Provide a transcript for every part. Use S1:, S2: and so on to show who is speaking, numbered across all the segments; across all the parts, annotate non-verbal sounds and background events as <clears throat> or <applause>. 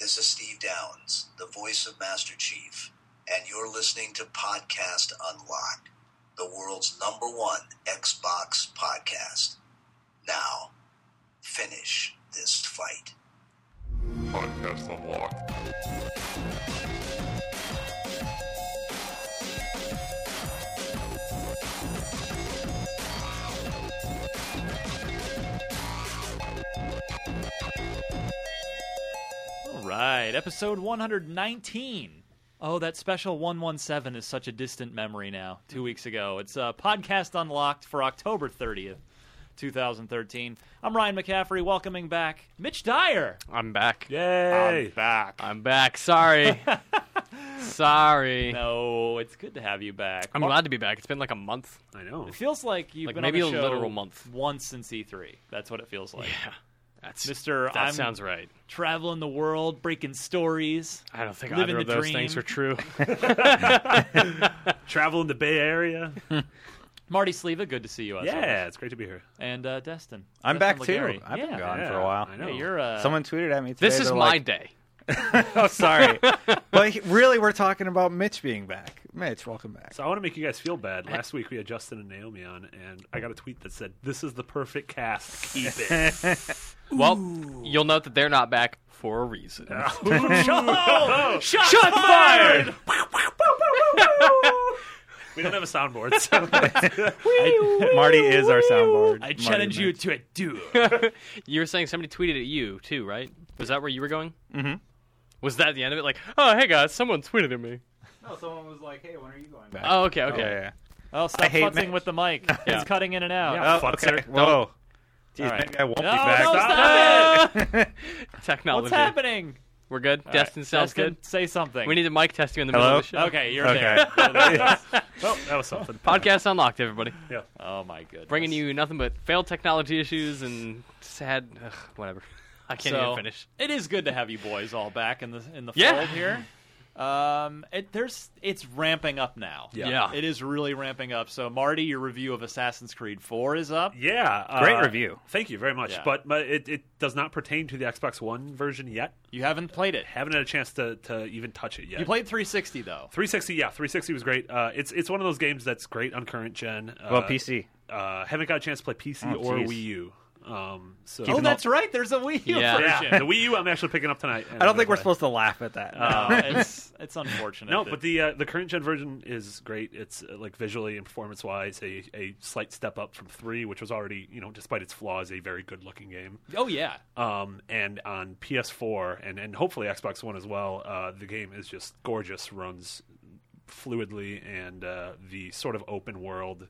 S1: is Steve Downs, the voice of Master Chief, and you're listening to Podcast Unlocked, the world's number one Xbox podcast. Now, finish this fight.
S2: Podcast Unlocked.
S3: All right, episode 119. Oh, that special 117 is such a distant memory now. Two weeks ago, it's uh, podcast unlocked for October 30th, 2013. I'm Ryan McCaffrey, welcoming back Mitch Dyer. Um,
S4: I'm back.
S5: Yay!
S3: Back.
S4: I'm back. Sorry. Sorry.
S3: No, it's good to have you back.
S4: I'm glad to be back. It's been like a month.
S5: I know.
S3: It feels like you've
S4: Like,
S3: been
S4: maybe
S3: on
S4: a
S3: the show
S4: literal month.
S3: once since E3. That's what it feels like.
S4: That's
S3: Mister,
S4: That
S3: I'm
S4: sounds right.
S3: traveling the world, breaking stories.
S4: I don't think
S3: living
S4: either
S3: the
S4: of those things
S3: dream.
S4: are true.
S5: Travel in the Bay Area.
S3: Marty Sleva, good to see you. as always.
S5: yeah, it's great to be here.
S3: And uh, Destin. Destin
S6: I'm back too.
S3: Legary.
S6: I've been
S3: Yeah.
S6: gone
S5: yeah,
S6: for a while.
S5: I
S3: Yeah,
S5: know.
S3: you're uh,
S6: Someone tweeted at me today.
S4: This is
S6: they're
S4: my
S6: like,
S4: day.
S6: oh, sorry, but he- really, we're talking about Mitch being back. Mitch, welcome back.
S5: So I want to make you guys feel bad. Last week we had Justin and Naomi on, and I got a tweet that said, "This is the perfect cast. Keep it."
S6: <laughs>
S4: Well, you'll note that they're not back for a reason.
S3: <laughs> Oh, shots,
S4: fired!
S5: we don't have a soundboard,
S6: <laughs>
S5: so
S6: Marty is our soundboard.
S3: I challenge you to a duel.
S4: <laughs> You were saying somebody tweeted at you too, right? Was that where you were going? Mm-hmm. Was that the end of it? Like, oh hey guys, someone tweeted at me.
S6: No, someone was like, "Hey, when are you going back?"
S4: Oh okay, okay.
S6: yeah, yeah.
S3: Oh, stop
S6: hate
S3: futzing
S6: Mitch.
S3: with the
S4: <laughs>
S3: mic. It's cutting in and out.
S5: Yeah.
S6: Oh,
S5: Fuck,
S6: okay.
S5: sir.
S6: Whoa. Jeez,
S3: Alright.
S6: maybe I won't
S3: No,
S6: be back.
S3: no, stop it!
S4: Technology.
S3: What's happening?
S4: We're good.
S3: All right,
S4: Destin sounds
S3: Destin,
S4: good.
S3: Say something.
S4: We need a mic testing in the
S6: Hello?
S4: middle of the show.
S3: Okay, you're
S6: Okay.
S4: <laughs>
S3: there.
S5: <laughs> well, that was something.
S4: Podcast unlocked, everybody.
S5: Yeah.
S3: oh my goodness.
S4: bringing you nothing but failed technology issues and sad ugh, whatever. I can't
S3: so,
S4: even finish.
S3: It is good to have you boys all back in the in the
S4: Yeah.
S3: fold here. Um, it, there's it's ramping up now.
S5: Yeah.
S4: Yeah.
S3: It is really ramping up. So Marty, your review of Assassin's Creed 4 is up.
S5: Yeah, uh,
S6: Great review.
S5: Thank you very much.
S3: Yeah.
S5: But my, it, it does not pertain to the Xbox One version yet.
S3: You haven't played it.
S5: Haven't had a chance to, to even touch it yet.
S3: You played 360 though.
S5: 360, yeah, 360 was great. Uh, it's it's one of those games that's great on current gen. Uh,
S6: <laughs> Well, PC.
S5: Uh, haven't got a chance to play PC
S6: Oh,
S5: or
S6: geez.
S5: Wii U. Um, so
S3: oh, that's right. There's a Wii U
S4: Yeah.
S3: version. <laughs>
S5: yeah, the Wii U I'm actually picking up tonight. and
S6: I
S5: I'm
S6: don't think
S5: gonna
S6: we're
S5: play.
S6: supposed to laugh at that.
S3: No, Uh, it's it's unfortunate.
S5: No,
S3: that-
S5: but the uh, the current gen version is great. It's uh, like visually and performance wise a, a slight step up from three, which was already you know despite its flaws a very good looking game.
S3: oh yeah,
S5: um, and on PS4 and, and hopefully Xbox One as well. Uh, the game is just gorgeous, runs fluidly, and uh, the sort of open world,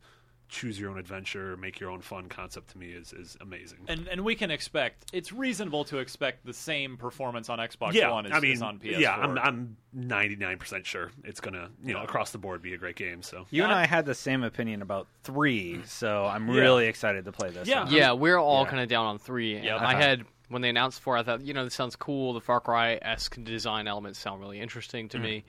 S5: choose your own adventure, make your own fun concept to me is, is amazing.
S3: and and we can expect it's reasonable to expect the same performance on Xbox
S5: yeah,
S3: One as,
S5: I mean,
S3: as on PS4.
S5: yeah, I'm I'm 99% sure it's gonna you know across the board be a great game. So
S6: you and I had the same opinion about three, so I'm really excited to play this.
S3: Yeah.
S6: one.
S4: Um, Yeah, Uh-huh. we're all kind of down on three. and
S3: Yep.
S4: I had when they announced four, I thought you know this sounds cool. The Far Cry esque design elements sound really interesting to me.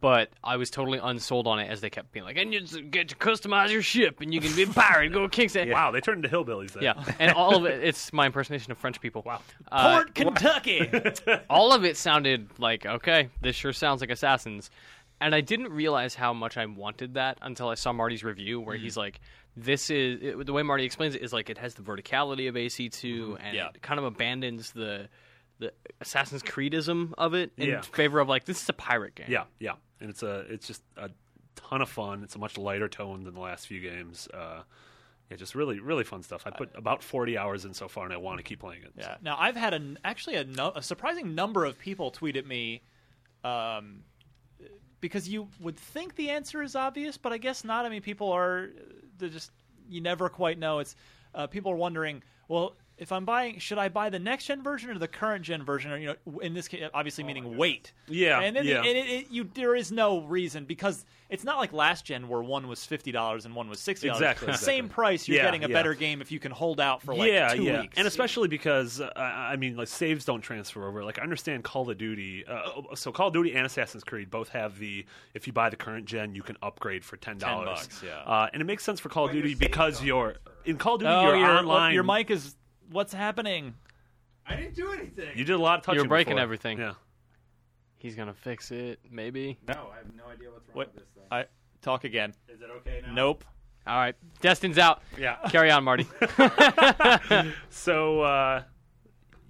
S4: But I was totally unsold on it as they kept being like, and you just get to customize your ship, and you can be a pirate, go kick <laughs> it.
S5: wow, they turned into hillbillies. Then.
S4: Yeah, and all of it, it's my impersonation of French people. Uh, Wow.
S3: Port
S5: <laughs>
S3: Kentucky.
S4: all of it sounded like okay this sure sounds like assassins and i didn't realize how much i wanted that until i saw marty's review where he's like this is it, the way marty explains it is like it has the verticality of ac2 and
S3: Yeah.
S4: it kind of abandons the the assassin's creedism of it in
S5: Yeah.
S4: favor of like this is a pirate game
S5: Yeah, yeah, and it's a it's just a ton of fun. It's a much lighter tone than the last few games. Uh, yeah, just really really fun stuff. I put about forty hours in so far, and I want to keep playing it.
S3: yeah. Now I've had an actually a, nu- a surprising number of people tweet at me, um, because you would think the answer is obvious, but I guess not. I mean, people are they're just you never quite know. It's uh, people are wondering, well. If I'm buying, should I buy the next gen version or the current gen version? Or you know, in this case, obviously meaning wait.
S5: Oh Yeah,
S3: and then
S5: yeah.
S3: and it, it, you there is no reason because it's not like last gen where one was fifty dollars and one was sixty dollars.
S5: Exactly, exactly.
S3: Same price, you're
S5: Yeah,
S3: getting a
S5: yeah.
S3: better game if you can hold out for like
S5: yeah,
S3: two
S5: yeah,
S3: weeks.
S5: and especially because uh, I I mean, like saves don't transfer over. Like I understand Call of Duty, uh, so Call of Duty and Assassin's Creed both have the if you buy the current gen, you can upgrade for ten dollars.
S3: bucks, yeah.
S5: uh, and it makes sense for Call of Duty because you're in Call of Duty,
S3: Oh,
S5: you're
S3: your,
S5: online.
S3: Your mic is. What's happening?
S5: you did a lot of touching.
S4: breaking
S5: before.
S4: everything.
S5: Yeah,
S4: He's gonna fix it, maybe.
S6: No, I have no idea what's wrong
S3: What?
S6: with this thing.
S3: I talk again.
S6: Is it okay now?
S3: Nope.
S4: All right, Destin's out.
S5: Yeah.
S4: Carry on, Marty.
S5: So uh,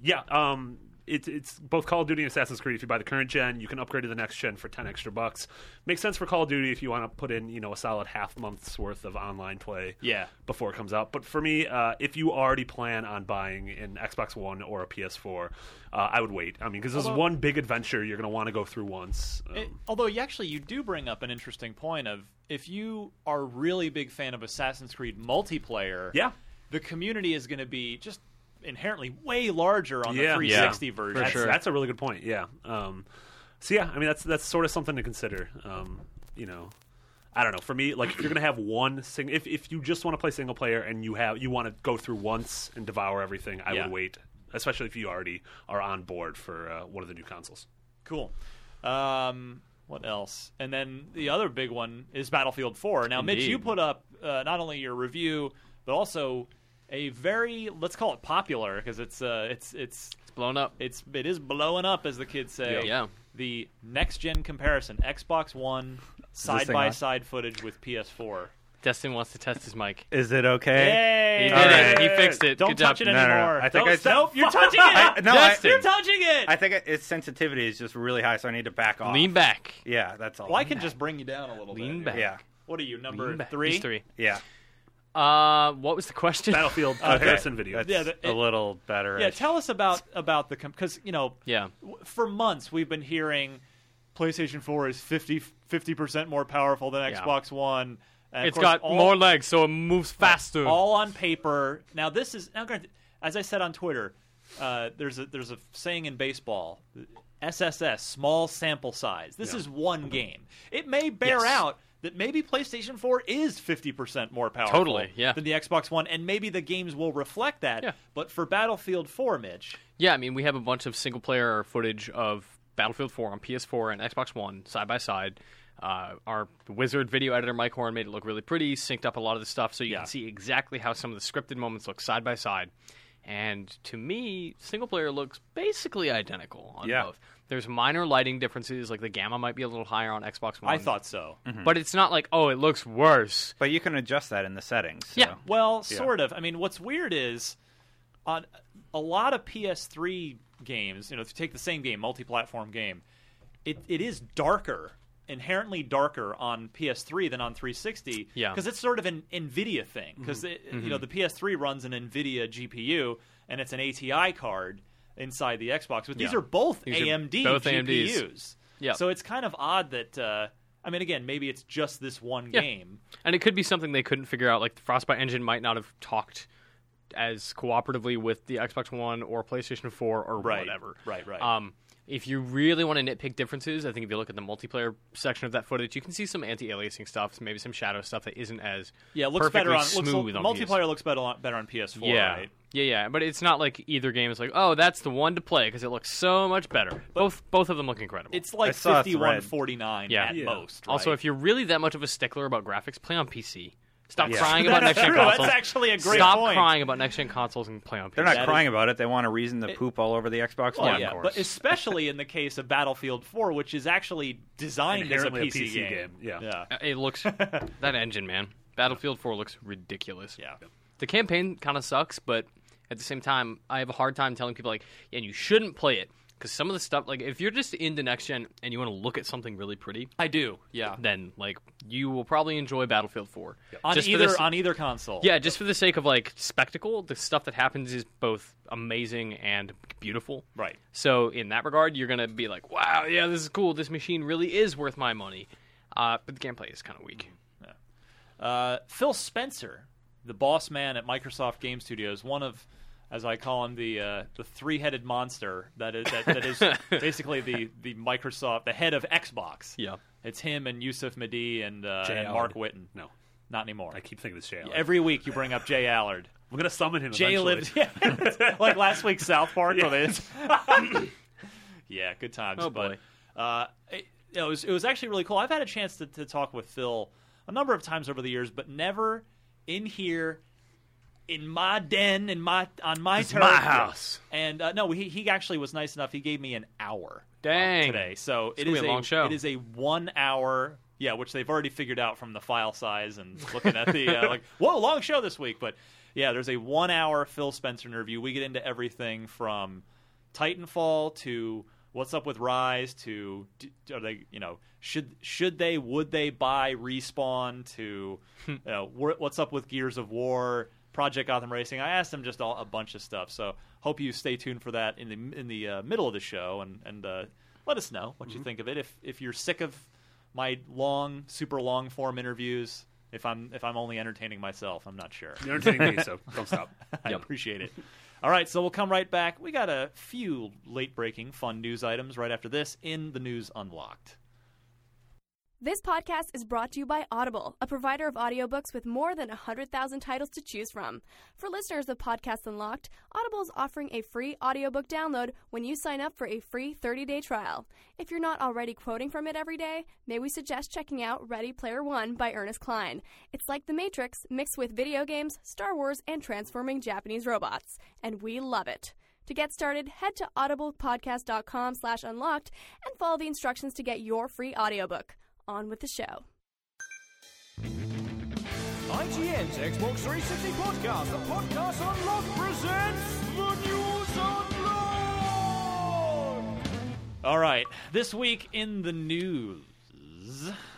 S5: yeah, um, it's it's both Call of Duty and Assassin's Creed. If you buy the current gen, you can upgrade to the next gen for ten extra bucks. Makes sense for Call of Duty if you want to put in you know a solid half month's worth of online play.
S3: Yeah.
S5: Before it comes out, but for me, uh, if you already plan on buying an Xbox One or a PS4, uh, I would wait. I mean, because this is
S3: Although-
S5: one big adventure you're going to want to go through once. Um,
S3: It- Eh, although you actually you do bring up an interesting point of if you are a really big fan of Assassin's Creed multiplayer,
S5: Yeah.
S3: the community is going to be just inherently way larger on
S5: Yeah.
S3: the 360
S5: Yeah, for
S3: version.
S5: that's,
S4: sure.
S5: that's a really good point. Yeah. Um, so yeah, I mean that's that's sort of something to consider. Um, you know, I don't know. For me, like if you're gonna have one sing, if if you just want to play single player and you have you want to go through once and devour everything, I
S3: Yeah.
S5: would wait. Especially if you already are on board for uh, one of the new consoles.
S3: Cool. Um, what else? And then the other big one is Battlefield 4. Now, Mitch,
S4: Indeed.
S3: you put up uh, not only your review but also a very let's call it popular because it's uh, it's it's
S4: Blown up.
S3: it's it is blowing up as the kids say.
S4: Yeah.
S3: The next gen comparison: Xbox One side
S6: thing
S3: by
S6: on?
S3: side footage with PS4.
S4: Destin wants to test his mic.
S6: Is it okay?
S4: He
S3: Yay!
S4: did
S6: All
S4: it.
S6: right.
S4: He fixed it.
S3: Don't
S4: Good
S3: touch
S4: job.
S3: it
S6: No, no, no.
S3: anymore.
S6: I think
S3: Don't-
S6: I said-
S3: nope, you're touching it.
S6: I- no, I-
S4: Justin.
S3: you're touching it.
S6: I think it, its sensitivity is just really high, so I need to back off.
S4: Lean back.
S6: Yeah, that's all. Mm-hmm.
S3: well, I can just bring you down a little
S4: Lean
S3: bit.
S4: back.
S6: Yeah,
S3: What are you number
S4: Lean back.
S3: three?
S4: He's three.
S6: yeah.
S4: Uh, what was the question?
S5: Battlefield
S6: Okay.
S5: comparison video.
S6: That's
S3: Yeah, the-
S6: a little better.
S3: Yeah, tell us about about the because you know
S4: <laughs> Yeah.
S3: w- for months we've been hearing PlayStation 4 is 50 percent more powerful than
S4: Yeah.
S3: Xbox One. And of
S4: It's
S3: course,
S4: got
S3: all-
S4: more legs, so it moves faster.
S3: all on paper. Now this is now granted, as I said on Twitter, uh, there's a there's a saying in baseball, SSS, small sample size. This is one game. It may bear
S4: Mm-hmm. Yes.
S3: out that maybe PlayStation 4 is 50% more powerful
S4: Totally, yeah.
S3: than the Xbox One and maybe the games will reflect that.
S4: Yeah.
S3: But for Battlefield 4, Mitch,
S4: Yeah, I mean, we have a bunch of single player footage of Battlefield 4 on PS4 and Xbox One side by side. Uh, our wizard video editor Mike Horn made it look really pretty, synced up a lot of the stuff so you
S3: Yeah.
S4: can see exactly how some of the scripted moments look side by side. And to me, single player looks basically identical on
S5: Yeah.
S4: both. There's minor lighting differences, like the gamma might be a little higher on Xbox One.
S3: I thought so.
S4: but it's not like oh, it looks worse.
S6: But you can adjust that in the settings. so-
S4: Yeah.
S3: Well, sort of. I mean, what's weird is on a lot of PS3 games, you know, if you take the same game, multi-platform game, it, it is darker, inherently darker on PS3 than on 360.
S4: Yeah. Mm-hmm.
S3: Because it's sort of an NVIDIA thing. Because you know the PS3 runs an NVIDIA GPU and it's an ATI card inside the Xbox, but these
S5: Yeah.
S3: are both
S4: These are
S3: AMD
S4: both AMDs.
S3: GPUs.
S4: Yeah.
S3: So it's kind of odd that. Uh, I mean, again, maybe it's just this one
S4: Yeah.
S3: game.
S4: And it could be something they couldn't figure out. Like the Frostbite engine might not have talked as cooperatively with the Xbox One or PlayStation 4 or
S3: Right,
S4: whatever.
S3: right, right.
S4: Um, if you really want to nitpick differences, I think if you look at the multiplayer section of that footage, you can see some anti-aliasing stuff, maybe some shadow stuff that isn't as
S3: Yeah, it looks
S4: perfectly
S3: better on, looks,
S4: smooth on PS4.
S3: multiplayer looks better on, better on PS4,
S4: Yeah.
S3: right?
S4: Yeah, yeah, but it's not like either game is like, oh, that's the one to play because it looks so much better. both both of them look incredible.
S3: It's like
S6: saw a thread.
S3: 5149
S4: Yeah.
S3: at
S4: Yeah.
S3: most. Right? <laughs>
S4: also if you're really that much of a stickler about graphics, play on PC. Stop
S3: <laughs>
S6: Yeah.
S4: crying about next gen
S3: True, that's
S4: consoles.
S3: actually a great
S4: Stop
S3: point.
S4: crying about next gen consoles and play on PC.
S6: They're not
S3: That
S6: crying about it. They want a reason to
S3: It-
S6: poop all over the Xbox
S3: Well,
S6: One.
S3: Oh, yeah,
S6: of course.
S3: but especially in the case of Battlefield 4, which is actually designed as a
S5: Inherently
S3: PC, game.
S5: Yeah.
S3: Yeah.
S4: Uh,
S3: <laughs>
S4: It looks that engine, man. Battlefield 4 looks ridiculous.
S3: Yeah.
S4: The campaign kind of sucks, but at the same time, I have a hard time telling people like, yeah, and you shouldn't play it because some of the stuff, like, if you're just into next gen and you want to look at something really pretty,
S3: I do. Yeah.
S4: then like you will probably enjoy Battlefield 4.
S3: On
S4: Just for
S3: either
S4: this-
S3: on either console.
S4: Yeah, just for the sake of like spectacle, the stuff that happens is both amazing and beautiful.
S3: Right.
S4: So in that regard, you're gonna be like, "Wow, yeah, this is cool. This machine really is worth my money." Uh, but the gameplay is kind of weak.
S3: Uh, Phil Spencer, the boss man at Microsoft Game Studios, one of, as I call him, the uh, the three headed monster that is that,
S4: <laughs>
S3: that is basically the the Microsoft the head of Xbox.
S4: Yeah.
S3: It's him and Yusuf Mehdi and, uh,
S5: Jay
S3: and Mark
S5: Allard.
S3: Whitten.
S5: No,
S3: Not anymore.
S5: I keep thinking this Jay. Allard.
S3: Every week you bring up Jay Allard.
S5: I'm gonna summon him.
S3: Jay
S5: eventually.
S3: lived <laughs> like last week's South Park. Yeah, where they,
S5: <laughs>
S3: yeah good times.
S4: Oh,
S3: but, uh, it, it was it was actually really cool. I've had a chance to, to talk with Phil a number of times over the years, but never in here in my den, in my on my turf,
S5: my house.
S3: And uh, no, he he actually was nice enough. He gave me an hour uh,
S4: Dang.
S3: today, so it
S4: gonna
S3: is
S4: be a long show.
S3: It is a one hour. Yeah, which they've already figured out from the file size and looking at the
S4: <laughs>
S3: uh, like, whoa, long show this week. But yeah, there's a one hour Phil Spencer interview. We get into everything from Titanfall to what's up with Rise to d- are they you know should should they would they buy Respawn to
S4: Hmm.
S3: uh, wh- what's up with Gears of War Project Gotham Racing. I asked them just all, a bunch of stuff. So hope you stay tuned for that in the in the uh, middle of the show and and uh, let us know what
S4: Mm-hmm.
S3: you think of it. If if you're sick of my long super long form interviews. If I'm if I'm only entertaining myself, I'm not sure.
S5: You're entertaining me, so don't stop.
S3: <laughs> I appreciate it. <laughs> All right, so we'll come right back. We got a few late breaking fun news items right after this in the News Unlocked.
S7: This podcast is brought to you by Audible, a provider of audiobooks with more than 100,000 titles to choose from. For listeners of Podcasts Unlocked, Audible is offering a free audiobook download when you sign up for a free 30-day trial. If you're not already quoting from it every day, may we suggest checking out Ready Player One by Ernest Klein. It's like The Matrix mixed with video games, Star Wars, and transforming Japanese robots, and we love it. To get started, head to audiblepodcast.com slash unlocked and follow the instructions to get your free audiobook. On with the show.
S8: IGN's Xbox 360 podcast, the podcast unlocked presents the news unlocked.
S3: All right, this week in the news,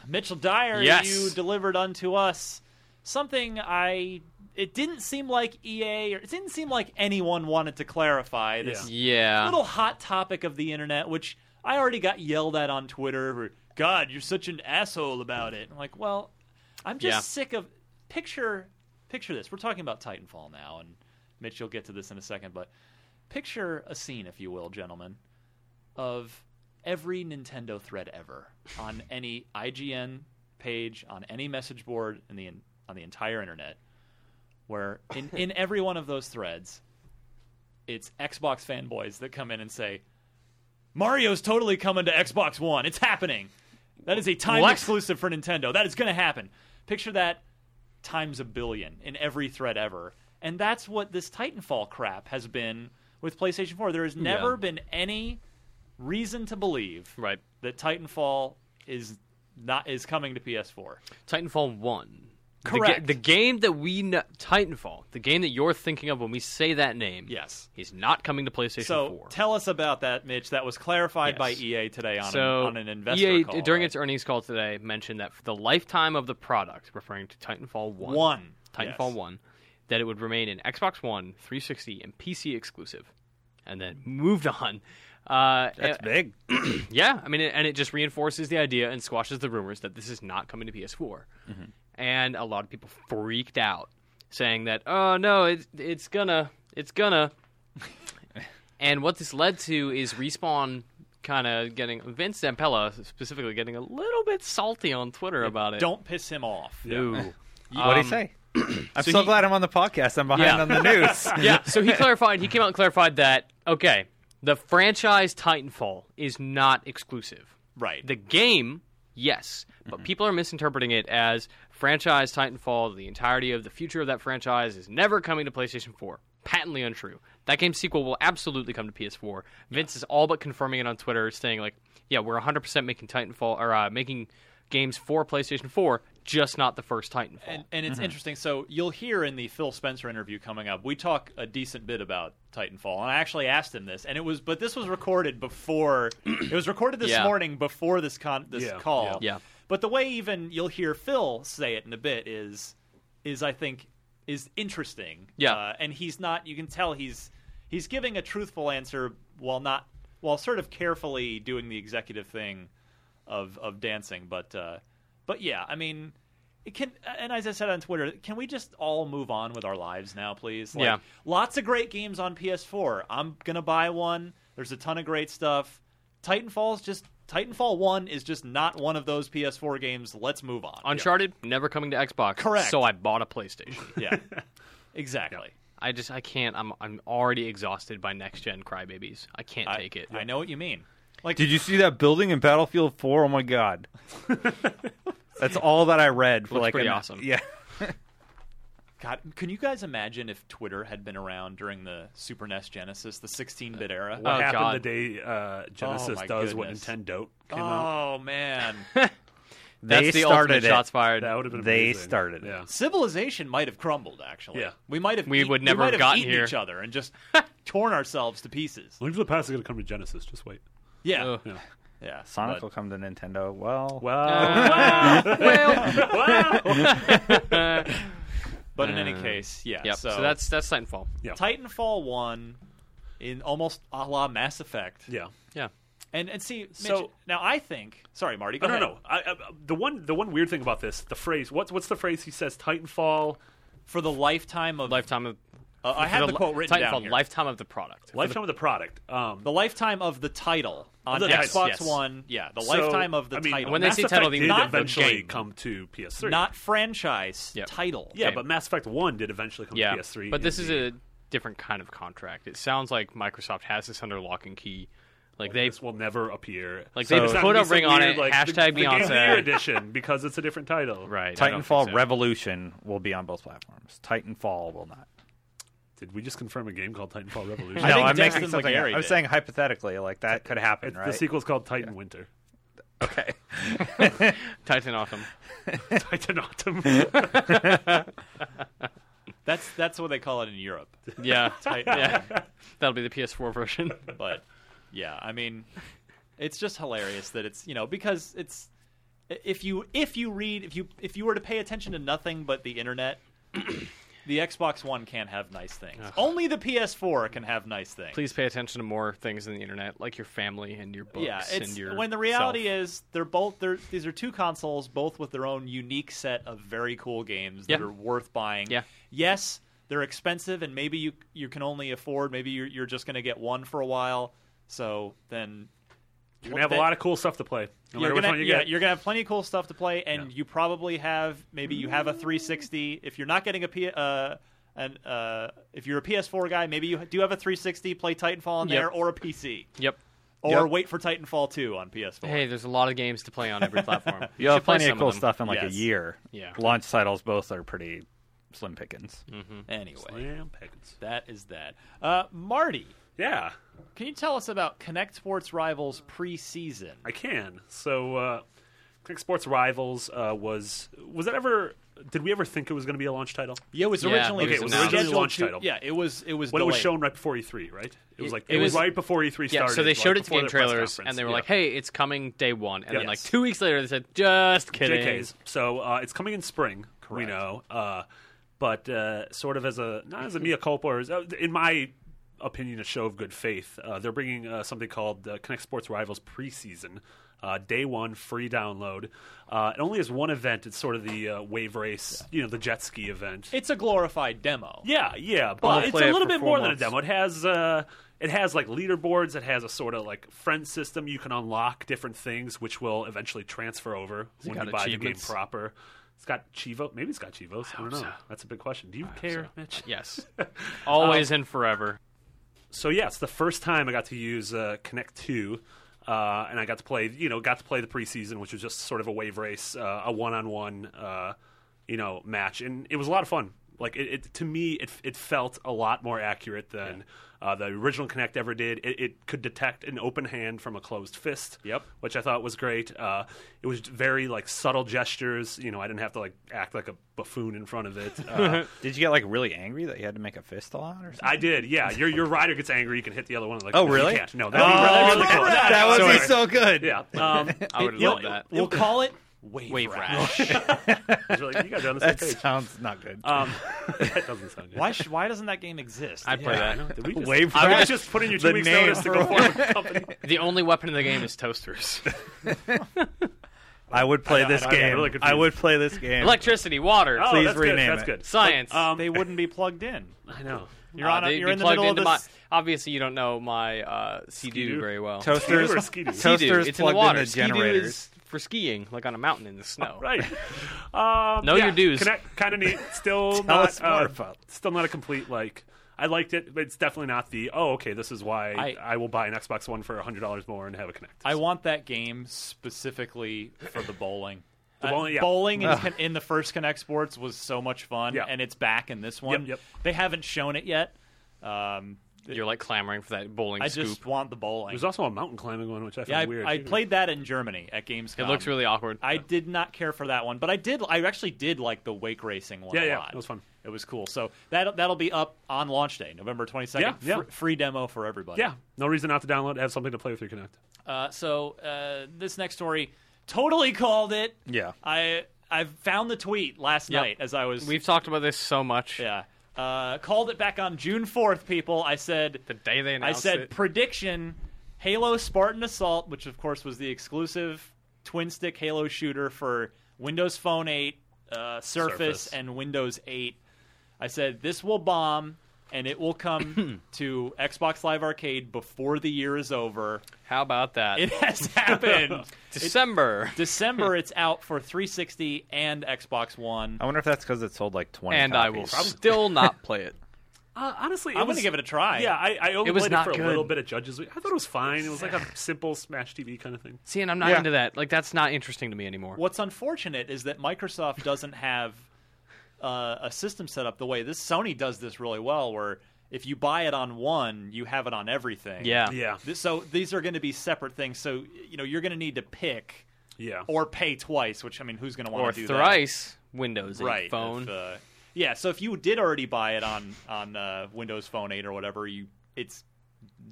S3: Mitchell Dyer,
S4: Yes.
S3: you delivered unto us something I. It didn't seem like EA, or it didn't seem like anyone wanted to clarify this
S4: Yeah.
S3: little hot topic of the internet, which I already got yelled at on Twitter. For, God, you're such an asshole about it. I'm like, well, I'm just
S4: Yeah.
S3: sick of picture picture this. We're talking about Titanfall now, and Mitch, you'll get to this in a second, but picture a scene, if you will, gentlemen, of every Nintendo thread ever on any IGN page, on any message board, in the on the entire internet, where in, in every one of those threads it's Xbox fanboys that come in and say, Mario's totally coming to Xbox One. It's happening. That is a time
S4: What?
S3: exclusive for Nintendo. That is going to happen. Picture that times a billion in every thread ever. And that's what this Titanfall crap has been with PlayStation 4. There has never been any reason to believe
S4: Right.
S3: that Titanfall is not is coming to PS4.
S4: Titanfall One. The ga-
S3: Correct.
S4: The, game that we know, Titanfall, the game that you're thinking of when we say that name.
S3: Yes.
S4: He's not coming to PlayStation
S3: So
S4: 4.
S3: tell us about that, Mitch. That was clarified by
S4: Yes.
S3: EA today on,
S4: so
S3: an, on an investor
S4: EA
S3: call.
S4: during
S3: right?
S4: its earnings call today mentioned that for the lifetime of the product, referring to Titanfall One,
S3: One,
S4: Titanfall
S3: yes.
S4: One, that it would remain an Xbox One, 360, and PC exclusive, and then moved <laughs> on. Uh,
S6: That's
S4: and-
S6: big.
S4: yeah, I mean, and it just reinforces the idea and squashes the rumors that this is not coming to PS4.
S3: Mm-hmm.
S4: And a lot of people freaked out, saying that, "Oh no, it's it's gonna,
S3: <laughs>
S4: it's gonna." and what this led to is respawn kind of getting Vince Zampella specifically getting a little bit salty on Twitter about it.
S3: Don't piss him off.
S4: Ooh.
S6: What do
S4: Um, <clears throat>
S6: you say? I'm so
S4: he-
S6: glad I'm on the podcast. I'm behind
S4: Yeah.
S6: on the news.
S4: <laughs> yeah. So he clarified. He came out and clarified that okay, the franchise Titanfall is not exclusive.
S3: <laughs> Right.
S4: The game, yes, but
S3: Mm-hmm.
S4: people are misinterpreting it as franchise Titanfall. The entirety of the future of that franchise is never coming to PlayStation 4. Patently untrue. That game's sequel will absolutely come to PS4. Vince is all but confirming it on Twitter, saying like, "Yeah, we're 100% making Titanfall or uh, making games for PlayStation 4, just not the first Titanfall."
S3: and, and
S4: Mm-hmm.
S3: it's interesting. So you'll hear in the Phil Spencer interview coming up, we talk a decent bit about Titanfall, and I actually asked him this, and it was, but this was recorded before. it was recorded this
S4: Yeah.
S3: morning before this con this
S5: Yeah,
S3: call.
S4: yeah. Yeah.
S3: But the way even you'll hear Phil say it in a bit is, is I think is interesting.
S4: Yeah.
S3: uh, and he's not. You can tell he's he's giving a truthful answer while not while sort of carefully doing the executive thing of of dancing. But uh, but yeah, I mean, it can. uh, And as I said on Twitter, can we just all move on with our lives now, please? Like,
S4: Yeah.
S3: Lots of great games on PS4. I'm gonna buy one. There's a ton of great stuff. Titanfall's just Titanfall One is just not one of those PS4 games. Let's move
S4: <laughs>
S3: on.
S4: Uncharted never coming to Xbox.
S3: Correct.
S4: So I bought a PlayStation.
S3: yeah. Exactly.
S4: I just I can't. I'm I'm already exhausted by next gen crybabies. I can't
S3: I,
S4: take it.
S3: I know what you mean. Like
S6: Did you see that building in Battlefield 4? Oh
S4: <laughs>
S6: my god. That's all that I read for
S4: Looks
S6: like
S4: pretty
S6: an-
S4: awesome.
S6: Yeah.
S3: God, can you guys imagine if Twitter had been around during the Super NES Genesis, the 16-bit era?
S5: What
S4: Oh,
S5: happened
S4: God.
S5: the day uh, Genesis
S3: Oh, my
S5: does what
S3: goodness.
S5: Nintendo came out?
S3: Oh man,
S4: That's
S6: They
S4: the
S6: started
S4: ultimate
S6: it.
S4: shots fired.
S5: That would have been
S6: They
S5: amazing.
S6: started it.
S5: Yeah.
S3: civilization might have crumbled. Actually,
S5: Yeah.
S3: we might have
S4: We
S3: eat-
S4: would never
S3: might
S4: have gotten
S3: eaten
S4: here.
S3: each other and
S4: <laughs>
S3: just torn ourselves to pieces.
S5: Link to the Past is going to come to Genesis. Just wait.
S3: Yeah,
S4: Ugh.
S5: Yeah.
S3: yeah.
S6: Sonic
S3: but-
S6: will come to Nintendo. Well,
S5: Well,
S3: Oh,
S5: <laughs>
S3: But in any case, yeah.
S4: Yep. So,
S3: So,
S4: that's that's Titanfall.
S5: yeah.
S3: Titanfall one, in almost a la Mass Effect.
S5: Yeah.
S4: Yeah.
S3: And and see, Mitch,
S5: So-
S3: now I think. Sorry, Marty. Go
S5: No, no,
S3: ahead.
S5: no. I, I, the one, the one weird thing about this, the phrase. What's what's the phrase he says? Titanfall,
S3: For the lifetime of
S4: Lifetime of.
S3: uh, I
S4: for
S3: have the,
S4: li-
S3: quote written
S4: Titanfall,
S3: down here.
S4: lifetime of the product.
S5: lifetime of the product. Um,
S3: the lifetime of the title on
S5: the title,
S3: Xbox
S5: yes.
S3: One. Yeah, the
S5: so,
S3: lifetime of the
S5: I mean,
S3: title.
S4: When they
S5: Mass
S4: say
S5: Effect
S4: title, they
S5: did
S4: mean the
S5: eventually
S4: game.
S5: come to PS3.
S3: not franchise
S4: Yep.
S3: title.
S5: yeah,
S3: Okay.
S5: but Mass Effect One did eventually come
S4: yeah.
S5: to PS3.
S4: But this
S5: in
S4: is
S5: the-
S4: a different kind of contract. It sounds like Microsoft has this under lock and key. Like they
S5: This will never appear.
S4: Like,
S5: So
S4: they
S5: it's not
S4: put a
S5: gonna be some
S4: ring on
S5: weird,
S4: it,
S5: Like, the,
S4: hashtag
S5: the Game of the
S4: Beyonce.
S5: Year edition because it's a different
S4: <laughs>
S5: title.
S4: right. I don't
S6: Titanfall
S4: think so.
S6: Revolution will be on both platforms. Titanfall will not.
S5: Did we just confirm a game called Titanfall Revolution?
S3: I
S6: no,
S3: think
S6: I'm
S3: Destin
S6: making something.
S3: McGarry
S6: Up. I was
S3: did.
S6: saying hypothetically, like that could happen,
S5: It's-
S6: right?
S5: The sequel's called
S4: <laughs>
S5: Titan Winter.
S6: <laughs> Okay.
S4: Titan Autumn. <laughs>
S5: Titan Autumn. yeah,
S3: that's that's what they call it in
S5: <laughs>
S3: Europe.
S4: Yeah.
S3: <laughs> Titan-
S4: <laughs> yeah. That'll be the PS4 version. <laughs>
S3: but yeah, I mean, it's just hilarious that it's you know because it's if you if you read if you if you were to pay attention to nothing but the internet, <clears throat> the Xbox One can't have nice things. Only the PS4 can have nice things.
S4: Please pay attention to more things on the internet, like your family and your books
S3: Yeah, it's
S4: and your.
S3: when the reality is they're both they're these are two consoles both with their own unique set of very cool games that
S4: Yeah.
S3: are worth buying.
S4: Yeah.
S3: Yes, they're expensive and maybe you you can only afford maybe you're you're just going to get one for a while. So then
S5: you have a lot of cool stuff to play.
S3: you're
S5: No matter which
S3: gonna,
S5: one you
S3: yeah,
S5: get.
S3: you're gonna have plenty of cool stuff to play, and
S5: Yeah.
S3: you probably have maybe you have a 360. If you're not getting a P, uh, an uh, if you're a PS4 guy, maybe you do have a 360. Play Titanfall on
S4: Yep.
S3: there, or a PC,
S4: Yep.
S3: or
S6: Yep.
S3: wait for Titanfall 2 on PS4.
S4: Hey, there's a lot of games to play on every platform.
S6: You have
S4: should play
S6: plenty
S4: some
S6: of cool
S4: them.
S6: stuff in like
S3: Yes.
S6: a year.
S4: Yeah.
S6: Launch titles both are pretty slim pickings.
S3: Anyway,
S5: Slam pickings.
S3: that is that. Uh, Marty,
S5: Yeah.
S3: can you tell us about Connect Sports Rivals preseason?
S5: I can. So, uh, Click Sports Rivals uh, was was that ever? Did we ever think it was going to be a launch title?
S3: Yeah, it was
S4: Yeah,
S3: originally
S4: okay, it was
S3: scheduled
S4: announced.
S5: Original launch
S3: to-
S5: title.
S3: Yeah, it was. It was
S5: When it was
S3: delayed.
S5: shown right before E3, right? It was like
S4: It
S5: it, was,
S4: was-
S5: right before E3
S4: Yeah,
S5: started.
S4: so they
S5: like,
S4: showed it to
S5: before
S4: game
S5: the press
S4: trailers,
S5: conference.
S4: and they were
S5: Yeah.
S4: like, "Hey, it's coming day one," and then like
S5: Yes.
S4: two weeks later they said, "Just kidding."
S5: JKs. So uh, it's coming in spring. We know, uh, but uh, sort of as a not as a mea culpa, or as, uh, in my opinion, a show of good faith. Uh, they're bringing uh, something called uh, Connect Sports Rivals preseason. Uh, day one free download. Uh, it only is one event. It's sort of the uh, wave race, you know, the jet ski event.
S3: It's a glorified demo.
S5: Yeah, yeah,
S6: I'll
S5: but it's
S6: play
S5: a
S6: it
S5: little
S6: for
S5: bit
S6: four
S5: more
S6: months.
S5: than a demo. It has uh, it has like leaderboards. It has a sort of like friend system. You can unlock different things, which will eventually transfer over when
S4: got
S5: you buy the game
S4: achievements?
S5: proper. It's got Chivo. Maybe it's got Chivos. I, don't know. That's a big question. Do you care, Mitch?
S4: Yes. Always and forever.
S5: so yeah, it's the first time I got to use uh, Connect Two, uh, and I got to play. You know, got to play the preseason, which was just sort of a wave race, uh, a one-on-one, uh, you know, match, and it was a lot of fun. Like it, it to me, it it felt a lot more accurate than uh, the original Connect ever did. It, it could detect an open hand from a closed fist.
S3: Yep.
S5: which I thought was great. Uh, it was very like subtle gestures. You know, I didn't have to like act like a buffoon in front of it. Uh,
S6: Did you get like really angry that you had to make a fist a lot or something?
S5: I did, yeah. Your your rider gets angry. You can hit the other one. Like,
S6: Oh,
S5: you
S6: really?
S5: can't. No, that'd be, that'd be really cool.
S6: <laughs> that, that would be
S5: Sorry.
S6: so
S5: <laughs>
S6: good.
S5: Yeah. Um,
S4: I would
S5: you know,
S4: love that.
S3: Uh, We'll call it
S4: Wave rash.
S5: it was really- you guys are on the same
S6: That
S5: page.
S6: sounds not good.
S5: Um, <laughs> that doesn't sound good.
S3: Why? Sh- why doesn't that game exist?
S4: I'd play
S5: I
S4: that.
S5: know. Did
S6: <laughs>
S5: we just,
S6: Wave
S5: I
S6: rash.
S5: was just putting your two
S6: The
S5: weeks
S6: name
S5: notice to
S6: for-
S5: go forward with
S6: <laughs>
S5: the company.
S4: The only weapon in the game is toasters. <laughs>
S6: I would play this
S5: I- I'm
S6: game.
S5: really confused.
S6: I would play this game.
S4: Electricity, water,
S5: Oh,
S6: Please
S5: that's
S6: rename
S5: good. That's
S6: it.
S5: good.
S4: science.
S5: Um,
S3: they wouldn't be plugged <laughs> in.
S5: I know.
S3: You're
S4: Uh,
S3: on. A,
S4: they'd
S3: you're
S4: be
S3: in the
S4: plugged
S3: middle of
S4: into
S3: this.
S4: my- Obviously, you don't know my uh, Sea-Doo
S5: Ski-Doo?
S4: very well.
S6: toasters.
S5: Ski-Doo or Ski-Doo?
S6: Toasters
S4: Sea-Doo, it's in the
S6: plugged
S4: water.
S6: into
S4: Sea-Doo
S6: generators.
S4: is for skiing, like on a mountain in the snow.
S5: Right. Um,
S4: Know
S5: yeah,
S4: your dues.
S5: Kind of neat. Still
S6: <laughs> Tell
S5: not.
S6: us more
S5: uh,
S6: about-
S5: Still not a complete like. I liked it, but it's definitely not the. Oh, okay. This is why I,
S3: I-
S5: will buy an Xbox One for hundred dollars more and have a Connect.
S3: I want that game specifically for the bowling.
S5: The
S3: Uh,
S5: bowling, yeah.
S3: bowling in, con- in the first Connect Sports was so much fun,
S5: Yeah.
S3: and it's back in this one.
S5: yep.
S3: They haven't shown it yet. Um,
S4: You're like clamoring for that bowling
S3: I
S4: scoop.
S3: just want the bowling.
S5: There's also a mountain climbing one, which I found
S3: yeah, I,
S5: weird.
S3: I played that in Germany at Gamescom.
S4: it looks really awkward.
S3: Um, I did not care for that one, but I did. I actually did like the wake racing one.
S5: Yeah,
S3: a
S5: yeah,
S3: lot.
S5: it was fun.
S3: It was cool. So that that'll be up on launch day, November twenty second.
S5: Yeah, yeah.
S3: free demo for everybody.
S5: Yeah, no reason not to download. Have something to play with your Connect.
S3: Uh, so uh, this next story, totally <laughs> called it.
S6: Yeah.
S3: I I found the tweet last
S4: Yep.
S3: night as I was.
S4: We've talked about this so much.
S3: yeah. Uh, called it back on June fourth, people. I said
S4: The day
S3: I
S4: they announced
S3: said
S4: it.
S3: prediction: Halo Spartan Assault, which of course was the exclusive twin stick Halo shooter for Windows Phone 8, uh, Surface,
S5: Surface.
S3: and Windows 8. I said this will bomb, and it will
S4: <laughs>
S3: come to Xbox Live Arcade before the year is
S4: <laughs>
S3: over.
S4: How about that?
S3: It has happened.
S4: December. <laughs>
S3: December, it's out for 360 and Xbox One.
S6: I wonder if that's because it sold like 20
S4: and I will
S6: copies.
S3: <laughs>
S4: still not play it.
S5: Uh, honestly,
S3: I'm gonna give it a try.
S5: Yeah, I, I only
S4: It was
S5: played
S4: not
S5: it for
S4: good.
S5: a little bit at Judges Week. I thought it was fine. It was like a simple Smash TV kind of thing.
S4: See, and I'm not
S6: Yeah.
S4: into that. Like, that's not interesting to me anymore.
S3: What's unfortunate is that Microsoft doesn't have uh, a system set up the way this Sony does this really well, where if you buy it on one, you have it on everything.
S4: Yeah.
S5: Yeah,
S3: Th- So these are going to be separate things. So you know you're going to need to pick
S5: yeah.
S3: or pay twice, which I mean, who's going to want
S4: Or
S3: to do
S4: thrice Windows
S3: that?
S4: 8
S3: Right.
S4: phone.
S3: if, uh, yeah. So if you did already buy it on on uh, Windows Phone 8 or whatever, you it's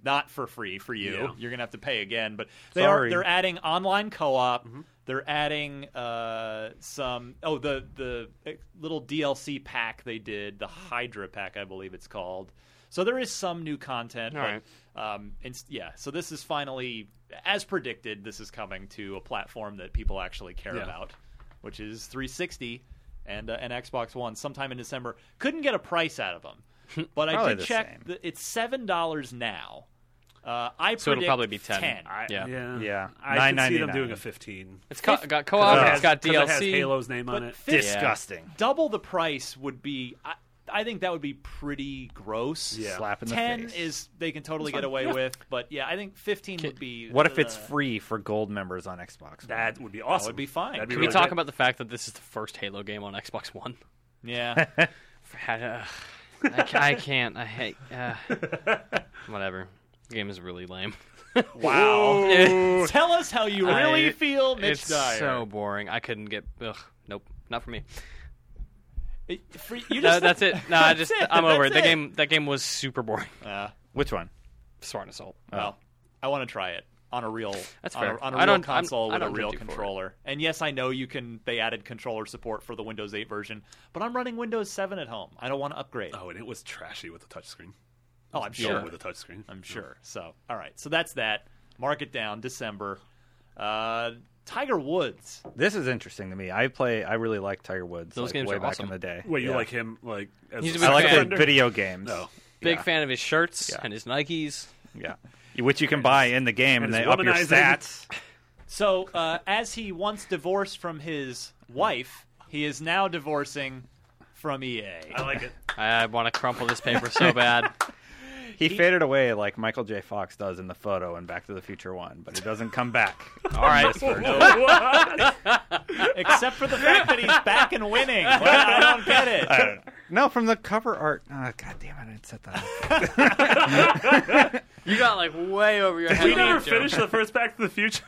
S3: not for free for you.
S5: Yeah.
S3: You're gonna have to pay again. But they
S6: Sorry.
S3: are they're adding online co-op. They're adding uh, some oh the the uh, little DLC pack they did the Hydra pack I believe it's called. So there is some new content.
S4: All
S3: but, Um, it's- yeah. So this is finally, as predicted, this is coming to a platform that people actually care
S5: Yeah.
S3: about, which is 360 and uh, an Xbox One sometime in December. Couldn't get a price out of them, but I
S6: Probably
S3: did
S6: the
S3: check.
S6: same.
S3: The, it's seven dollars now. Uh, I
S4: So it'll
S3: predict
S4: probably be 10.
S5: I,
S4: Yeah.
S6: Yeah.
S5: I can see them
S6: 9.99.
S5: doing a fifteen.
S4: It's co- got co op,
S5: Because
S4: it's got
S5: because
S4: DLC.
S5: It has Halo's name on
S3: But
S5: it.
S3: fif-
S6: Disgusting.
S3: double the price would be. I, I think that would be pretty gross.
S5: Yeah.
S6: Slap in the
S3: Ten
S6: face.
S3: is they can totally get away with, but yeah, I think fifteen would be.
S6: What if it's
S3: uh,
S6: free for gold members on Xbox?
S5: That would be awesome.
S3: be fine.
S5: That'd be
S4: Can
S5: really
S4: we talk
S5: good.
S4: about the fact that this is the first Halo game on Xbox
S3: <laughs>
S4: One? <laughs>
S3: Yeah,
S4: Had, uh, I, ca- I can't.
S3: <laughs>
S4: I hate. Uh, whatever. The game is really lame.
S5: Wow.
S3: Oh.
S4: <laughs>
S3: tell us how you really
S4: I-
S3: feel, Mitch
S4: it's
S3: Dyer.
S4: so boring. I couldn't get. Ugh, nope. Not <laughs> for me.
S3: It- for- you
S4: No,
S3: just- <laughs>
S4: that's it. No, I just
S3: That's it.
S4: I'm over it.
S3: That's
S4: That game that game was super boring. Uh,
S3: Uh,
S6: Which one?
S4: Spartan Assault.
S3: well, I want to try it on a real
S4: Oh. That's
S3: on a,
S4: fair.
S3: on a
S4: I
S3: real
S4: don't- I'm-
S3: console
S4: I
S3: with a
S4: don't
S3: real
S4: judge you for it.
S3: controller. And yes, I know you can. They added controller support for the Windows 8 version, but I'm running Windows 7 at home. I don't want to upgrade.
S5: Oh, and it was trashy with the touchscreen.
S3: Oh, I'm
S5: Sure.
S3: sure.
S5: With the touchscreen.
S3: I'm sure. So, all right. So that's that. Mark it down. December. Uh, Tiger Woods.
S6: This is interesting to me. I play. I really like Tiger Woods.
S4: Those
S6: like,
S4: games
S6: way
S4: are
S6: back
S4: awesome.
S6: in the day.
S5: Wait, you
S6: Yeah.
S5: like him? Like as
S4: He's a
S5: a
S4: big
S6: I
S5: side
S6: like
S4: fan.
S6: the video games.
S5: No.
S4: Big
S6: Yeah.
S4: fan of his shirts
S6: Yeah.
S4: and his Nikes.
S6: Yeah, which you can buy in the game, and,
S5: his
S6: they up your
S5: womanizing. <laughs>
S6: stats.
S3: So, uh, as he once divorced from his wife, he is now divorcing from E EA.
S5: I
S4: <laughs>
S5: like it.
S4: I want to crumple this paper <laughs> so bad.
S6: He, faded away like Michael J. Fox does in the photo in Back to the Future One, but he doesn't come
S5: <laughs>
S6: back.
S4: All right.
S3: Except for the fact that he's back and winning. Well, I don't get it.
S6: I don't know. No, from the cover art. Oh, God damn it! I didn't set that.
S4: <laughs>
S6: up. <laughs>
S4: You got like way over your head.
S5: We
S4: on
S5: never
S4: that joke.
S5: finished the first Back to the Future.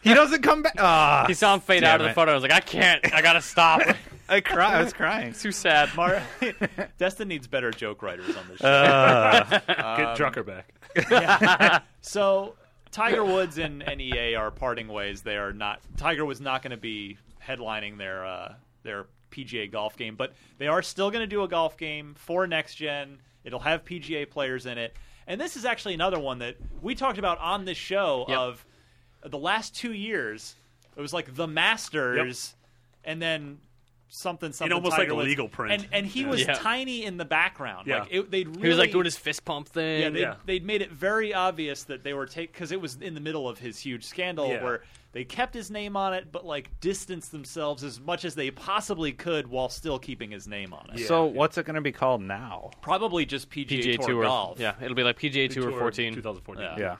S6: he doesn't come back. Ah,
S4: He saw him fade
S6: Damn
S4: out of the
S6: it.
S4: photo. I was like, I can't. I gotta <laughs> stop.
S6: I cry. I was crying. <laughs>
S4: Too sad.
S3: Mar- <laughs> Destin needs better joke writers on this show.
S6: Uh, <laughs>
S3: Um,
S5: Get Drucker back.
S3: so Tiger Woods and, and EA are parting ways. They are not. Tiger was not going to be headlining their uh, their PGA golf game, but they are still going to do a golf game for next gen. It'll have PGA players in it, and this is actually another one that we talked about on this show.
S4: Yep.
S3: Of the last two years, it was like the Masters, and then. Something, something.
S5: almost
S3: Tiger
S5: like a
S3: Woods.
S5: legal print.
S3: And, and he
S5: Yeah.
S3: was
S4: Yeah.
S3: tiny in the background.
S5: Yeah.
S3: Like it, they'd really
S4: He was like doing his fist pump thing.
S3: yeah, they,
S5: Yeah.
S3: they'd made it very obvious that they were take because it was in the middle of his huge scandal
S5: Yeah.
S3: where they kept his name on it, but like distanced themselves as much as they possibly could while still keeping his name on it.
S5: Yeah.
S6: So what's it going to be called now?
S3: Probably just PGA,
S4: PGA
S3: Tour,
S4: Tour.
S3: golf,
S4: Yeah, it'll be like PGA Tour 14.
S5: 2014.
S3: Yeah.
S6: Yeah.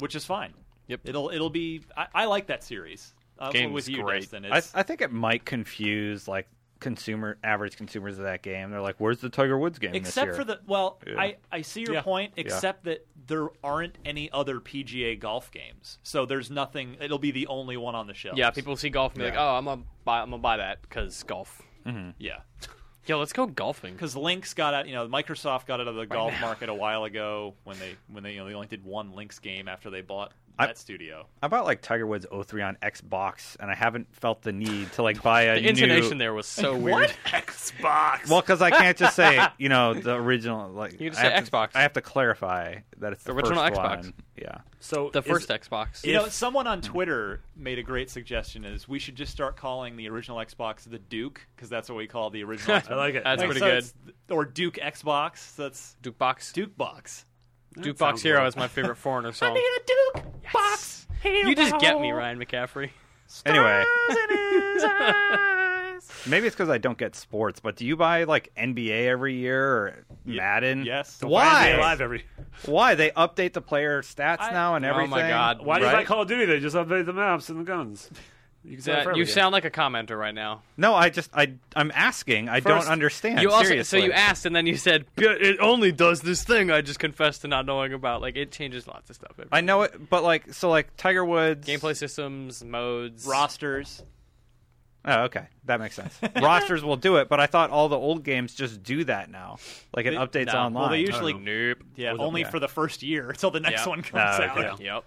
S3: which is fine.
S4: Yep.
S3: It'll it'll be. I, I like that series. uh,
S4: Game's
S3: with you,
S4: great.
S3: Destin.
S6: I,
S3: It's,
S6: I think it might confuse like consumer average consumers of that game. They're like, "Where's the Tiger Woods game?" this
S3: except
S6: year?"
S3: for the well,
S6: Yeah.
S3: I, I see your
S5: Yeah.
S3: point. Except that there aren't any other PGA golf games, so there's nothing. It'll be the only one on the shelf.
S4: Yeah, people see golf and be like, "Oh, I'm gonna buy, I'm gonna buy that because golf."
S3: Yeah,
S4: Yo, let's go golfing.
S3: because Lynx got out. You know, Microsoft got out of the golf market a while ago when they when they you know they only did one Lynx game after they bought
S6: I-
S3: that studio.
S6: I bought like Tiger Woods 03 on Xbox, and I haven't felt the need to like
S4: <laughs>
S6: buy a
S4: The
S6: new...
S4: intonation there was so weird.
S5: Xbox.
S6: Well, because I can't just
S4: <laughs>
S6: say you know the original like
S4: You just
S6: I
S4: say
S6: have to-
S4: Xbox.
S6: I have to clarify that it's the,
S4: Original
S6: first
S4: Xbox.
S6: one. Yeah,
S5: so
S4: The
S5: is-
S4: first Xbox.
S3: You know,
S5: If-
S3: someone on Twitter made a great suggestion: is we should just start calling the original Xbox the Duke because that's what we call the original. Xbox.
S5: I like it.
S4: That's
S3: Like,
S4: pretty
S3: so
S4: good.
S3: it's- Or Duke Xbox. So that's
S4: Duke Box. Duke,
S3: Duke Box.
S4: Box
S5: sounds
S4: Hero
S5: good.
S4: is my <laughs> favorite foreigner song.
S3: a Duke Box.
S4: You just get me, Ryan McCaffrey.
S6: Anyway. <laughs> Maybe it's because I don't get sports, but do you buy like NBA every year or Madden?
S3: yes. The
S5: Why?
S6: Why?
S5: Live every.
S6: Why they update the player stats
S3: I-
S6: now and everything?
S4: Oh my God!
S5: Why do you
S6: Right.
S5: like Call of Duty? They just update the maps and the guns. You can say that
S4: That-
S5: for every
S4: you
S5: game.
S4: sound like a commenter right now.
S6: No, I just I I'm asking. I do don't
S5: First,
S6: understand.
S4: you also
S6: seriously.
S4: so you asked and then you said "Yeah, it only does this thing. I just confessed to not knowing about. Like it changes lots of stuff. Every
S6: I know it, but like so like Tiger Woods
S4: gameplay systems, modes,
S3: Rosters.
S6: Oh, okay, that makes sense. Rosters will do it, but I thought all the old games just do that now. Like it
S3: They-
S6: updates
S4: no.
S6: online.
S3: Well, they usually
S4: Nope.
S3: yeah,
S5: Was it-
S3: only
S6: yeah.
S3: for the first year <laughs> until the next
S4: Yeah.
S3: one comes
S6: Oh,
S3: out.
S6: okay.
S4: Yep.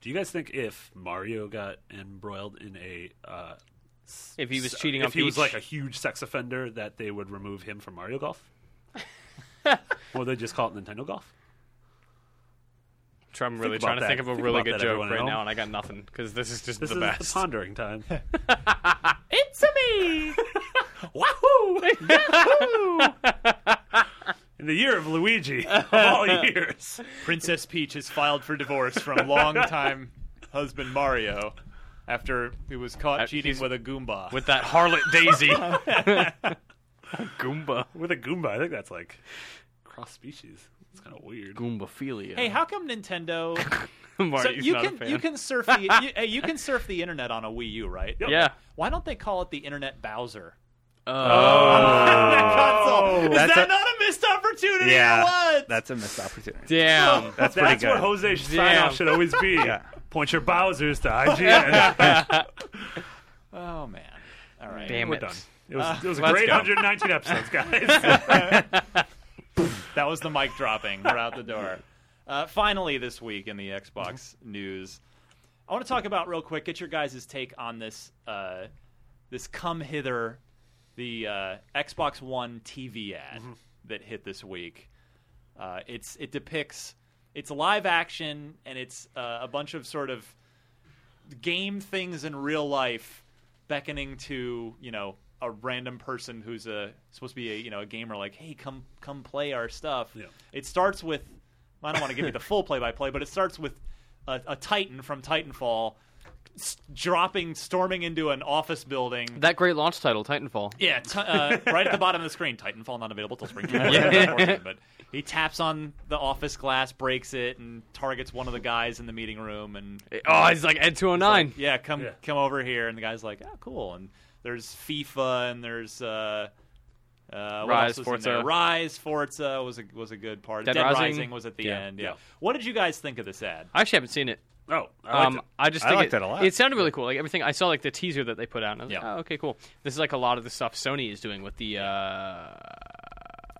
S5: Do you guys think if Mario got embroiled in a uh,
S4: If he was cheating
S5: if
S4: on
S5: he was
S4: Peach.
S5: like a huge sex offender, that they would remove him from Mario Golf?
S4: <laughs>
S5: or they just call it Nintendo Golf?
S4: Try- I'm really
S5: Think about
S4: trying to
S5: that.
S4: think of a
S5: Think
S4: really
S5: about
S4: good
S5: that,
S4: joke
S5: everyone at
S4: right
S5: home.
S4: now, and I got nothing because this is just
S5: This
S4: the
S5: is
S4: best.
S5: the
S4: <laughs>
S5: pondering time.
S3: It's me.
S4: <laughs>
S5: <laughs> In the year of Luigi, of
S4: <laughs>
S5: all years.
S3: Princess Peach has filed for divorce from <laughs> longtime husband Mario after he was caught
S4: Uh,
S3: cheating
S4: he's-
S3: with a Goomba.
S4: With that harlot Daisy, Goomba,
S5: With a Goomba, I think that's like cross species. It's kind of weird. <laughs>
S4: Goombaphilia.
S3: hey, how come <laughs> Nintendo? so
S4: Marty's
S3: you
S4: not a
S3: can
S4: fan.
S3: you can surf the you, hey, you can surf the internet on a Wii U, right?
S4: yeah.
S3: Why don't they call it the Internet Bowser? <laughs>
S4: Oh,
S3: console. Is
S6: That's
S3: that
S6: a-
S3: not a missed opportunity or
S6: yeah,
S3: what?
S6: that's a missed opportunity.
S5: <laughs>
S4: damn.
S6: That's pretty
S5: That's
S6: good.
S5: what Jose Steinoff
S4: Damn.
S5: should always
S4: <laughs>
S5: be.
S6: Yeah.
S5: Point your Bowsers <laughs> to IGN.
S3: Oh man. All right.
S4: Damn
S5: We're
S4: it.
S5: done. It was, it was a
S4: let's
S5: great
S4: go.
S5: 119 episodes, guys.
S4: <laughs>
S3: That was the mic dropping. We're out the door. <laughs> Mm-hmm. Uh, finally, this week in the Xbox news, I want to talk about real quick. Get your guys' take on this. Uh, this come hither, the uh, Xbox One TV ad that hit this week. Uh, it's it depicts it's live action and it's uh, a bunch of sort of game things in real life beckoning to you know a random person who's a supposed to be a you know a gamer like hey come come play our stuff
S5: Yeah.
S3: it starts with i don't want to give you the full play by play but it starts with a, a titan from titanfall s- dropping storming into an office building
S4: That great launch title, Titanfall.
S3: yeah, t- uh, right at the bottom of the screen. Titanfall not available till
S4: <laughs>
S3: spring.
S4: Yeah.
S3: 2014, but he taps on the office glass, breaks it, and targets one of the guys in the meeting room. And
S4: Oh, he's like Ed 209.
S3: like, yeah, come
S5: Yeah.
S3: come over here. And the guy's like, oh, cool. And there's FIFA, and there's uh, uh, what
S4: Rise,
S3: else was in
S4: Forza.
S3: there? Rise, Forza was a was a good part.
S4: Dead
S3: Dead
S4: Rising.
S3: was at the
S4: Yeah.
S3: end. Yeah.
S5: Yeah.
S3: What did you guys think of this ad?
S4: I actually haven't seen it.
S5: Oh, I liked
S4: Um, I just
S6: I
S4: think
S6: liked
S4: it,
S6: it a lot.
S4: sounded really cool. Like everything I saw, like the teaser that they put out. And I was
S3: Yeah.
S4: like, oh, okay, cool. This is like a lot of the stuff Sony is doing with the uh,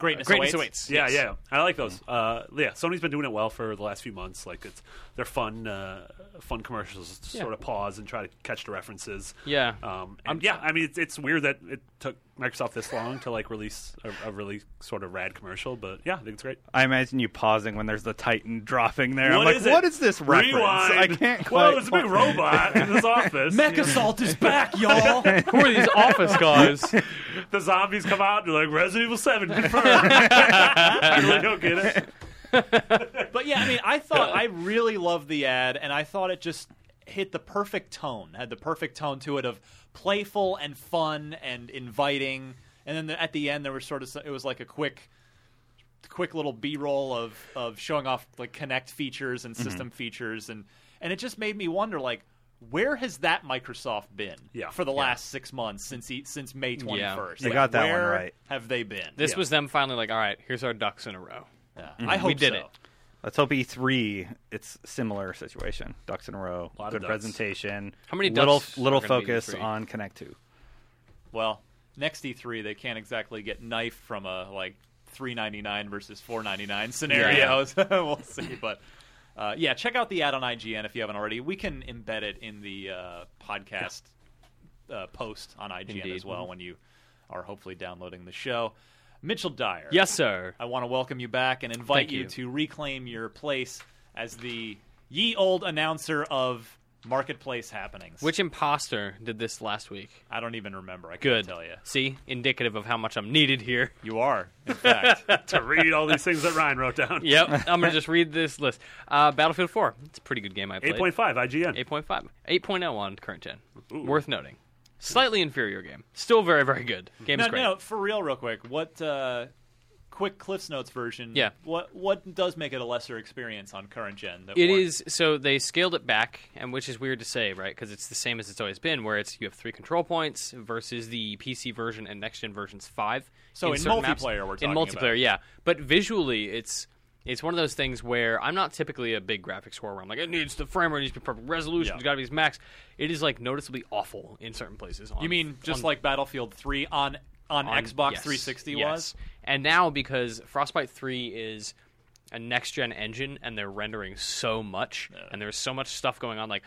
S3: Greatness,
S4: Greatness
S3: awaits.
S4: Awaits.
S5: Yeah, yeah, I like those. Uh, yeah, Sony's been doing it well for the last few months. Like it's they're fun, uh, fun commercials to
S4: Yeah.
S5: sort of pause and try to catch the references.
S4: Yeah.
S5: Um, and yeah, I mean it's, it's weird that it took Microsoft this long to like release a, a really sort of rad commercial, but yeah, I think it's great.
S6: I imagine you pausing when there's the Titan dropping there. I'm
S5: What
S6: like,
S5: is it?
S6: what is this reference?
S5: Rewind.
S6: I can't quite.
S5: Well, it's a big robot
S6: <laughs>
S5: in his office.
S3: Mech
S5: You know,
S3: Assault is back, y'all.
S4: <laughs> Who are these office guys?
S3: <laughs>
S5: the zombies come out and they're like Resident Evil
S6: <laughs>
S5: Seven confirmed. <laughs> I really don't get it.
S3: But yeah, I mean, I thought I really loved the ad, and I thought it just hit the perfect tone, had the perfect tone to it of playful and fun and inviting. And then at the end, there was sort of it was like a quick, quick little B-roll of
S4: Mm-hmm.
S3: of showing off like Connect features and system features, and and it just made me wonder like. where has that Microsoft been
S5: Yeah,
S3: for the
S5: yeah.
S3: last six months since he, since May twenty first?
S6: They got that one
S3: where
S6: right.
S3: Have they been?
S4: This
S5: Yeah.
S4: was them finally like, all right, here's our ducks in a row.
S3: Yeah. I hope
S4: We did
S3: so.
S4: it.
S6: Let's hope E3 it's similar situation. Ducks in a row,
S5: Lot of
S6: good
S5: ducks.
S6: presentation.
S4: How many
S6: little
S4: ducks
S6: little
S4: are gonna be
S6: focus
S4: E3?
S6: on Connect 2.
S3: Well, next E three they can't exactly get knife from a like three ninety nine versus four ninety nine scenario. So <laughs> we'll see, but. Uh, yeah, check out the ad on IGN if you haven't already. We can embed it in the uh, podcast uh, post on IGN
S4: Indeed.
S3: as well when you are hopefully downloading the show. Mitchell Dyer.
S4: Yes, sir.
S3: I want to welcome you back and invite
S4: Thank
S3: you.
S4: you.
S3: to reclaim your place as the ye old announcer of marketplace happenings.
S4: Which imposter did this last week?
S3: I don't even remember. I couldn't
S4: Good.
S3: tell you.
S4: See, indicative of how much I'm needed here.
S3: You are, in
S4: <laughs>
S3: fact.
S5: to read all these things that Ryan wrote down.
S4: Yep. I'm gonna just read this list. Uh, Battlefield 4. It's a pretty good game I played.
S5: Eight point five IGN.
S4: 8.5. 8.0 on current gen. Worth noting. Slightly inferior game. Still very, very good. Game
S3: no,
S4: is great.
S3: no, for real, real quick. What uh, quick Cliff's Notes version?
S4: Yeah.
S3: What what does make it a lesser experience on current gen? That
S4: It
S3: weren't-
S4: is so they scaled it back, and which is weird to say, right? Because it's the same as it's always been, where it's you have three control points versus the PC version and next gen versions five.
S3: So in
S4: certain maps.
S3: multiplayer we're talking
S4: in
S3: about.
S4: multiplayer, yeah. But visually, it's it's one of those things where I'm not typically a big graphics whore. Where I'm like, it needs the frame rate, it needs to be perfect resolution,
S3: Yeah.
S4: it's got to be max. It is like noticeably awful in certain places. On,
S3: You mean just
S4: on
S3: like Battlefield 3 on on,
S4: on-
S3: Xbox
S4: yes,
S3: 360
S4: yes.
S3: was?
S4: And now because Frostbite 3 is a next gen engine and they're rendering so much and there's so much stuff going on like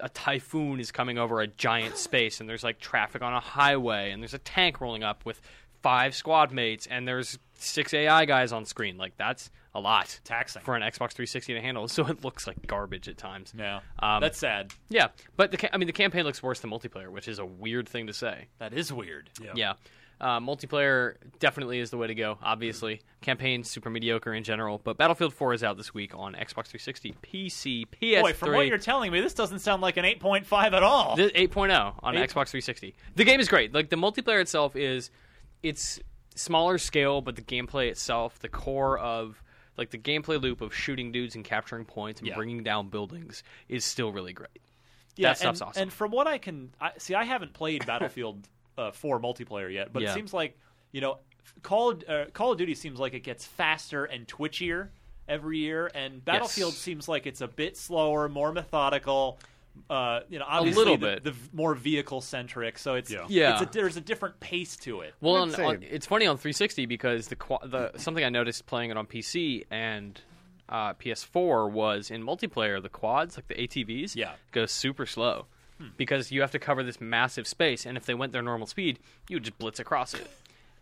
S4: a typhoon is coming over a giant space and there's like traffic on a highway and there's a tank rolling up with five squad mates and there's six AI guys on screen like that's a lot
S3: Taxing.
S4: for an Xbox 360 to handle <laughs> so it looks like garbage at times.
S3: No.
S4: Um,
S3: That's sad.
S4: yeah, but the ca- I mean the campaign looks worse than multiplayer, which is a weird thing to say.
S3: That is weird.
S4: Yeah. Uh, multiplayer definitely is the way to go, obviously. Campaign super mediocre in general, but Battlefield 4 is out this week on Xbox 360, PC, PS3.
S3: Boy, from what you're telling me, this doesn't sound like an 8.5 at all.
S4: The 8.0 on Xbox 360. The game is great. Like the multiplayer itself is it's smaller scale, but the gameplay itself, the core of like the gameplay loop of shooting dudes and capturing points and
S3: Yeah.
S4: bringing down buildings is still really great.
S3: yeah,
S4: that stuff's
S3: and,
S4: awesome.
S3: And from what I can I, see, I haven't played Battlefield <laughs> uh, 4 multiplayer yet, but it
S4: Yeah.
S3: seems like you know Call uh, Call of Duty seems like it gets faster and twitchier every year, and Battlefield
S4: Yes.
S3: seems like it's a bit slower, more methodical. Uh, you know, obviously
S4: little
S3: the,
S4: bit.
S3: the v- more vehicle centric, so it's
S5: Yeah.
S4: Yeah.
S3: It's a, there's a different pace to it.
S4: Well,
S6: I'd
S4: on,
S6: say-
S4: on, it's funny on 360 because the, qua- the something I noticed playing it on PC and uh, PS4 was in multiplayer the quads, like the ATVs,
S3: Yeah. Hmm.
S4: go super slow because you have to cover this massive space, and if they went their normal speed, you would just blitz across it.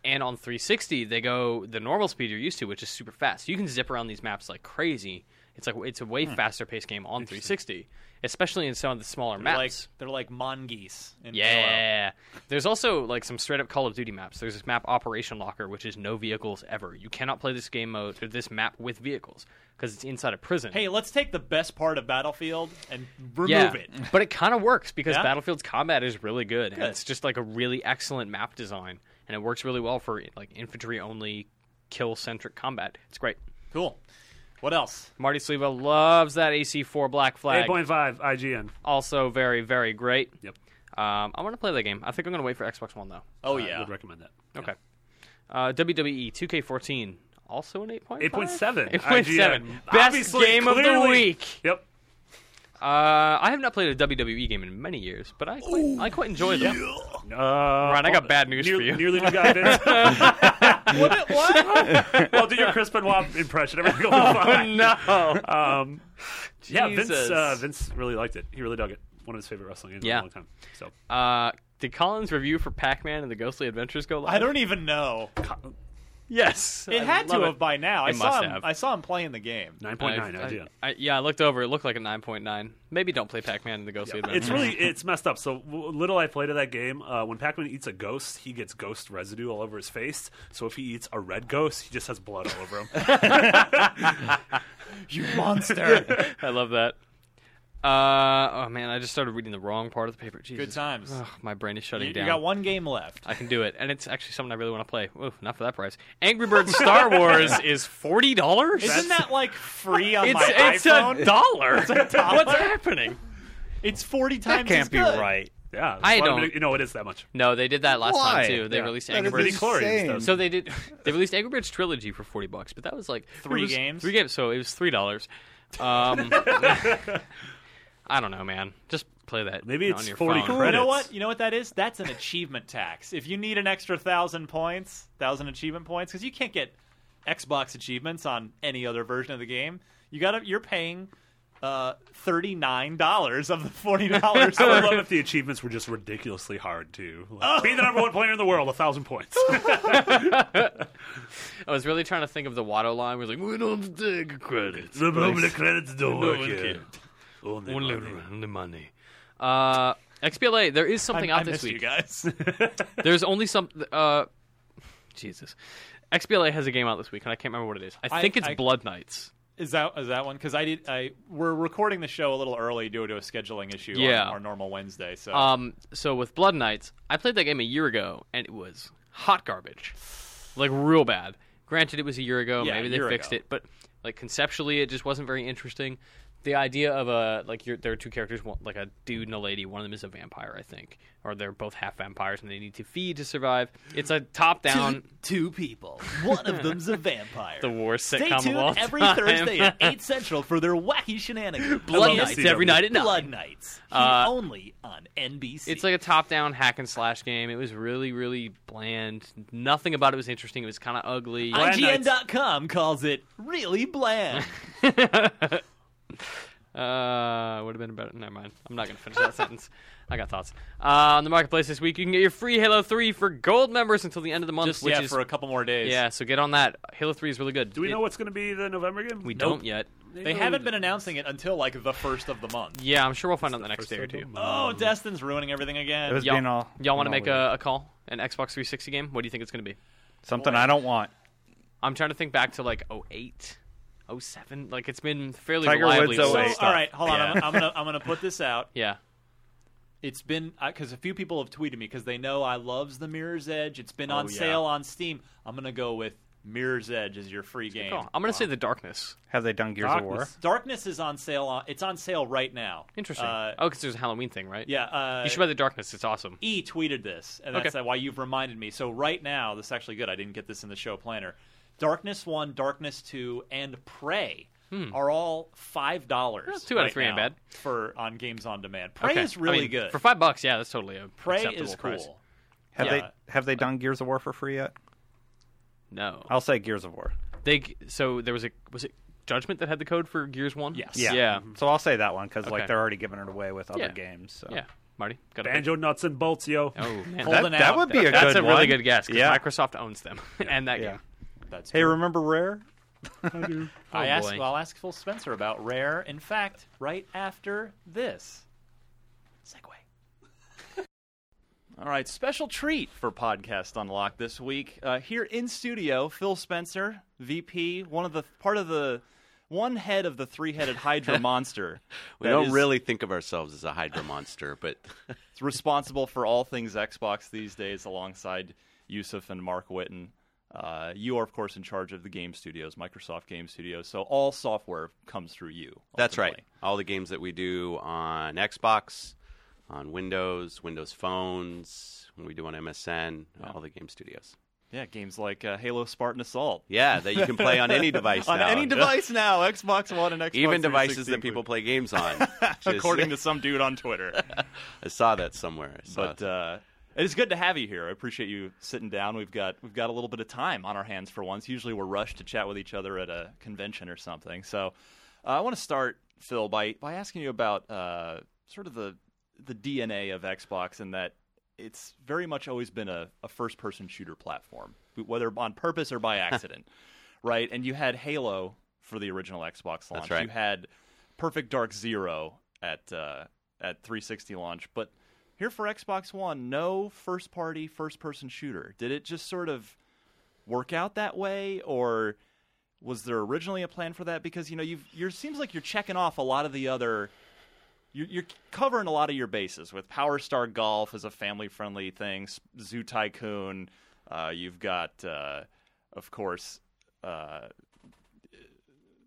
S4: And on 360, they go the normal speed you're used to, which is super fast. You can zip around these maps like crazy. It's like it's a
S3: Hmm.
S4: way faster paced game on 360, especially in some of the smaller
S3: They're
S4: maps.
S3: like they're like mongoose. in Halo.
S4: Yeah. Oh, There's also like some straight up Call of Duty maps. There's this map Operation Locker, which is no vehicles ever. You cannot play this game mode or this map with vehicles because it's inside a prison.
S3: Hey, let's take the best part of Battlefield and remove
S4: yeah,
S3: it.
S4: but it kind of works because
S3: Yeah?
S4: Battlefield's combat is really good, and
S3: Good.
S4: it's just like a really excellent map design, and it works really well for like infantry only kill centric combat. It's great.
S3: Cool. What else?
S4: Marty Sleva loves that AC4 Black
S5: Eight
S4: Flag.
S5: point five IGN.
S4: Also very very great.
S5: Yep.
S4: Um, I want to play that game. I think I'm gonna wait for Xbox One though.
S3: Oh
S5: I
S3: yeah.
S5: would recommend that.
S4: Okay. Uh, WWE 2K14, also an 8.5? <laughs>
S5: 8.7.
S4: 8.7.
S5: IGN.
S4: Best
S5: Obviously,
S4: game of the
S5: clearly.
S4: week.
S5: Yep.
S4: Uh, I have not played a WWE game in many years, but I quite, I quite enjoy them.
S5: Uh,
S6: <laughs>
S4: Ryan, I got bad news
S5: near-
S4: for you.
S5: Nearly new guy. what?
S4: <laughs>
S5: <laughs> well, do your Chris Benoit impression. Everything will be fine.
S4: Oh, no.
S5: Um, yeah, Vince.
S4: Jesus.
S5: Uh, Vince really liked it. He really dug it. One of his favorite wrestling games in
S4: Yeah.
S5: a long time. So
S4: Uh, did Colin's review for Pac-Man and the Ghostly Adventures go live?
S3: I don't even know.
S4: Yes.
S3: It
S4: I
S3: had to
S4: love
S3: have by now. I
S4: It
S3: saw
S4: must
S3: him.
S4: have.
S3: I saw him playing the game.
S5: nine
S4: I-
S5: point nine
S4: I- <laughs>
S5: IGN.
S4: I- yeah, I looked over. It looked like a 9.9. Maybe don't play Pac-Man and the Ghostly Adventures.
S5: It's
S4: <laughs>
S5: really it's messed up. So w- little I played of that game. Uh, when Pac-Man eats a ghost, he gets ghost residue all over his face. So if he eats a red ghost, he just has blood
S4: <laughs>
S5: all over him.
S3: You monster.
S4: <laughs> I love that. Uh, oh man, I just started reading the wrong part of the paper.
S3: <laughs>
S4: Jesus.
S3: Good times.
S4: Ugh, my brain is
S3: you,
S4: shutting
S3: you
S4: down.
S3: got one game left.
S4: I can do it, and it's actually something I really want to play. Ooh, not for that price. Angry Birds <laughs> Star Wars is forty dollars.
S3: Isn't that like free on
S4: It's
S3: my
S4: it's
S3: iPhone?
S4: a dollar. What's happening?
S3: It's forty times.
S6: That can't
S3: as
S6: be
S3: good.
S6: right.
S5: Yeah,
S4: I
S5: that's why I'm
S4: don't-
S5: gonna- You know, it is
S4: <laughs>
S5: that much.
S4: No, they did that last
S9: Why?
S4: time too. They
S5: Yeah.
S4: released
S9: That
S4: Angry
S9: is
S4: Birds.
S5: Calories,
S9: insane.
S5: though.
S4: So they did. They released Angry Birds trilogy for forty bucks, but that was like it
S3: Three
S4: was-
S3: games?
S4: Three games. So it was three dollars. Um, I don't know, man. Just play that.
S5: Maybe
S4: on
S5: it's
S4: your
S5: 40
S4: phone.
S5: credits.
S3: You know what? You know what that is? That's an achievement tax. If you need an extra thousand points, thousand achievement points, because you can't get Xbox achievements on any other version of the game. You got to You're paying uh, thirty nine dollars of the forty dollars.
S5: <laughs> I would love if the achievements were just ridiculously hard too.
S4: Oh.
S5: Like, Be the number one player in the world, a
S4: <laughs>
S5: thousand points.
S4: I was really trying to think of the Watto line. Where it's like we don't take credits.
S5: the moment the credits don't
S4: No
S5: work
S4: one
S5: here.
S4: cares.
S5: Only
S4: Only
S5: money.
S4: only money. Uh, XBLA. There is something
S3: I,
S4: out
S3: I
S4: this
S3: missed
S4: week.
S3: you
S4: <laughs>
S3: guys.
S4: There's only some. Uh, Jesus. XBLA has a game out this week, and I can't remember what it is. I,
S3: I-
S4: think it's
S3: I-
S4: Blood Knights.
S3: Is that is that one? Because I did. I we're recording the show a little early due to a scheduling issue.
S4: Yeah.
S3: on our normal Wednesday. So
S4: Um, so with Blood Knights, I played that game a year ago, and it was hot garbage, like real bad. Granted, it was a year ago.
S3: Yeah,
S4: maybe
S3: a
S4: they
S3: year
S4: fixed
S3: ago.
S4: it, but like conceptually, it just wasn't very interesting. The idea of a like you're, there are two characters, one, like a dude and a lady. One of them is a vampire, I think, or they're both half vampires, and they need to feed to survive. It's a top-down
S3: two people. One of them's a vampire.
S4: <laughs> the war sitcom
S3: Stay
S4: of
S3: tuned
S4: all
S3: every
S4: time.
S3: Thursday at 8 Central for their wacky shenanigans.
S4: Blood
S5: I love
S4: Knights
S5: CW.
S4: every night at nine.
S3: Blood Knights. Here
S4: Uh,
S3: only on NBC.
S4: It's like a top-down hack and slash game. It was really, really bland. Nothing about it was interesting. It was kind of ugly.
S5: Blood Knights.
S3: IGN.com calls it really bland.
S4: Uh, would have been better. Never mind. I'm not going to finish that <laughs> sentence. I got thoughts. Uh, on the marketplace this week, you can get your free Halo 3 for gold members until the end of the month,
S3: Just
S4: which
S3: yeah,
S4: is
S3: for a couple more days.
S4: yeah. So get on that. Halo 3 is really good.
S5: Do we
S4: It-
S5: know what's going to be the November game?
S4: We don't yet.
S3: They haven't been announcing it until like the first of the month.
S4: Yeah, I'm sure we'll find out the next day or two.
S5: Uh,
S3: Oh, Destin's ruining everything again.
S6: It was
S4: Y'all,
S6: being all.
S4: y'all want to
S6: being
S4: make
S6: all weird.
S4: a, a call? An Xbox 360 game? What do you think it's going to be?
S6: something I don't want?
S4: I'm trying to think back to like 08, 07. Like it's been fairly
S6: Tiger
S4: reliably.
S6: Woods
S3: so,
S6: 08.
S4: old.
S6: stuff.
S3: all right, hold on.
S6: Yeah.
S3: I'm, I'm gonna I'm gonna put this out.
S4: Yeah.
S3: It's been because a few people have tweeted me because they know I loves the Mirror's Edge. It's been on
S4: yeah.
S3: sale on Steam. I'm gonna go with Mirror's Edge as your free game.
S4: Cool. I'm going to say The Darkness.
S6: Have they done Gears of War?
S5: Darkness.
S3: Darkness is on sale. On, it's on sale right now.
S4: Interesting.
S3: Uh,
S4: oh, because there's a Halloween thing, right?
S3: yeah. Uh,
S4: You should buy The Darkness. It's awesome.
S3: e tweeted this, and that's
S4: Okay.
S3: why you've reminded me. So right now, this is actually good. I didn't get this in the show planner. Darkness One, Darkness Two, and Prey are all five dollars.
S4: Hmm. two out of three ain't bad.
S3: for on games on demand. Prey
S4: Okay.
S3: is really
S4: I mean,
S3: good.
S4: For five bucks, yeah, that's totally a
S3: Prey
S4: acceptable
S3: is cool.
S4: price.
S6: Have
S3: Yeah.
S6: they have they done Gears of War for free yet?
S4: No,
S6: I'll say Gears of War.
S4: they so there was a was it Judgment that had the code for Gears One?
S3: Yes. Mm-hmm.
S4: yeah,
S3: Yeah.
S4: yeah.
S6: So I'll say that one because
S4: Okay.
S6: like they're already giving it away with other
S4: Yeah.
S6: games. So.
S4: Yeah. Marty got a
S5: Banjo nuts and bolts, yo.
S4: pick. Oh man,
S3: Hold
S6: That,
S3: Golden
S6: that
S3: Hour.
S6: would be a
S4: that's
S6: good
S4: a really
S6: one.
S4: good guess because
S6: Yeah.
S4: Microsoft owns them <laughs> and that
S6: Yeah.
S4: game.
S3: That's
S6: Hey,
S3: cool.
S6: remember Rare?
S3: I asked,
S4: boy.
S3: well, I'll ask Phil Spencer about Rare. In fact, right after this segue. <laughs> All right, special treat for Podcast Unlocked this week. Uh, here in studio, Phil Spencer, VP, one of the part of the one head of the three-headed <laughs> Hydra monster.
S9: We
S3: that
S9: don't
S3: is
S9: really think of ourselves as a Hydra monster, but <laughs>
S3: responsible for all things Xbox these days, alongside Yusuf and Mark Witten. Uh, you are, of course, in charge of the game studios, Microsoft Game Studios. So all software comes through you.
S9: that's right.
S3: ultimately.
S9: All the games that we do on Xbox, on Windows, Windows phones, when we do on MSN, all the game studios.
S3: Yeah, games like uh, Halo Spartan Assault.
S9: Yeah, that you can play
S3: <laughs>
S9: on any device
S3: On
S9: now. <laughs>
S3: any device now, Xbox One and Xbox
S9: Even devices
S3: 360
S9: that people play
S3: <laughs>
S9: games on.
S3: included, according to some dude on
S9: <laughs>
S3: Twitter.
S9: I saw that somewhere. I saw
S3: but uh, it's good to have you here. I appreciate you sitting down. We've got we've got a little bit of time on our hands for once. Usually we're rushed to chat with each other at a convention or something. So uh, I want to start, Phil, by by asking you about uh, sort of the the DNA of Xbox and that it's very much always been a, a first person shooter platform, whether on purpose or by accident, right? And you had Halo for the original Xbox launch.
S9: right.
S3: You had Perfect Dark Zero at uh, at 360 launch, but here for Xbox One, no first party first person shooter. Did it just sort of work out that way, or was there originally a plan for that? Because you know you've you seems like you're checking off a lot of the other you're, you're covering a lot of your bases with Power Star Golf as a family friendly thing, S- Zoo Tycoon. Uh, you've got, uh, of course, uh,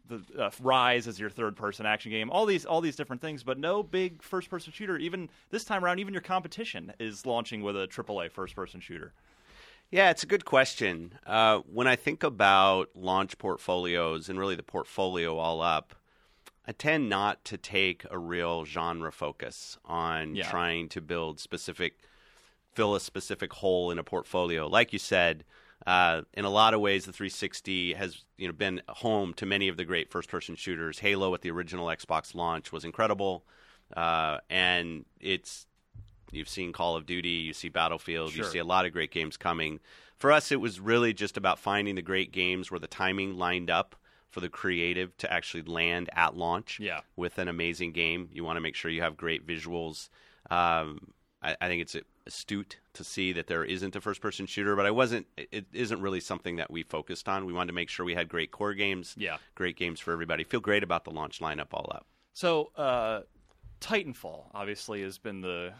S3: the uh, Rise as your third-person action game. All these all these different things, but no big first-person shooter. Even this time around, even your competition is launching with a AAA first-person shooter.
S9: Yeah, it's a good question. Uh, when I think about launch portfolios and really the portfolio all up, I tend not to take a real genre focus on
S3: Yeah.
S9: trying to build specific, fill a specific hole in a portfolio. Like you said, uh, in a lot of ways, the 360 has you know been home to many of the great first-person shooters. Halo at the original Xbox launch was incredible, uh, and it's You've seen Call of Duty, you see Battlefield, you see a lot of great games coming. For us, it was really just about finding the great games where the timing lined up for the creative to actually land at launch
S3: Yeah.
S9: with an amazing game. You want to make sure you have great visuals. Um, I, I think it's astute to see that there isn't a first person shooter, but I wasn't. It isn't really something that we focused on. We wanted to make sure we had great core games,
S3: Yeah.
S9: great games for everybody. Feel great about the launch lineup all up.
S3: So, uh, Titanfall obviously has been the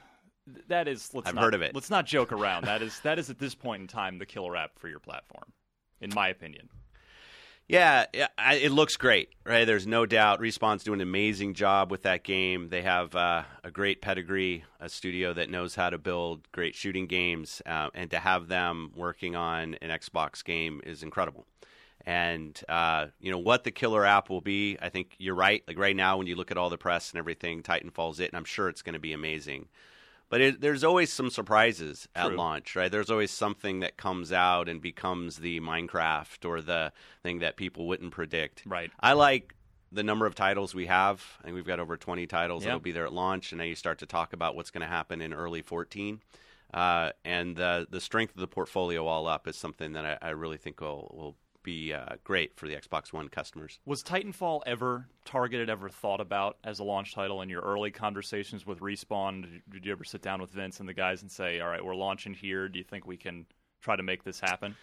S3: th- that is. Let's
S9: I've
S3: not,
S9: heard of it.
S3: Let's not joke around. that is that is at this point in time the killer app for your platform, in my opinion.
S9: Yeah, yeah, I, it looks great, right? There's no doubt. Respawn's doing an amazing job with that game. They have uh, a great pedigree, a studio that knows how to build great shooting games, uh, and to have them working on an Xbox game is incredible. And uh, you know what the killer app will be. I think you're right. Like right now, when you look at all the press and everything, Titanfall's it, and I'm sure it's going to be amazing. But it, there's always some surprises at launch, right? There's always something that comes out and becomes the Minecraft or the thing that people wouldn't predict.
S3: Right.
S9: I like the number of titles we have. I think we've got over 20 titles
S3: Yeah.
S9: that'll be there at launch, and now you start to talk about what's going to happen in early 14. Uh, and the the strength of the portfolio all up is something that I, I really think will will be uh, great for the Xbox One customers.
S3: Was Titanfall ever targeted, ever thought about as a launch title in your early conversations with Respawn? Did you, did you ever sit down with Vince and the guys and say, all right, we're launching here. Do you think we can try to make this happen?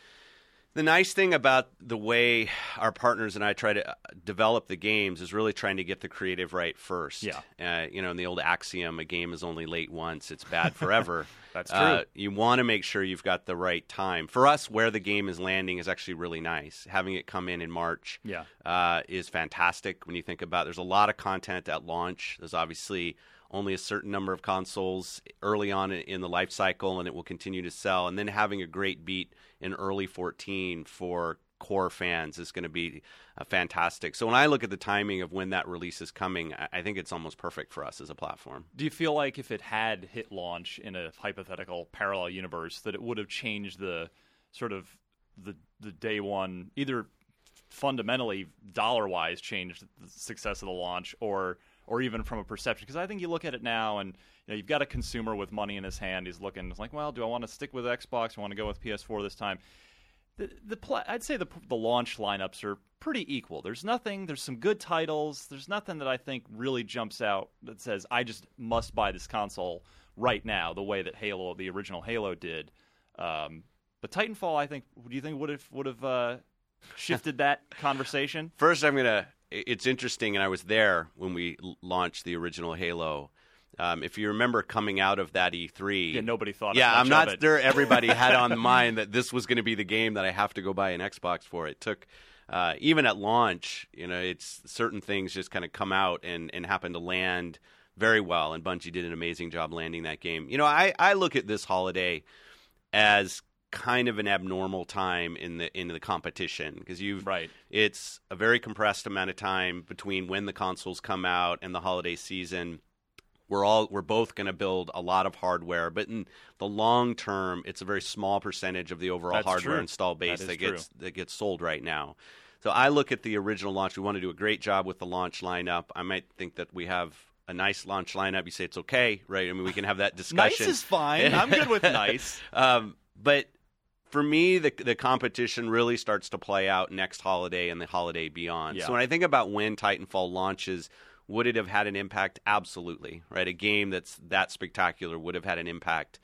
S9: The nice thing about the way our partners and I try to uh, develop the games is really trying to get the creative right first.
S3: Yeah.
S9: Uh, you know, in the old axiom, a game is only late once, it's bad forever.
S3: <laughs> That's
S9: Uh,
S3: true.
S9: you want to make sure you've got the right time. For us, where the game is landing is actually really nice. Having it come in in March
S3: Yeah.
S9: uh, is fantastic when you think about there's a lot of content at launch. There's obviously only a certain number of consoles early on in- in the life cycle, and it will continue to sell. And then having a great beat in early 14 for core fans is going to be uh, fantastic. So when I look at the timing of when that release is coming, I, I think it's almost perfect for us as a platform.
S3: Do you feel like if it had hit launch in a hypothetical parallel universe, that it would have changed the sort of the the day one either fundamentally dollar wise changed the success of the launch or or even from a perception because I think you look at it now and you know you've got a consumer with money in his hand he's looking it's like well do I want to stick with Xbox I want to go with PS4 this time the, the pla I'd say the the launch lineups are pretty equal. There's nothing. There's some good titles. There's nothing that I think really jumps out that says I just must buy this console right now, the way that Halo, the original Halo, did. Um, but Titanfall, I think, do you think would have would have uh, shifted that conversation?
S9: First, I'm gonna. i- It's interesting, and I was there when we l- launched the original Halo. Um, if you remember coming out of that E3,
S3: Yeah, nobody thought.
S9: yeah,
S3: as much
S9: I'm not
S3: Of it.
S9: sure everybody had
S3: <laughs>
S9: on mind that this was going to be the game that I have to go buy an Xbox for. It took uh, even at launch, you know, it's certain things just kind of come out and and happen to land very well. And Bungie did an amazing job landing that game. You know, I I look at this holiday as kind of an abnormal time in the in the competition because you've
S3: Right.
S9: it's a very compressed amount of time between when the consoles come out and the holiday season we're all we're both going to build a lot of hardware but in the long term it's a very small percentage of the overall
S3: That's
S9: hardware
S3: true.
S9: install base
S3: That
S9: that,
S3: is
S9: gets that gets sold right now so i look at the original launch we want to do a great job with the launch lineup i might think that we have a nice launch lineup you say it's okay right i mean we can have that
S3: Nice
S9: discussion
S3: is fine. I'm good <laughs> with nice.
S9: um, but for me, the the competition really starts to play out next holiday and the holiday beyond.
S3: Yeah.
S9: So when I think about when Titanfall launches, would it have had an impact? Absolutely, right. A game that's that spectacular would have had an impact.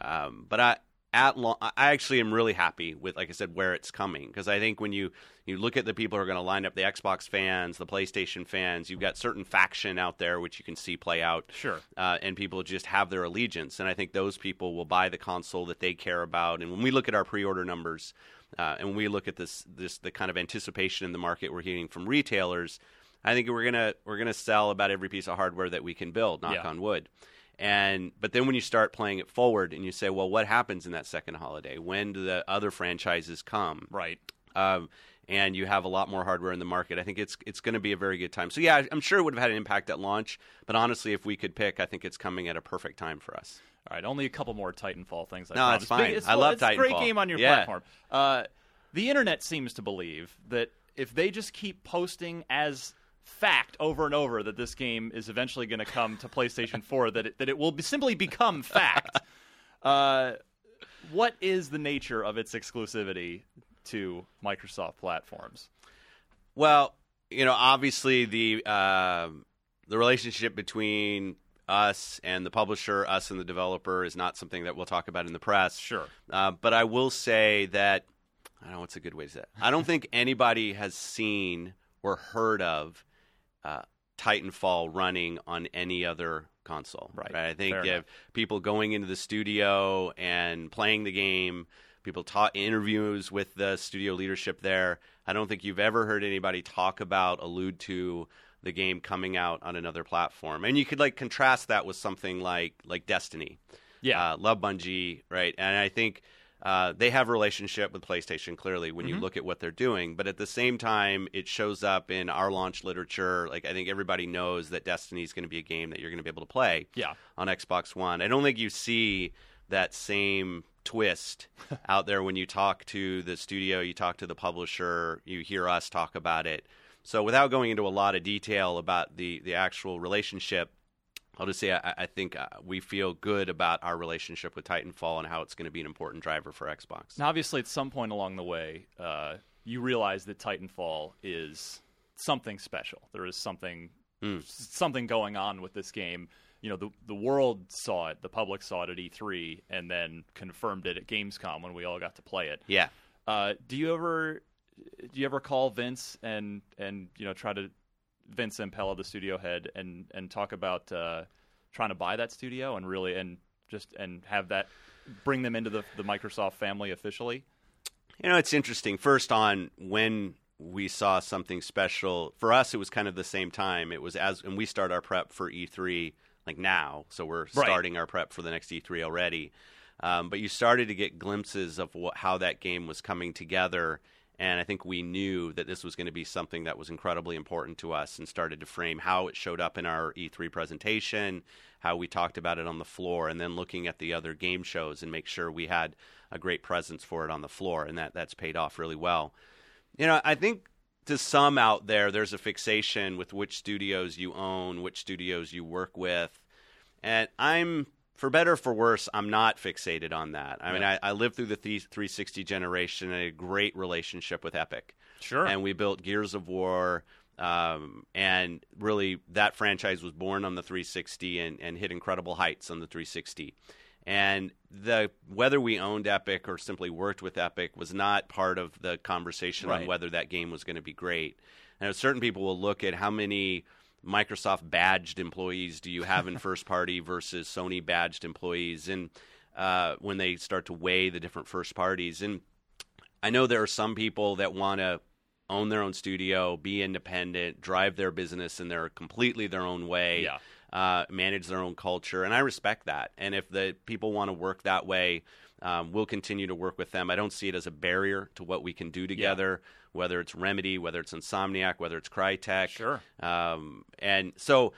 S9: Um, but I at launch, I actually am really happy with, like I said, where it's coming because I think when you you look at the people who are going to line up, the Xbox fans, the PlayStation fans, you've got certain faction out there which you can see play out,
S3: Sure.
S9: uh, and people just have their allegiance, and I think those people will buy the console that they care about. And when we look at our pre-order numbers, uh, and we look at this this the kind of anticipation in the market we're hearing from retailers, I think we're gonna we're gonna sell about every piece of hardware that we can build. Knock
S3: Yeah.
S9: on wood. And but then when you start playing it forward and you say, well, what happens in that second holiday? When do the other franchises come?
S3: Right.
S9: Um, and you have a lot more hardware in the market. I think it's it's going to be a very good time. So yeah, I- I'm sure it would have had an impact at launch. But honestly, if we could pick, I think it's coming at a perfect time for us.
S3: All right, only a couple more Titanfall things. I
S9: No,
S3: promise.
S9: it's fine.
S3: Big- It's,
S9: I love
S3: it's a great
S9: Titanfall.
S3: game on your
S9: Yeah.
S3: platform. Uh, the internet seems to believe that if they just keep posting as fact over and over that this game is eventually going to come to
S9: <laughs>
S3: PlayStation 4, that it, that it will be, simply become fact. uh, what is the nature of its exclusivity to Microsoft platforms?
S9: Well, you know, obviously the um the relationship between us and the publisher, us and the developer, is not something that we'll talk about in the press.
S3: Sure.
S9: Uh, but I will say that I don't know what's a good way to say. It. I don't think anybody has seen or heard of uh, Titanfall running on any other console.
S3: Right.
S9: I think
S3: Fair
S9: if
S3: enough.
S9: people going into the studio and playing the game, people taught interviews with the studio leadership there. I don't think you've ever heard anybody talk about, allude to the game coming out on another platform. And you could like contrast that with something like like Destiny.
S3: Yeah.
S9: Uh, love Bungie, right? And I think uh, they have a relationship with PlayStation clearly when
S3: Mm-hmm.
S9: you look at what they're doing. But at the same time, it shows up in our launch literature. Like I think everybody knows that Destiny is going to be a game that you're going to be able to play
S3: Yeah.
S9: on Xbox One. I don't think you see that same twist out there when you talk to the studio, you talk to the publisher, you hear us talk about it. So without going into a lot of detail about the the actual relationship, I'll just say I, I think uh, we feel good about our relationship with Titanfall and how it's going to be an important driver for Xbox.
S3: Now, obviously, at some point along the way, uh, you realize that Titanfall is something special. There is something s- something going on with this game. You know, the the world saw it, the public saw it at E3, and then confirmed it at Gamescom when we all got to play it.
S9: Yeah.
S3: Uh, do you ever do you ever call Vince and and you know try to Vince Impella, the studio head, and and talk about uh, trying to buy that studio and really and just and have that bring them into the the Microsoft family officially?
S9: You know, it's interesting. First, on when we saw something special for us, it was kind of the same time. It was as, and we start our prep for E3 like now, so we're starting our prep for the next E3 already. Um, but you started to get glimpses of what, how that game was coming together, and I think we knew that this was going to be something that was incredibly important to us, and started to frame how it showed up in our E3 presentation, how we talked about it on the floor, and then looking at the other game shows and make sure we had a great presence for it on the floor, and that that's paid off really well. You know, I think to some out there, there's a fixation with which studios you own, which studios you work with, and I'm for better or for worse, I'm not fixated on that. I mean, I, I lived through the th- 360 generation and I had a great relationship with Epic.
S3: Sure.
S9: And we built Gears of War. Um, and really, that franchise was born on the 360 and, and hit incredible heights on the 360. And the whether we owned Epic or simply worked with Epic was not part of the conversation on
S3: Right.
S9: whether that game was going to be great. And certain people will look at how many Microsoft badged employees do you have
S3: <laughs>
S9: in first party versus Sony badged employees, and uh, when they start to weigh the different first parties, and I know there are some people that want to own their own studio, be independent, drive their business in their completely their own way,
S3: Yeah.
S9: uh, manage their own culture, and I respect that. And if the people want to work that way, um, we'll continue to work with them. I don't see it as a barrier to what we can do together, whether it's Remedy, whether it's Insomniac, whether it's Crytek.
S3: Sure.
S9: Um, and so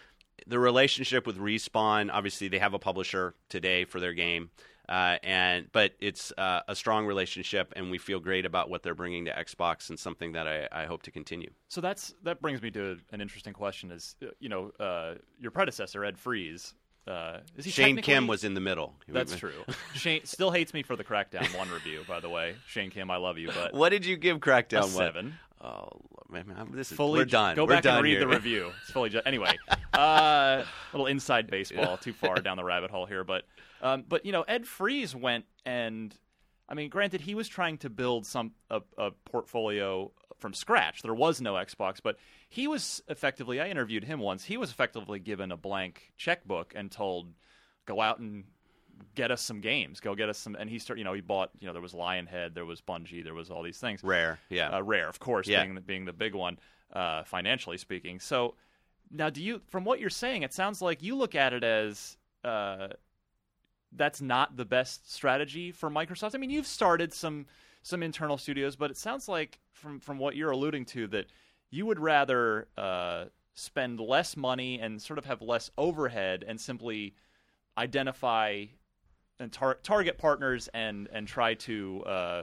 S9: the relationship with Respawn, obviously, they have a publisher today for their game. Uh, and but it's uh, a strong relationship, and we feel great about what they're bringing to Xbox, and something that I, I hope to continue.
S3: So that's that brings me to an interesting question: is uh, you know uh, your predecessor Ed Freeze? Uh, is he
S9: Shane Kim
S3: technically-
S9: was in the middle.
S3: That's
S9: <laughs>
S3: true. Shane still hates me for the Crackdown one review, by the way. Shane Kim, I love you, but
S9: What did you give Crackdown?
S3: a
S9: one?
S3: seven.
S9: Oh, man, I'm- this is
S3: fully
S9: we're
S3: ju-
S9: done.
S3: Go
S9: We're
S3: back
S9: done
S3: and read
S9: here. <laughs>
S3: the review. It's fully ju- anyway. Uh, <laughs> little
S9: <laughs>
S3: inside baseball, too far down the rabbit hole here, but um, but you know Ed Freeze went and I mean, granted, he was trying to build some a, a portfolio from scratch. There was no Xbox, but he was effectively. I interviewed him once. He was effectively given a blank checkbook and told, "Go out and get us some games. Go get us some." And he started. You know, he bought. You know, there was Lionhead, there was Bungie, there was all these things.
S9: Rare, yeah.
S3: uh, rare, of course,
S9: Yeah.
S3: being the, being the big one uh, financially speaking. So now, do you? From what you're saying, it sounds like you look at it as. Uh, that's not the best strategy for Microsoft. I mean, you've started some some internal studios, but it sounds like from from what you're alluding to that you would rather uh, spend less money and sort of have less overhead and simply identify and tar- target partners and and try to uh,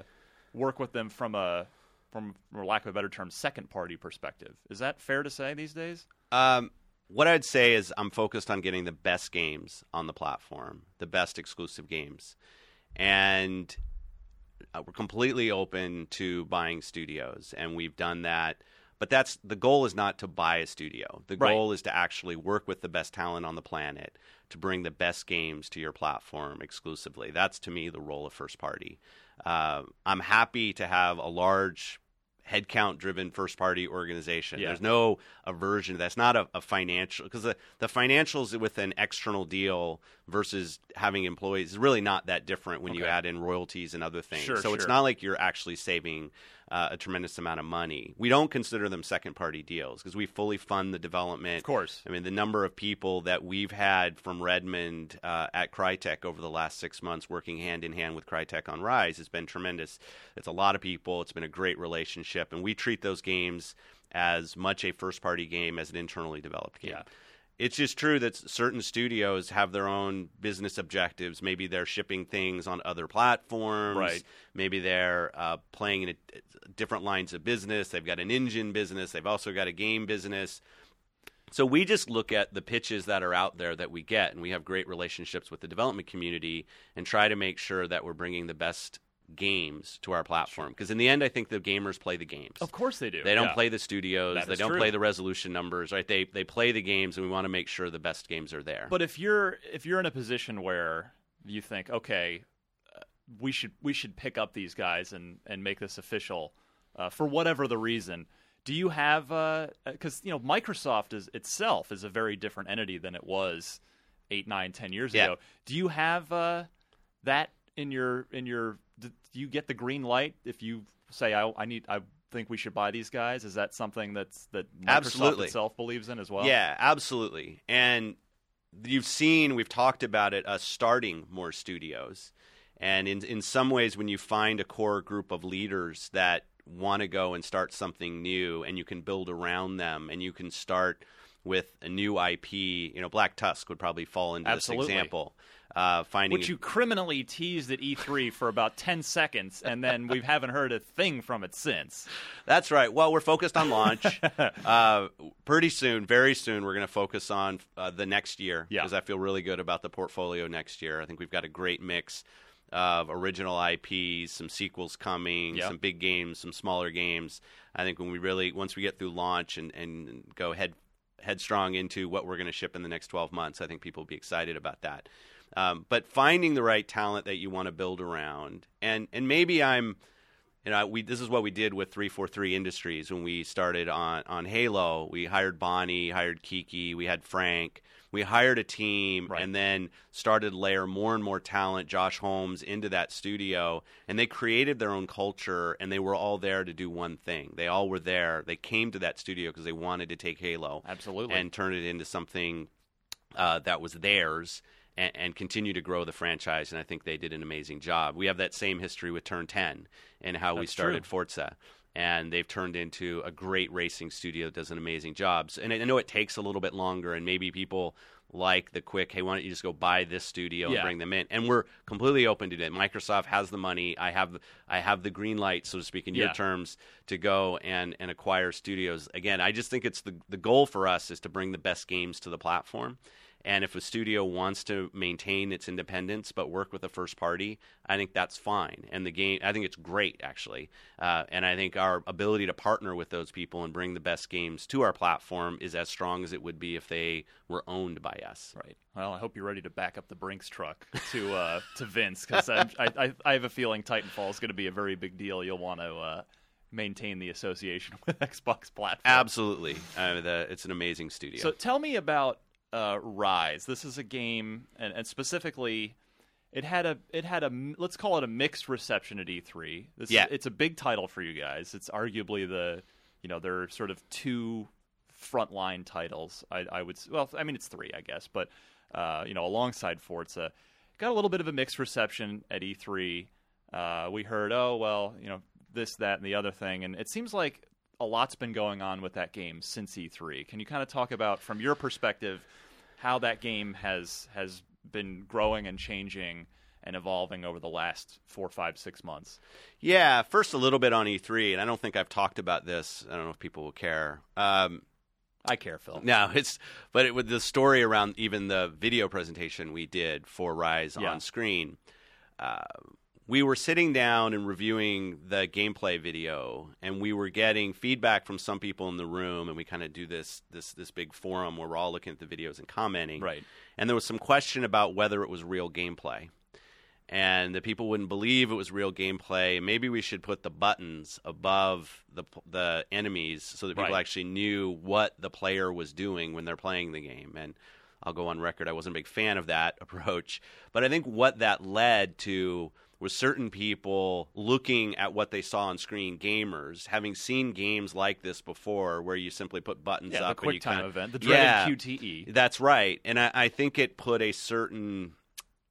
S3: work with them from a from, for lack of a better term, second party perspective. Is that fair to say these days?
S9: Um, what I'd say is I'm focused on getting the best games on the platform, the best exclusive games, and uh, we're completely open to buying studios, and we've done that. But that's the goal is not to buy a studio. The
S3: Right.
S9: goal is to actually work with the best talent on the planet to bring the best games to your platform exclusively. That's to me the role of first party. Uh, I'm happy to have a large headcount driven first party organization.
S3: Yeah.
S9: There's no aversion to that. It's not a, a financial because the, the financials with an external deal versus having employees is really not that different when you
S3: Okay.
S9: add in royalties and other things.
S3: Sure,
S9: so it's
S3: sure.
S9: not like you're actually saving uh, a tremendous amount of money. We don't consider them second party deals because we fully fund the development.
S3: Of course.
S9: I mean, the number of people that we've had from Redmond uh, at Crytek over the last six months working hand in hand with Crytek on Rise has been tremendous. It's a lot of people, it's been a great relationship, and we treat those games as much a first party game as an internally developed game.
S3: Yeah.
S9: It's just true that s- certain studios have their own business objectives. Maybe they're shipping things on other platforms.
S3: Right.
S9: Maybe they're uh, playing in a, different lines of business. They've got an engine business. They've also got a game business. So we just look at the pitches that are out there that we get, and we have great relationships with the development community, and try to make sure that we're bringing the best games to our platform. Because in the end, I think the gamers play the games.
S3: Of course they do.
S9: They don't
S3: Yeah.
S9: play the studios.
S3: That
S9: they
S3: is
S9: don't
S3: true.
S9: play the resolution numbers, right? They they play the games, and we want to make sure the best games are there.
S3: But if you're if you're in a position where you think, okay, uh, we should we should pick up these guys and and make this official uh, for whatever the reason. Do you have because you know Microsoft is itself is a very different entity than it was eight, nine, ten years
S9: Yeah.
S3: ago. Do you have uh, that in your in your? Do you get the green light if you say I, I need I think we should buy these guys? Is that something that's that Microsoft
S9: Absolutely.
S3: itself believes in as well?
S9: Yeah, absolutely. And you've seen, we've talked about it, us starting more studios. And in, in some ways, when you find a core group of leaders that want to go and start something new and you can build around them and you can start with a new IP, you know, Black Tusk would probably fall into
S3: Absolutely.
S9: this example. Uh, finding
S3: Which you criminally teased at E3 for about 10 seconds, and then we haven't heard a thing from it since.
S9: That's right. Well, we're focused
S3: <laughs>
S9: on launch. uh, pretty soon, very soon, we're going to focus on uh, the next year
S3: Yeah.
S9: because I feel really good about the portfolio next year. I think we've got a great mix of original IPs, some sequels coming,
S3: Yeah.
S9: some big games, some smaller games. I think when we really once we get through launch and, and go head headstrong into what we're going to ship in the next 12 months, I think people will be excited about that. Um, but finding the right talent that you want to build around, and and maybe I'm you know, we this is what we did with 343 Industries when we started on on Halo. We hired Bonnie, hired Kiki, we had Frank. We hired a team
S3: Right.
S9: and then started to layer more and more talent, Josh Holmes, into that studio, and they created their own culture and they were all there to do one thing. They all were there. They came to that studio because they wanted to take Halo
S3: Absolutely.
S9: and turn it into something uh, that was theirs and, and continue to grow the franchise. And I think they did an amazing job. We have that same history with Turn 10 and how we
S3: That's
S9: started
S3: true.
S9: Forza. And they've turned into a great racing studio that does an amazing job. So, and I I know it takes a little bit longer, and maybe people like the quick, hey, why don't you just go buy this studio
S3: Yeah.
S9: and bring them in? And we're completely open to that. Microsoft has the money. I have, I have the green light, so to speak, in your
S3: Yeah.
S9: terms, to go and, and acquire studios. Again, I just think it's the, the goal for us is to bring the best games to the platform And if a studio wants to maintain its independence but work with a first party, I think that's fine. And the game, I think it's great actually. Uh, and I think our ability to partner with those people and bring the best games to our platform is as strong as it would be if they were owned by us.
S3: Right. Well, I hope you're ready to back up the Brinks truck to uh, to Vince because I, I I have a feeling Titanfall is going to be a very big deal. You'll want to uh, maintain the association with <laughs> Xbox platform.
S9: Absolutely, uh, the, it's an amazing studio.
S3: So tell me about uh, Rise. This is a game, and, and specifically, it had a it had a m- let's call it a mixed reception at E3. This
S9: Yeah.
S3: is, it's a big title for you guys. It's arguably the you know there are sort of two frontline titles. I, I would s- well, I mean it's three, I guess, but uh, you know alongside Forza, got a little bit of a mixed reception at E3. Uh, we heard, oh well, you know this, that, and the other thing, and it seems like a lot's been going on with that game since E3. Can you kind of talk about from your perspective? how that game has has been growing and changing and evolving over the last four, five, six months.
S9: Yeah, first a little bit on E3, and I don't think I've talked about this. I don't know if people will care. Um,
S3: I care, Phil.
S9: No, <laughs> it's but it, with the story around even the video presentation we did for Rise
S3: Yeah.
S9: on screen, uh, we were sitting down and reviewing the gameplay video, and we were getting feedback from some people in the room, and we kind of do this this this big forum where we're all looking at the videos and commenting,
S3: Right.
S9: And there was some question about whether it was real gameplay. And the people wouldn't believe it was real gameplay. Maybe we should put the buttons above the the enemies so that people
S3: Right.
S9: actually actually knew what the player was doing when they're playing the game. And I'll go on record, I wasn't a big fan of that <laughs> approach. But I think what that led to was certain people looking at what they saw on screen, gamers, having seen games like this before where you simply put buttons
S3: Yeah, the
S9: up and you
S3: quick time
S9: kinda-
S3: event, the dreaded E.
S9: yeah,
S3: QTE.
S9: That's right. And I, I think it put a certain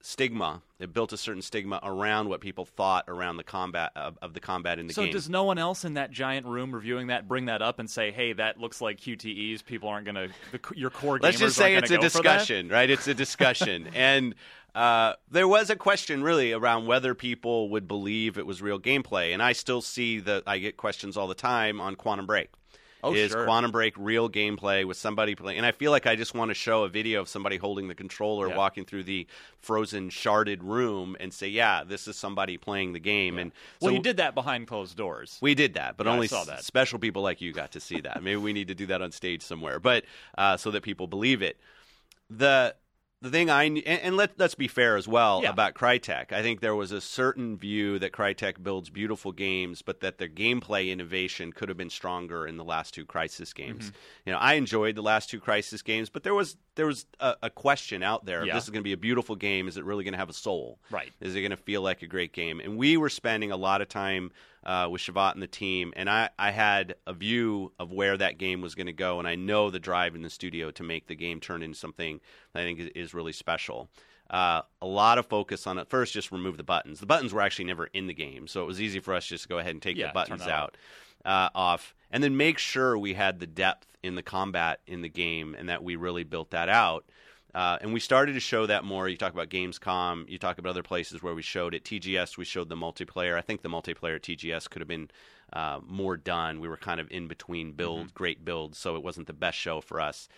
S9: stigma it built a certain stigma around what people thought around the combat of, of the combat in the
S3: So
S9: game
S3: does no one else in that giant room reviewing that bring that up and say, "Hey, that looks like QTEs. People aren't going to your core gamers
S9: Let's just say
S3: aren't
S9: it's a
S3: gonna go for that?
S9: discussion, right? It's
S3: <laughs>
S9: a discussion, and uh, there was a question really around whether people would believe it was real gameplay, and I still see that I get questions all the time on Quantum Break.
S3: Oh,
S9: is
S3: sure.
S9: Quantum Break real gameplay with somebody playing? And I feel like I just want to show a video of somebody holding the controller,
S3: Yeah.
S9: walking through the frozen, sharded room, and say, "Yeah, this is somebody playing the game." And so
S3: well, you did that behind closed doors.
S9: we did that, but
S3: Yeah, I
S9: only
S3: saw
S9: s-
S3: that.
S9: special people like you got to see that. Maybe we need to do that on stage somewhere, but uh, so that people believe it. The the thing I kn- and, and let let's be fair as well
S3: Yeah.
S9: about Crytek. I think there was a certain view that Crytek builds beautiful games, but that their gameplay innovation could have been stronger in the last two Crisis games.
S3: Mm-hmm.
S9: You know, I enjoyed the last two Crisis games, but there was there was a, a question out there:
S3: Yeah.
S9: if this is going to be a beautiful game, is it really going to have a soul?
S3: Right.
S9: Is it going to feel like a great game? And we were spending a lot of time uh, with Shavat and the team, and I, I had a view of where that game was going to go, and I know the drive in the studio to make the game turn into something that I think is, is really special. Uh, a lot of focus on it. First, just remove the buttons. The buttons were actually never in the game, so it was easy for us just to go ahead and take
S3: Yeah,
S9: the
S3: turn
S9: buttons
S3: that
S9: out
S3: off.
S9: uh, off, and then make sure we had the depth in the combat in the game, and that we really built that out. Uh, and we started to show that more. You talk about Gamescom, you talk about other places where we showed it. TGS, we showed the multiplayer. I think the multiplayer at TGS could have been uh, more done. We were kind of in between build,
S3: Mm-hmm.
S9: great builds, so it wasn't the best show for us.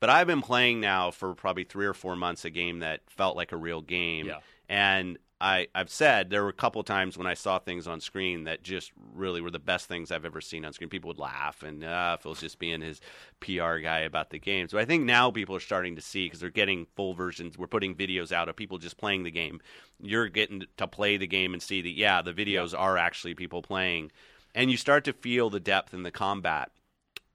S9: But I've been playing now for probably three or four months a game that felt like a real game.
S3: Yeah.
S9: And I, I've said there were a couple times when I saw things on screen that just really were the best things I've ever seen on screen. People would laugh, and uh, Phil's just being his PR guy about the game. So I think now people are starting to see because they're getting full versions. We're putting videos out of people just playing the game. You're getting to play the game and see that, yeah, the videos are actually people playing. And you start to feel the depth in the combat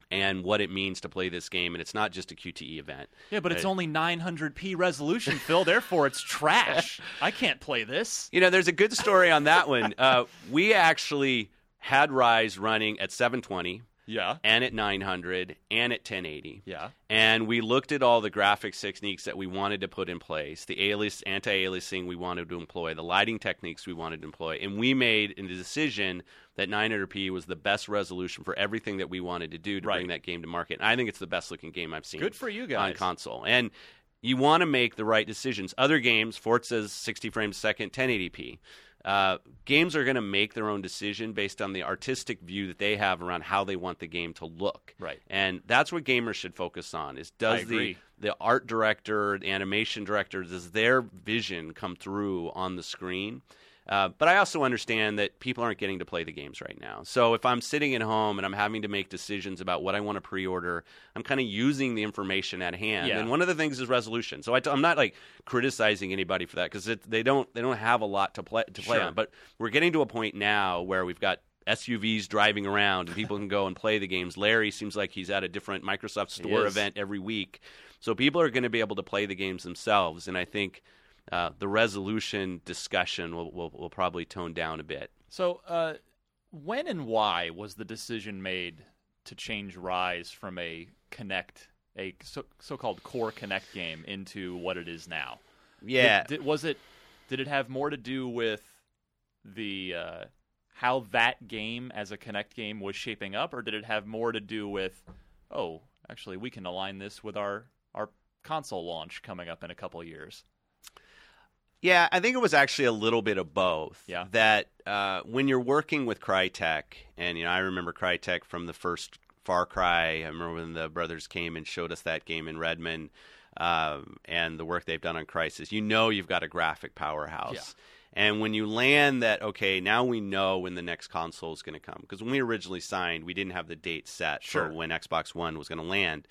S9: and what it means to play this game. And it's not just a QTE event.
S3: Yeah, but it's
S9: Uh,
S3: only 900p resolution, Phil. Therefore, it's
S9: <laughs>
S3: trash. I can't play this.
S9: You know, there's a good story on that
S3: <laughs>
S9: one. Uh, we actually had Rise running at 720
S3: Yeah.
S9: and at 900 and at 1080.
S3: Yeah.
S9: And we looked at all the graphic techniques that we wanted to put in place, the alias, anti-aliasing we wanted to employ, the lighting techniques we wanted to employ, and we made a decision that 900p was the best resolution for everything that we wanted to do to bring
S3: Right.
S9: that game to market. And I think it's the best looking game I've seen.
S3: Good for you
S9: on
S3: guys.
S9: console. And you want to make the right decisions. Other games, Forza's 60 frames a second, 1080p. Uh, games are going to make their own decision based on the artistic view that they have around how they want the game to look.
S3: Right.
S9: And that's what gamers should focus on is does the
S3: agree.
S9: the art director, the animation director, does their vision come through on the screen? Uh, but I also understand that people aren't getting to play the games right now. So if I'm sitting at home and I'm having to make decisions about what I want to pre-order, I'm kind of using the information at hand.
S3: Yeah.
S9: And one of the things is resolution. So I t- I'm not like criticizing anybody for that because they don't they don't have a lot to play to play
S3: Sure.
S9: on. But we're getting to a point now where we've got SUVs driving around and people can go and play the games. Larry seems like he's at a different Microsoft store
S3: is.
S9: event every week. So people are going to be able to play the games themselves. And I think uh, the resolution discussion will, will, will probably tone down a bit.
S3: So, uh, when and why was the decision made to change Rise from a Connect, a so, so-called core Connect game, into what it is now?
S9: Yeah.
S3: Did, did- was it? Did it have more to do with the uh, how that game as a Connect game was shaping up, or did it have more to do with, oh, actually, we can align this with our our console launch coming up in a couple of years?
S9: Yeah, I think it was actually a little bit of both.
S3: Yeah.
S9: That uh, when you're working with Crytek, and you know, I remember Crytek from the first Far Cry. I remember when the brothers came and showed us that game in Redmond, um, and the work they've done on Crisis. You know, you've got a graphic powerhouse. And when you land that, okay, now we know when the next console is going to come. Because when we originally signed, we didn't have the date set
S3: Sure.
S9: for when Xbox One was going to land.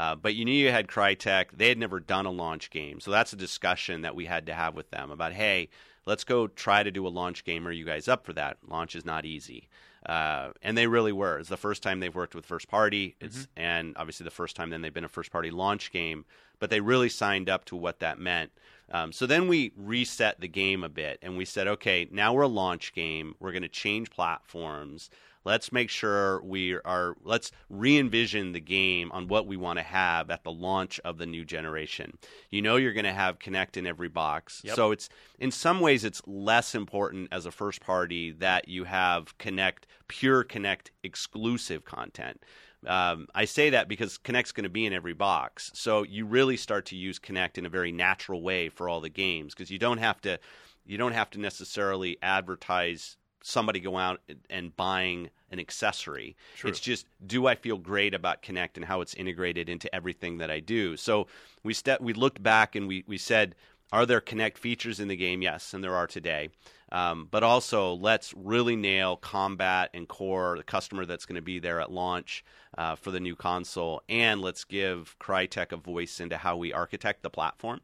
S9: Uh, but you knew you had Crytek. They had never done a launch game. So that's a discussion that we had to have with them about, hey, let's go try to do a launch game. Are you guys up for that? Launch is not easy. Uh, and they really were. It's the first time they've worked with first party. It's and obviously the first time then they've been a first party launch game. But they really signed up to what that meant. Um, so then we reset the game a bit and we said, okay, now we're a launch game. We're going to change platforms. Let's make sure we are, let's re envision the game on what we want to have at the launch of the new generation. You know, you're going to have Connect in every box. So it's, in some ways, it's less important as a first party that you have Connect, pure Connect exclusive content. Um, I say that because Connect's going to be in every box, so you really start to use Connect in a very natural way for all the games because you don't have to, you don't have to necessarily advertise somebody go out and buying an accessory. It's just do I feel great about Connect and how it's integrated into everything that I do. So we step, we looked back and we we said, are there Connect features in the game? Yes, and there are today. Um, but also, let's really nail combat and core, the customer that's going to be there at launch uh, for the new console. And let's give Crytek a voice into how we architect the platform.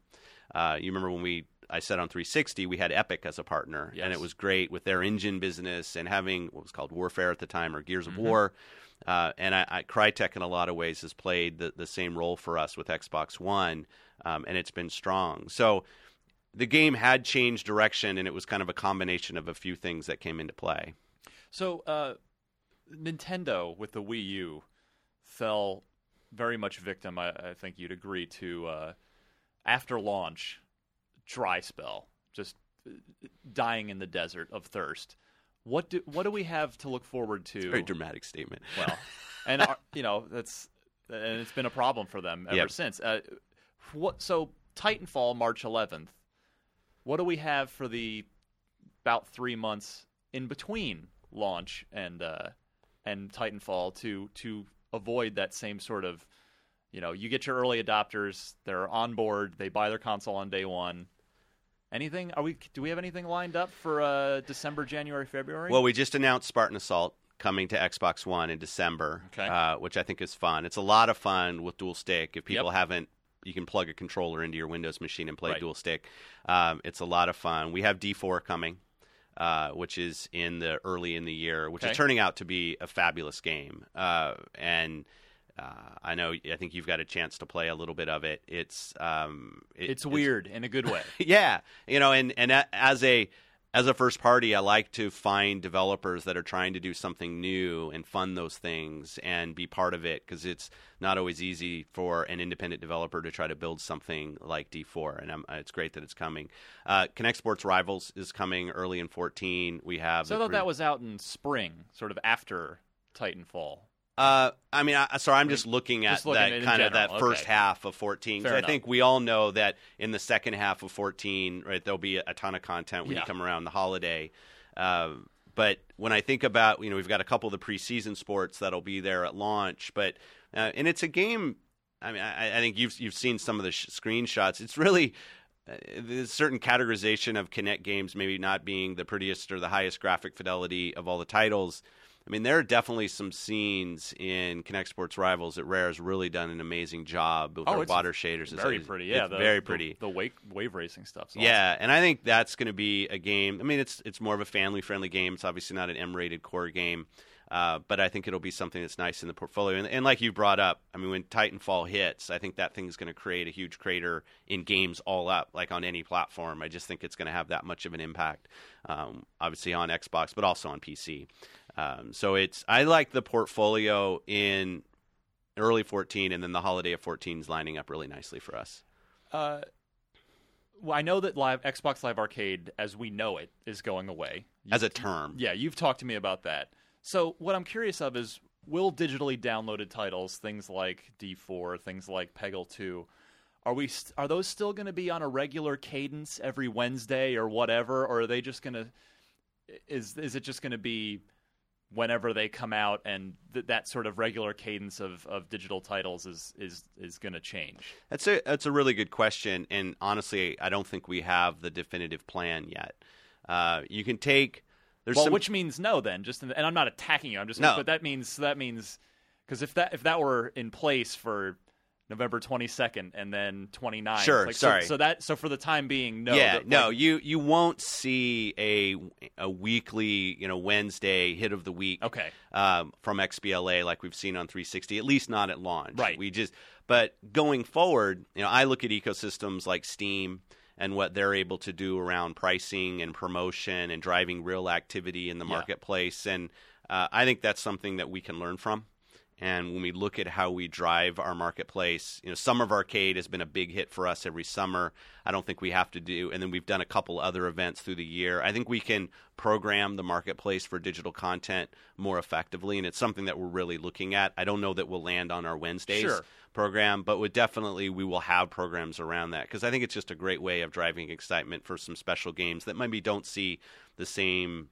S9: Uh, you remember when we I said on 360 we had Epic as a partner, and it
S3: Yes.
S9: was great with their engine business and having what was called Warfare at the time or Gears of War. Uh, and I, I, Crytek, in a lot of ways, has played the, the same role for us with Xbox One, um, and it's been strong. So the game had changed direction, and it was kind of a combination of a few things that came into play.
S3: So, uh, Nintendo with the Wii U fell very much victim, I, I think you'd agree, to uh, after launch, dry spell, just uh, dying in the desert of thirst. What do what do we have to look forward to?
S9: Very dramatic statement.
S3: well, and are, you know that's and it's been a problem for them ever
S9: Yep.
S3: since. Uh, what so Titanfall March 11th? What do we have for the about three months in between launch and uh, and Titanfall to to avoid that same sort of you know you get your early adopters they're on board they buy their console on day one. Anything? Are we? Do we have anything lined up for uh, December, January, February?
S9: Well, we just announced Spartan Assault coming to Xbox One in December,
S3: Okay.
S9: uh, which I think is fun. It's a lot of fun with dual stick. If people
S3: Yep.
S9: haven't, you can plug a controller into your Windows machine and play
S3: Right.
S9: dual stick. Um, it's a lot of fun. We have D4 coming. Uh, which is in the early in the year, which
S3: Okay.
S9: is turning out to be a fabulous game. Uh, and uh, I know I think you've got a chance to play a little bit of it. It's um, it-
S3: it's weird in a good way.
S9: yeah you know and and a- as a as a first party i like to find developers that are trying to do something new and fund those things and be part of it because it's not always easy for an independent developer to try to build something like d4 and I'm, it's great that it's coming uh, connect sports rivals is coming early in 14 we have
S3: So I
S9: the
S3: thought that
S9: group-
S3: was out in spring, sort of after Titanfall.
S9: Uh, I mean, I, so I'm just looking at
S3: Just looking
S9: that
S3: at in
S9: kind of that
S3: general,
S9: first
S3: okay.
S9: half of 14. 'cause
S3: Fair
S9: I
S3: enough.
S9: think we all know that in the second half of 14, right, there'll be a ton of content when
S3: Yeah.
S9: you come around the holiday. Uh, but when I think about, you know, we've got a couple of the preseason sports that'll be there at launch, but uh, and it's a game. I mean, I, I think you've you've seen some of the sh- screenshots. It's really uh, there's certain categorization of Kinect games maybe not being the prettiest or the highest graphic fidelity of all the titles. I mean, there are definitely some scenes in Kinect Sports Rivals that Rare has really done an amazing job with
S3: Oh,
S9: their
S3: it's
S9: water shaders.
S3: Very
S9: It's-
S3: pretty, yeah.
S9: it's
S3: the,
S9: very
S3: the-
S9: pretty.
S3: The, wake wave racing stuff's awesome.
S9: Yeah, and I think that's going to be a game. I mean, it's it's more of a family friendly game. It's obviously not an M rated core game, uh, but I think it'll be something that's nice in the portfolio. And, and like you brought up, I mean, when Titanfall hits, I think that thing's going to create a huge crater in games all up, like on any platform. I just think it's going to have that much of an impact, um, obviously on Xbox, but also on PC. Um, so it's I like the portfolio in early 14 and then the holiday of 14 is lining up really nicely for us.
S3: Uh, well, I know that live Xbox Live Arcade, as we know it, is going away.
S9: As a term.
S3: Yeah, you've talked to me about that. So what I'm curious of is will digitally downloaded titles, things like D4, things like Peggle 2, are we st- are those still going to be on a regular cadence every Wednesday or whatever or are they just going to is is it just going to be whenever they come out and th- that sort of regular cadence of, of digital titles is is is going to change?
S9: That's a that's a really good question, and honestly, I don't think we have the definitive plan yet. Uh, you can take there's
S3: well,
S9: some
S3: which means no. Then just in the- and I'm not attacking you. I'm just
S9: No.
S3: but that means that means because if that if that were in place for November 22nd and then 29,
S9: Sure,
S3: like,
S9: sorry.
S3: So, so that so for the time being, no.
S9: yeah
S3: that,
S9: no
S3: like-
S9: you you won't see a a weekly you know Wednesday hit of the week
S3: okay.
S9: um, from XBLA like we've seen on 360, at least not at launch.
S3: Right.
S9: We just, but going forward, you know, I look at ecosystems like Steam and what they're able to do around pricing and promotion and driving real activity in the
S3: Yeah.
S9: marketplace, and uh, I think that's something that we can learn from. And when we look at how we drive our marketplace, you know, Summer of Arcade has been a big hit for us every summer. I don't think we have to do, and then we've done a couple other events through the year. I think we can program the marketplace for digital content more effectively, and it's something that we're really looking at. I don't know that we'll land on our Wednesdays
S3: Sure.
S9: program, but would definitely we will have programs around that because I think it's just a great way of driving excitement for some special games that maybe don't see the same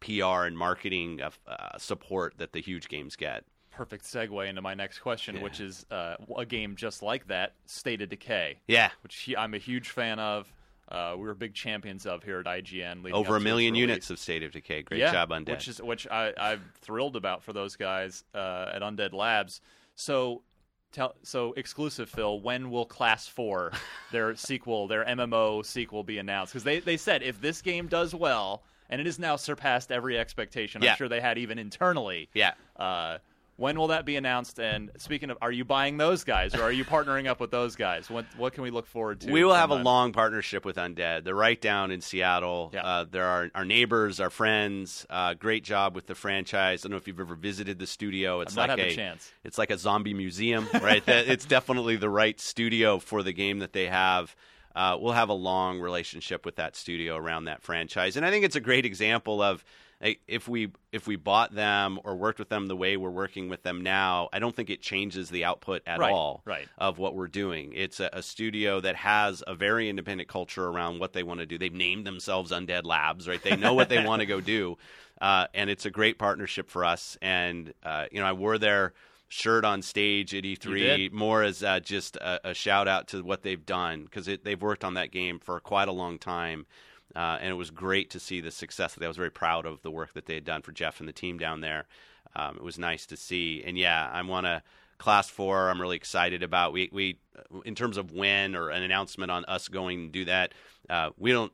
S9: PR and marketing uh, uh, support that the huge games get.
S3: Perfect segue into my next question, which is uh, a game just like that, State of Decay,
S9: Yeah.
S3: which he, I'm a huge fan of. Uh, we were big champions of here at IGN. leading up
S9: Over a
S3: to its
S9: million
S3: release.
S9: units of State of Decay. Great
S3: Yeah,
S9: job, Undead.
S3: Which is which I, I'm thrilled about for those guys uh, at Undead Labs. So tell so exclusive Phil, when will Class
S9: <laughs>
S3: Four, their sequel, their MMO sequel, be announced? Because they they said if this game does well, and it has now surpassed every expectation.
S9: Yeah.
S3: I'm sure they had even internally.
S9: yeah.
S3: Uh, when will that be announced? And speaking of, are you buying those guys or are you partnering up with those guys? What what can we look forward to?
S9: We will
S3: from
S9: have a
S3: them?
S9: long partnership with Undead. They're right down in Seattle.
S3: Yeah.
S9: Uh, they're our, our neighbors, our friends. Uh, great job with the franchise. I don't know if you've ever visited the studio. It's
S3: I've not had
S9: like a
S3: the chance.
S9: it's like a zombie museum, right? That- it's definitely the right studio for the game that they have. Uh, we'll have a long relationship with that studio around that franchise, and I think it's a great example of like, if we if we bought them or worked with them the way we're working with them now. I don't think it changes the output at
S3: Right,
S9: all
S3: right.
S9: of what we're doing. It's a, a studio that has a very independent culture around what they want to do. They've named themselves Undead Labs, right? They know what they want to
S3: <laughs>
S9: go do, uh, and it's a great partnership for us. And uh, you know, I wore their shirt on stage at E
S3: You
S9: E3
S3: did.
S9: more as uh, just a, a shout out to what they've done because they've worked on that game for quite a long time. Uh, and it was great to see the success. That I was very proud of the work that they had done for Jeff and the team down there. Um, it was nice to see. And yeah, I want to class four. I'm really excited about. We we in terms of when or an announcement on us going and do that. Uh, we don't.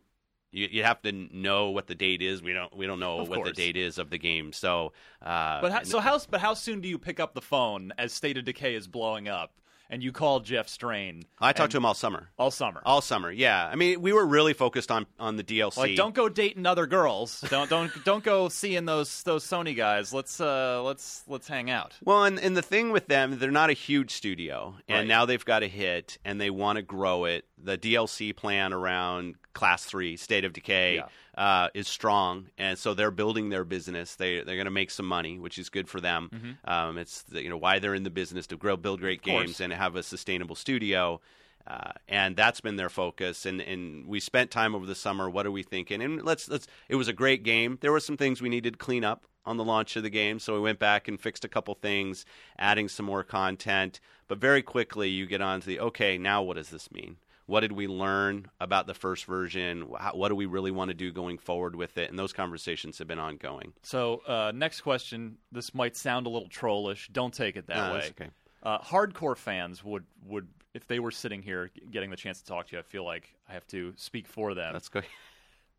S9: You, you have to know what the date is. We don't. We don't know
S3: Of
S9: what the
S3: course.
S9: date is of the game. So, uh,
S3: But how,
S9: and-
S3: so how but how soon do you pick up the phone as State of Decay is blowing up and you call Jeff Strain?
S9: I talked
S3: and-
S9: to him all summer.
S3: all summer.
S9: All summer, yeah. I mean, we were really focused on on the DLC.
S3: like don't go dating other girls. Don't don't <laughs> don't go seeing those those Sony guys. Let's uh let's let's hang out.
S9: Well, and, and the thing with them, they're not a huge studio, and
S3: Right.
S9: now they've got a hit, and they want to grow it, the DLC plan around Class Three State of Decay uh, is strong, and so they're building their business. They they're going to make some money, which is good for them.
S3: Mm-hmm.
S9: Um, it's the, you know why they're in the business to grow, build great games, and have a sustainable studio. Uh, and that's been their focus. And, and we spent time over the summer. What are we thinking? And let's let's. It was a great game. There were some things we needed to clean up on the launch of the game, so we went back and fixed a couple things, adding some more content. But very quickly, you get on to the okay. Now, what does this mean? What did we learn about the first version? Wh- how- What do we really want to do going forward with it? And those conversations have been ongoing.
S3: So, uh, next question. This might sound a little trollish. Don't take it that
S9: No,
S3: way.
S9: that's okay.
S3: Uh, hardcore fans would would if they were sitting here g- getting the chance to talk to you. I feel like I have to speak for them.
S9: Let's go.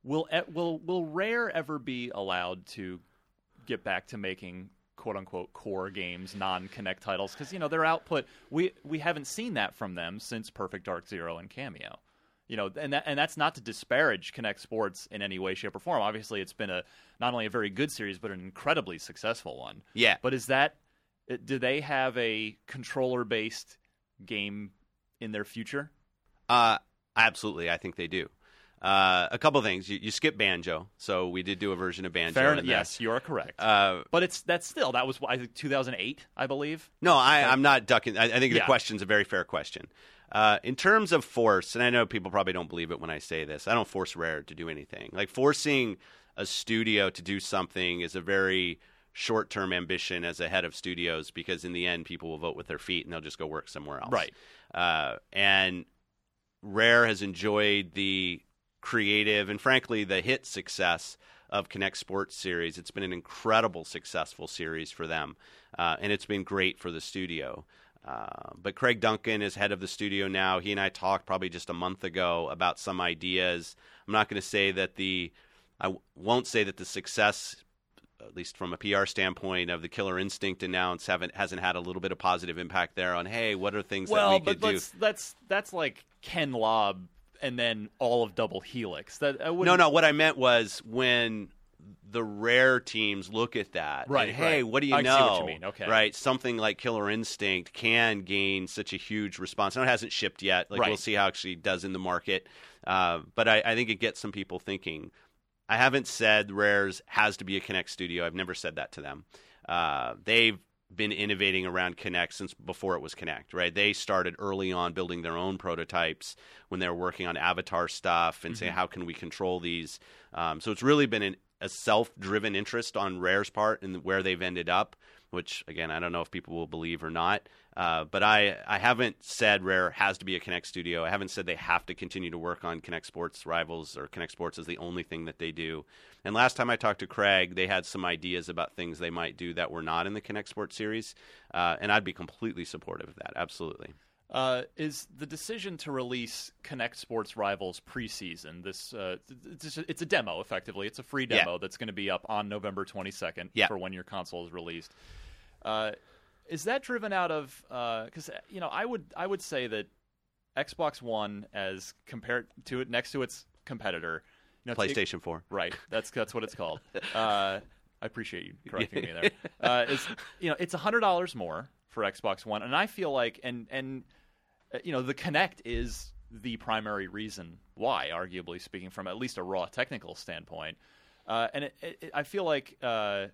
S3: Will e- will will Rare ever be allowed to get back to making quote unquote core games, non Connect titles? Because you know their output, we we haven't seen that from them since Perfect Dark Zero and Cameo. You know, and that, and that's not to disparage Connect Sports in any way, shape, or form. Obviously, it's been a not only a very good series, but an incredibly successful one.
S9: <laughs> Yeah.
S3: But is that it- do they have a controller based game in their future?
S9: Uh, absolutely, I think they do. Uh, a couple things. You, you skip banjo, so we did do a version of banjo.
S3: Fair
S9: in
S3: enough.
S9: there.
S3: Yes, you are correct.
S9: Uh,
S3: but it's that's still that was I think 2008, I believe.
S9: No, I, I'm not ducking. I, I think the
S3: Yeah.
S9: question's a very fair question. Uh, in terms of force, and I know people probably don't believe it when I say this, I don't force Rare to do anything. Like forcing a studio to do something is a very short term ambition as a head of studios because in the end, people will vote with their feet and they'll just go work somewhere else.
S3: Right.
S9: Uh, and Rare has enjoyed the creative and frankly the hit success of Connect Sports series. It's been an incredible successful series for them, uh, and it's been great for the studio. Uh, but Craig Duncan is head of the studio now. He and I talked probably just a month ago about some ideas. I'm not going to say that the I w- won't say that the success at least from a PR standpoint, of the Killer Instinct announce haven't hasn't had a little bit of positive impact there on hey, what are things that
S3: Well,
S9: we
S3: but
S9: could do?
S3: let's, that's that's like Ken Lob and then all of Double Helix. That I would
S9: No, no. What I meant was when the rare teams look at that, and,
S3: Right,
S9: hey,
S3: right.
S9: what do you
S3: I see
S9: know?
S3: what you mean, okay.
S9: Right. Something like Killer Instinct can gain such a huge response. Now it hasn't shipped yet. Like we'll
S3: Right.
S9: see how it actually does in the market. Uh, but I, I think it gets some people thinking. I haven't said Rares has to be a Connect studio. I've never said that to them. Uh, they've been innovating around Connect since before it was Connect, right? They started early on building their own prototypes when they were working on Avatar stuff and saying, how can we control these? Um, so it's really been an, a self driven interest on Rare's part and where they've ended up, which, again, I don't know if people will believe or not. Uh, but I, I haven't said Rare has to be a Connect studio. I haven't said they have to continue to work on Connect Sports Rivals or Connect Sports is the only thing that they do. And last time I talked to Craig, they had some ideas about things they might do that were not in the Connect Sports series. Uh, and I'd be completely supportive of that. Absolutely.
S3: Uh, is the decision to release Connect Sports Rivals preseason. This uh, it's, just- it's a demo, effectively. It's a free
S9: Yeah.
S3: demo that's going to be up on November 22nd
S9: Yeah.
S3: for when your console is released. Uh, is that driven out of because you know I would I would say that Xbox One as compared to it next to its competitor, you know, it's- it-
S9: PlayStation 4.
S3: Right. That's that's what it's called. Uh, I appreciate you correcting me there. Uh, it's you know it's hundred dollars more for Xbox One, and I feel like and and uh, you know the Connect is the primary reason why, arguably speaking, from at least a raw technical standpoint. Uh, and it, it, it- I feel like uh,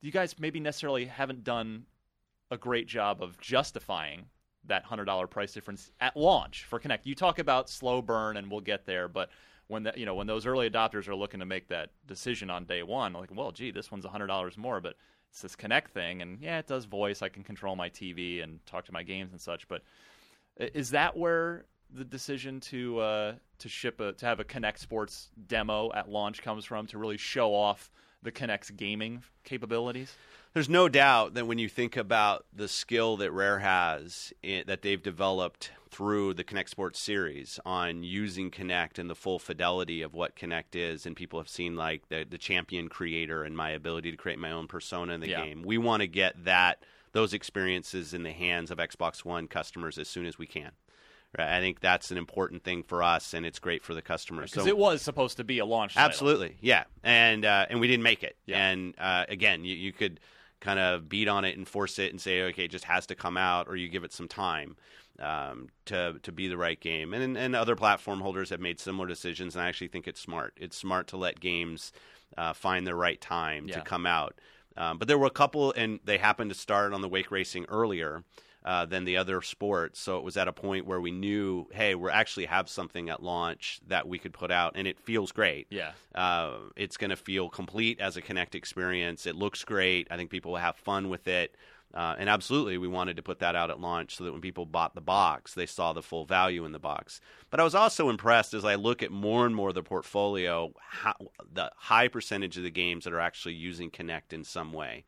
S3: you guys maybe necessarily haven't done a great job of justifying that hundred dollar price difference at launch for Connect. You talk about slow burn, and we'll get there, but when that you know when those early adopters are looking to make that decision on day one, like, well, gee, this one's hundred dollars more, but it's this Connect thing, and yeah, it does voice. I can control my TV and talk to my games and such. But i- is that where the decision to uh, to ship a, to have a Connect Sports demo at launch comes from to really show off the Connect's gaming capabilities?
S9: there's no doubt that when you think about the skill that Rare has in, that they've developed through the Connect Sports series on using Connect and the full fidelity of what Connect is, and people have seen like the, the champion creator and my ability to create my own persona in the
S3: Yeah.
S9: game. We want to get that those experiences in the hands of Xbox One customers as soon as we can. Right? I think that's an important thing for us, and it's great for the customers.
S3: Because
S9: So-
S3: it was supposed to be a launch. title.
S9: Absolutely, yeah, and uh, and we didn't make it.
S3: Yeah.
S9: And uh, again, you, you could kind of beat on it and force it and say, okay, it just has to come out, or you give it some time um, to to be the right game. And and other platform holders have made similar decisions, and I actually think it's smart. It's smart to let games uh, find the right time
S3: Yeah.
S9: to come out. Um, but there were a couple, and they happened to start on the wake racing earlier. Uh, than the other sports, so it was at a point where we knew, hey, we are actually have something at launch that we could put out, and it feels great
S3: Yeah.
S9: uh, it's going to feel complete as a Connect experience. It looks great. I think people will have fun with it. Uh, and absolutely, we wanted to put that out at launch so that when people bought the box, they saw the full value in the box. But I was also impressed as I look at more and more of the portfolio, how, the high percentage of the games that are actually using Connect in some way.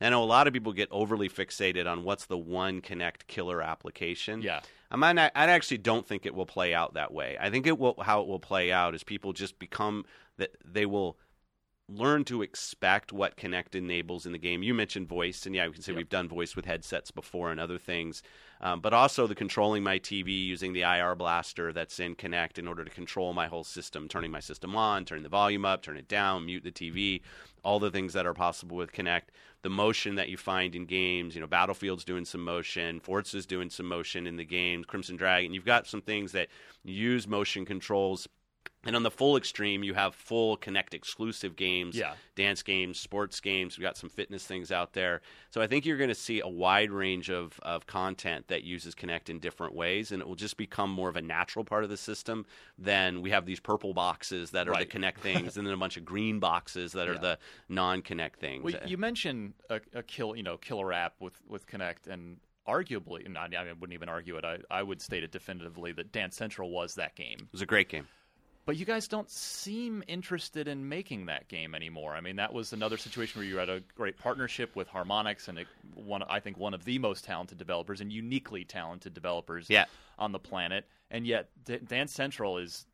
S9: I know a lot of people get overly fixated on what's the one Connect killer application.
S3: Yeah.
S9: I might not, I actually don't think it will play out that way. I think it will how it will play out is people just become that they will learn to expect what Connect enables in the game. You mentioned voice, and yeah, we can say we've done voice with headsets before and other things, um, but also the controlling my TV using the IR blaster that's in Connect in order to control my whole system, turning my system on, turning the volume up, turn it down, mute the TV, all the things that are possible with Connect. The motion that you find in games, you know, Battlefield's doing some motion, Forza's doing some motion in the games, Crimson Dragon. You've got some things that use motion controls. And on the full extreme, you have full Connect exclusive games,
S3: Yeah.
S9: dance games, sports games. We've got some fitness things out there. So I think you're going to see a wide range of, of content that uses Connect in different ways. And it will just become more of a natural part of the system than we have these purple boxes that are the
S3: Right.
S9: Connect
S3: <laughs>
S9: things and then a bunch of green boxes that are
S3: Yeah.
S9: the non Connect things.
S3: Well, you mentioned a, a kill, you know, killer app with with Connect, and arguably, and I, I wouldn't even argue it. I, I would state it definitively that Dance Central was that game.
S9: it was a great game.
S3: But you guys don't seem interested in making that game anymore. I mean, that was another situation where you had a great partnership with Harmonix and it, one, I think one of the most talented developers and uniquely talented developers
S9: Yeah.
S3: on the planet. And yet, D- Dance Central is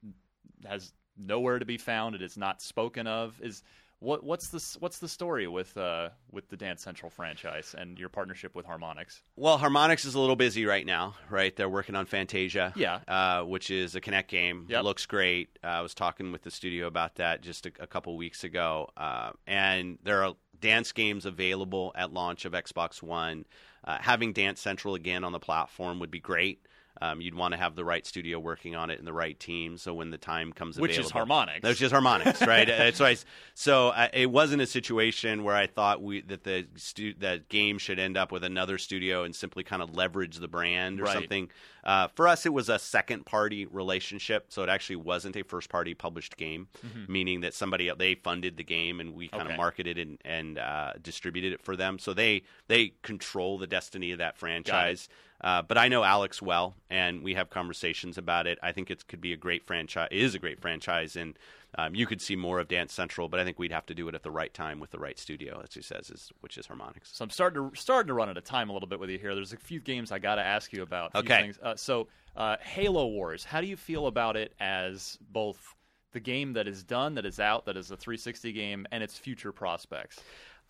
S3: has nowhere to be found. It is not spoken of. Is what what's the s- what's the story with uh, with the Dance Central franchise and your partnership with Harmonix?
S9: Well, Harmonix is a little busy right now, right? They're working on Fantasia,
S3: Yeah.
S9: uh, which is a Kinect game.
S3: Yep.
S9: Looks great. Uh, I was talking with the studio about that just a, a couple weeks ago, uh, and there are dance games available at launch of Xbox One. Uh, having Dance Central again on the platform would be great. Um, you'd want to have the right studio working on it and the right team, so when the time comes
S3: Which is
S9: available-
S3: Harmonix.
S9: Which is harmonics, right? That's why. I s- So I, it wasn't a situation where I thought we that the stu- that game should end up with another studio and simply kind of leverage the brand or
S3: Right.
S9: something. Uh, for us, it was a second party relationship, so it actually wasn't a first party published game, meaning that somebody el- they funded the game and we kind
S3: Mm-hmm. Okay.
S9: of marketed and and uh, distributed it for them. So they they control the destiny of that franchise. Uh, but I know Alex well, and we have conversations about it. I think it could be a great franchise. It is a great franchise, and um, you could see more of Dance Central. But I think we'd have to do it at the right time with the right studio, as he says, is, which is Harmonix.
S3: So I'm starting to starting to run out of time a little bit with you here. There's a few games I got to ask you about. a few
S9: Okay.
S3: things. Uh, so uh, Halo Wars, how do you feel about it as both the game that is done, that is out, that is a 360 game, and its future prospects?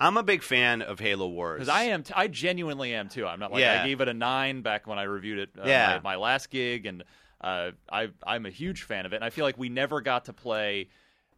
S9: I'm a big fan of Halo Wars.
S3: Because I am, t- I genuinely am too. I'm not like
S9: Yeah.
S3: I gave it a nine back when I reviewed it. Uh,
S9: Yeah.
S3: my, my last gig, and uh, I I'm a huge fan of it. And I feel like we never got to play.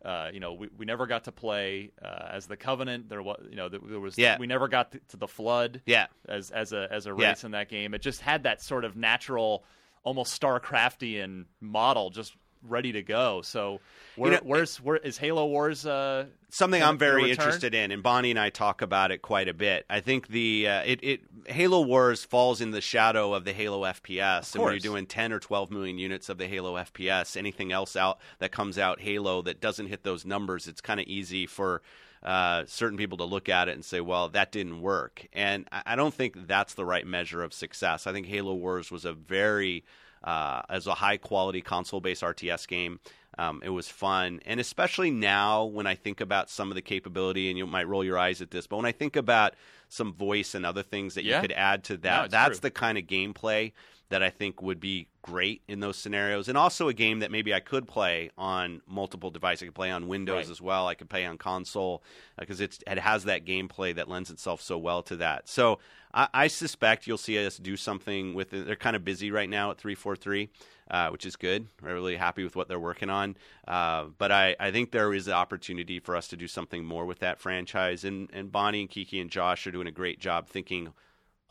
S3: Uh, you know, we, we never got to play uh, as the Covenant. There was, you know, there, there was.
S9: Yeah.
S3: We never got to, to the Flood
S9: Yeah.
S3: as as a as a
S9: Yeah.
S3: race in that game. It just had that sort of natural, almost Starcraftian model, just ready to go. So, where,
S9: know,
S3: where's where is Halo Wars? Uh,
S9: something
S3: gonna
S9: I'm very
S3: be a return?
S9: interested in, and Bonnie and I talk about it quite a bit. I think the uh, it, it Halo Wars falls in the shadow of the Halo FPS, and when you're
S3: course.
S9: doing 10 or 12 million units of the Halo FPS, anything else out that comes out Halo that doesn't hit those numbers, it's kind of easy for. Uh, certain people to look at it and say, "Well, that didn't work," and I, I don't think that's the right measure of success. I think Halo Wars was a very uh, as a high quality console based RTS game. Um, it was fun, and especially now when I think about some of the capability, and you might roll your eyes at this, but when I think about some voice and other things that
S3: Yeah.
S9: you could add to that,
S3: No, it's
S9: that's
S3: true.
S9: the kind of gameplay that I think would be great in those scenarios, and also a game that maybe I could play on multiple devices. I could play on Windows
S3: Right.
S9: as well. I could play on console because it's it has that gameplay that lends itself so well to that. So I, I suspect you'll see us do something with it. They're kind of busy right now at three four three, uh, which is good. We're really happy with what they're working on. Uh, but I, I think there is an opportunity for us to do something more with that franchise. And and Bonnie and Kiki and Josh are doing doing a great job thinking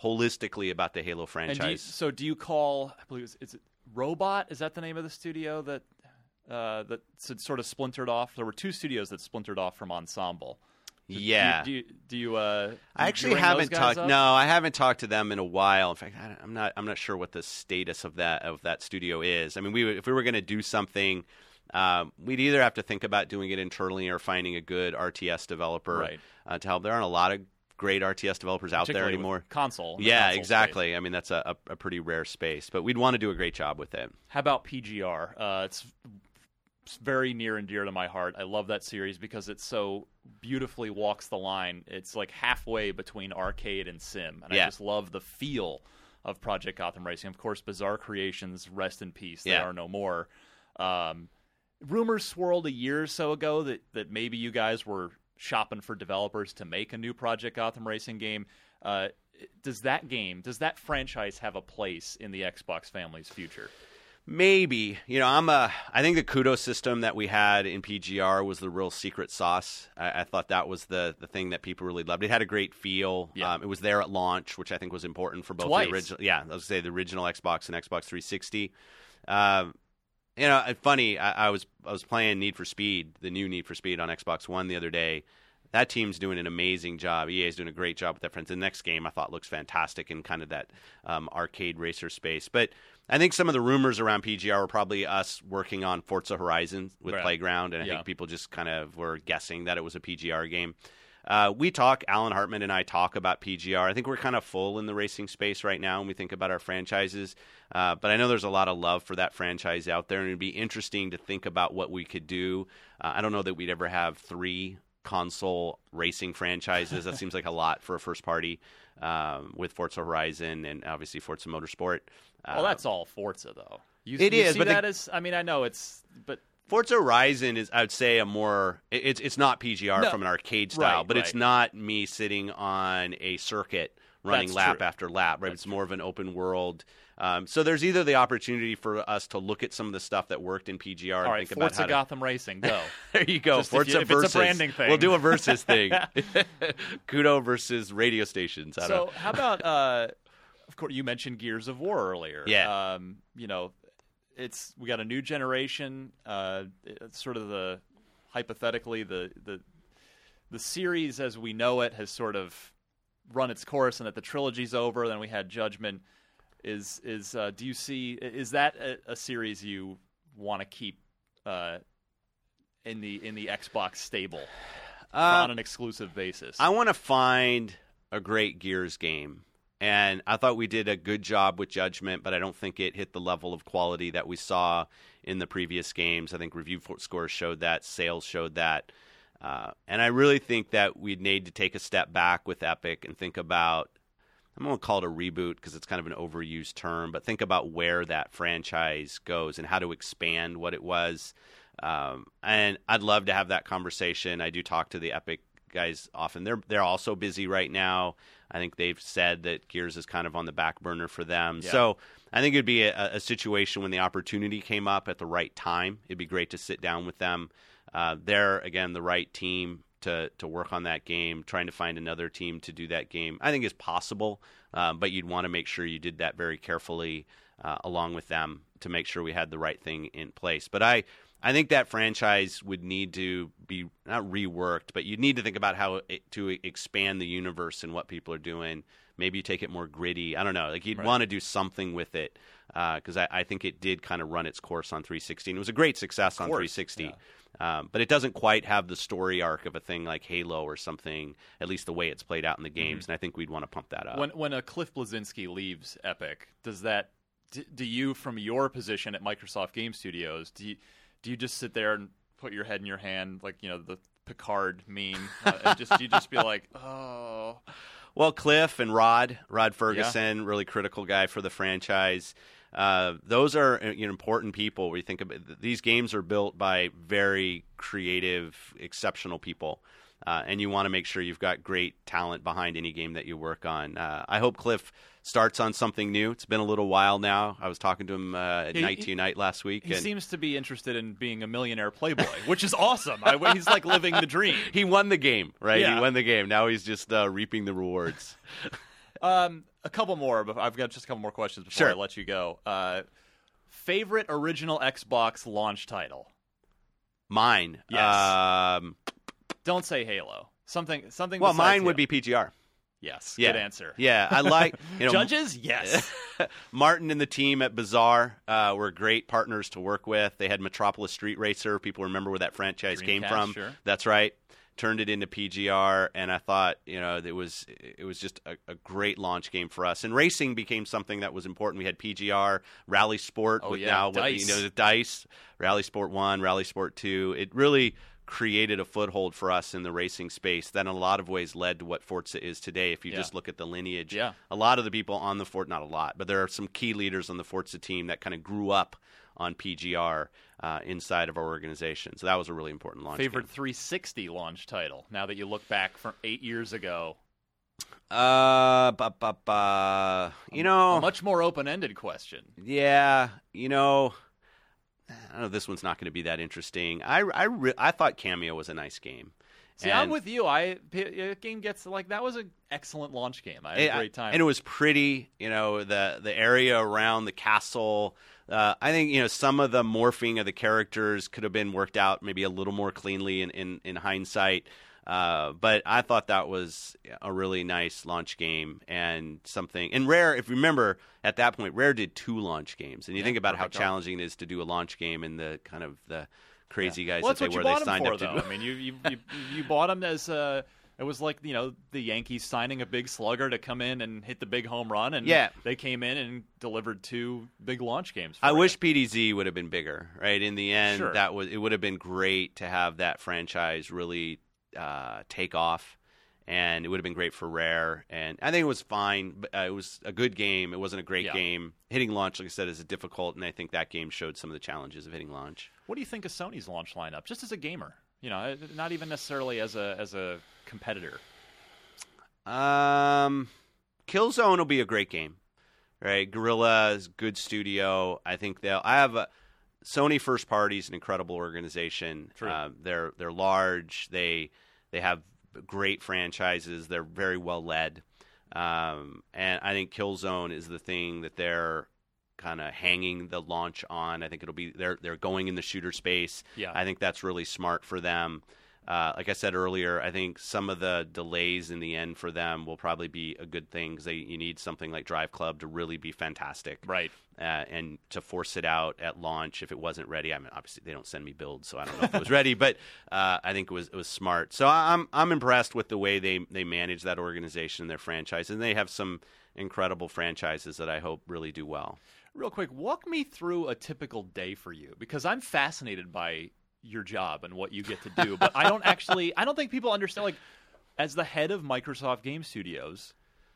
S9: holistically about the Halo
S10: And do you,
S9: franchise.
S10: so do you call? I believe it's, is it Robot? Is that the name of the studio that uh, that s- sort of splintered off? There were two studios that splintered off from Ensemble. Do- do you-
S9: yeah.
S10: Do you, do you, uh, do
S9: I
S10: you
S9: actually
S10: ring those
S9: haven't
S10: guys
S9: talked.
S10: up?
S9: No, I haven't talked to them in a while. In fact, I don't- I'm not. I'm not sure what the status of that of that studio is. I mean, we would- if we were going to do something, um, we'd either have to think about doing it internally or finding a good RTS developer
S3: Right.
S9: uh, to help. There aren't a lot of great RTS developers out there
S3: particularly with
S9: anymore.
S3: Console. and the
S9: Yeah,
S3: console
S9: exactly. I mean, that's a, a, a pretty rare space, but we'd want to do a great job with it.
S3: space. How about PGR? Uh, it's it's very near and dear to my heart. I love that series because it so beautifully walks the line. It's like halfway between arcade and sim, and I
S9: Yeah.
S3: just love the feel of Project Gotham Racing. Of course, Bizarre Creations, rest in peace. They
S9: Yeah.
S3: are no more. Um, rumors swirled a year or so ago that that maybe you guys were shopping for developers to make a new Project Gotham Racing game. Uh, does that game, does that franchise have a place in the Xbox family's future?
S9: Maybe you know I'm a. I think the kudo system that we had in PGR was the real secret sauce. I, I thought that was the the thing that people really loved. It had a great feel.
S3: Yeah.
S9: Um, it was there at launch, which I think was important for both
S3: Twice.
S9: the original. Yeah, I was say the original Xbox and Xbox 360. Um, you know, it's funny. I, I was I was playing Need for Speed, the new Need for Speed on Xbox One the other day. That team's doing an amazing job. EA is doing a great job with that. Friends, the next game I thought looks fantastic in kind of that um, arcade racer space. But I think some of the rumors around PGR were probably us working on Forza Horizon with
S3: Right.
S9: Playground, and I
S3: Yeah.
S9: think people just kind of were guessing that it was a PGR game. Uh, we talk, Alan Hartman and I talk about PGR. I think we're kind of full in the racing space right now when we think about our franchises. Uh, but I know there's a lot of love for that franchise out there, and it'd be interesting to think about what we could do. Uh, I don't know that we'd ever have three console racing franchises. That seems like a lot for a first party um, with Forza Horizon and obviously Forza Motorsport. Uh,
S3: Well, that's all Forza though. You,
S9: It
S3: you
S9: is,
S3: see
S9: but the-
S3: that as I mean, I know it's, but
S9: Forza Horizon is, I'd say, a more it- it's it's not PGR from an arcade style,
S3: Right,
S9: but it's
S3: right.
S9: not me sitting on a circuit running
S3: That's
S9: lap
S3: true.
S9: after lap. Right, it's more of an open world. Um, so there's either the opportunity for us to look at some of the stuff that worked in PGR
S3: all
S9: and
S3: right,
S9: think about
S3: Forza
S9: how to,
S3: Gotham Racing, go.
S9: <laughs> there you go.
S3: Just if
S9: Forza
S3: you- if it's a
S9: versus
S3: branding thing.
S9: We'll do
S3: <laughs>
S9: a versus thing. <laughs> Kudo versus radio stations. I don't
S3: so how about uh, of course you mentioned Gears of War earlier.
S9: Yeah.
S3: Um, you know, it's we got a new generation. Uh, it's sort of the hypothetically the the the series as we know it has sort of run its course, and that the trilogy's over. Then we had Judgment. Is is uh, do you see is that a, a series you want to keep uh, in the in the Xbox stable
S9: know.
S3: on an exclusive basis?
S9: I want to find a great Gears game. And I thought we did a good job with Judgment, but I don't think it hit the level of quality that we saw in the previous games. I think review fo- scores showed that, sales showed that. Uh, and I really think that we need to take a step back with Epic and think about I'm going to call it a reboot because it's kind of an overused term, but think about where that franchise goes and how to expand what it was. Um, and I'd love to have that conversation. I do talk to the Epic guys often. They're they're also busy right now. I think they've said that Gears is kind of on the back burner for them. So I think it'd be a, a situation when the opportunity came up at the right time. It'd be great to sit down with them. Uh, they're again the right team to to work on that game. Trying to find another team to do that game, I think is possible, um, but you'd want to make sure you did that very carefully uh, along with them to make sure we had the right thing in place. But I. I think that franchise would need to be not reworked, but you'd need to think about how it, to expand the universe and what people are doing. Maybe you take it more gritty. I don't know. Like you'd want to do something with it because I, I think it did kind of run its course on 360. And it was a great success on 360, um, but it doesn't quite have the story arc of a thing like Halo or something. At least the way it's played out in the games, and I think we'd want to pump that up.
S3: Mm-hmm. when when a Cliff Blazinski leaves Epic, does that d- do you from your position at Microsoft Game Studios do you, do you just sit there and put your head in your hand like you know the Picard meme uh, and just you just be like <laughs> oh
S9: Well, Cliff and Rod, Rod Ferguson, really critical guy for the franchise. Uh, those are uh, you know, important people. We think about these games are built by very creative, exceptional people. Uh, and you want to make sure you've got great talent behind any game that you work on. Uh, I hope Cliff starts on something new. It's been a little while now. I was talking to him uh, at
S3: Yeah, he-
S9: night to night last week.
S3: He
S9: and
S3: seems to be interested in being a millionaire playboy, which is awesome. I, he's like living the dream.
S9: he won the game, right?
S3: Yeah.
S9: He won the game. Now he's just uh, reaping the rewards.
S3: <laughs> Um, a couple more, but I've got just a couple more questions before
S9: Sure.
S3: I let you go. Uh, favorite original Xbox launch title?
S9: <laughs> Mine,
S3: Yes.
S9: Um,
S3: Don't say Halo. Something, something.
S9: well,
S3: besides
S9: mine would
S3: Halo.
S9: be PGR.
S3: yes.
S9: Yeah.
S3: Good answer.
S9: Yeah, I <laughs> like you know,
S3: Judges, <laughs> yes.
S9: Martin and the team at Bazaar uh, were great partners to work with. They had Metropolis Street Racer. People remember where that franchise came
S3: Dreamcast,
S9: from.
S3: sure.
S9: That's right. Turned it into PGR, and I thought you know it was it was just a, a great launch game for us. And racing became something that was important. We had PGR Rally Sport
S3: Oh,
S9: with
S3: yeah,
S9: now what you
S3: Dice.
S9: know the Dice Rally Sport One, Rally Sport Two. It really created a foothold for us in the racing space that in a lot of ways led to what Forza is today if you
S3: Yeah.
S9: just look at the lineage
S3: Yeah.
S9: a lot of the people on the Fort, not a lot, but there are some key leaders on the Forza team that kind of grew up on PGR uh, inside of our organization. So that was a really important launch.
S3: Favorite 360 launch title. Now that you look back from eight years ago,
S9: game. Uh, ba, ba, ba. you know,
S3: a much more open-ended question.
S9: yeah, you know, I don't know. This one's not going to be that interesting. I, I, re- I thought Cameo was a nice game.
S3: See, I'm
S9: And-
S3: with you. I p- uh, game gets like that was an excellent launch game. I had
S9: It-
S3: a great time.
S9: And it was pretty, you know, the the area around the castle. Uh, I think you know some of the morphing of the characters could have been worked out maybe a little more cleanly in in, in hindsight. Uh, but I thought that was a really nice launch game and something. And Rare, if you remember, at that point, Rare did two launch games. And you think about how
S3: Perfect Dark.
S9: challenging it is to do a launch game and the kind of the crazy guys
S3: well, that's
S9: that they
S3: what you
S9: were.
S3: bought them
S9: they signed
S3: for,
S9: up to <laughs>
S3: though.
S9: do.
S3: I mean, you you you, you bought them as uh, it was like you know the Yankees signing a big slugger to come in and hit the big home run, and
S9: Yeah.
S3: they came in and delivered two big launch games. For
S9: I
S3: you.
S9: wish PDZ would have been bigger, right? In the end,
S3: Sure.
S9: that was it would have been great to have that franchise really uh, take off, and it would have been great for Rare. And I think it was fine. But, uh, it was a good game. It wasn't a great
S3: Yeah.
S9: game. Hitting launch, like I said, is difficult, and I think that game showed some of the challenges of hitting launch.
S3: What do you think of Sony's launch lineup, just as a gamer? You know, uh, not even necessarily as a as a competitor.
S9: Um, Killzone will be a great game, right? Gorilla is a good studio. I think they'll. I have a Sony first party is an incredible organization.
S3: True.
S9: Um, they're they're large. They they have great franchises. They're very well led. Um, and I think Killzone is the thing that they're kind of hanging the launch on. I think it'll be they're they're going in the shooter space.
S3: Yeah.
S9: I think that's really smart for them. Uh, like I said earlier, I think some of the delays in the end for them will probably be a good thing because you need something like Drive Club to really be fantastic,
S3: Right.
S9: Uh, and to force it out at launch if it wasn't ready. I mean, obviously they don't send me builds, so I don't know if it was ready, <laughs> but uh, I think it was it was smart. So I- I'm I'm impressed with the way they they manage that organization, and their franchise, and they have some incredible franchises that I hope really do well.
S3: Real quick, walk me through a typical day for you because I'm fascinated by your job and what you get to do, but I
S9: <laughs>
S3: don't actually I don't think people understand like as the head of Microsoft Game Studios,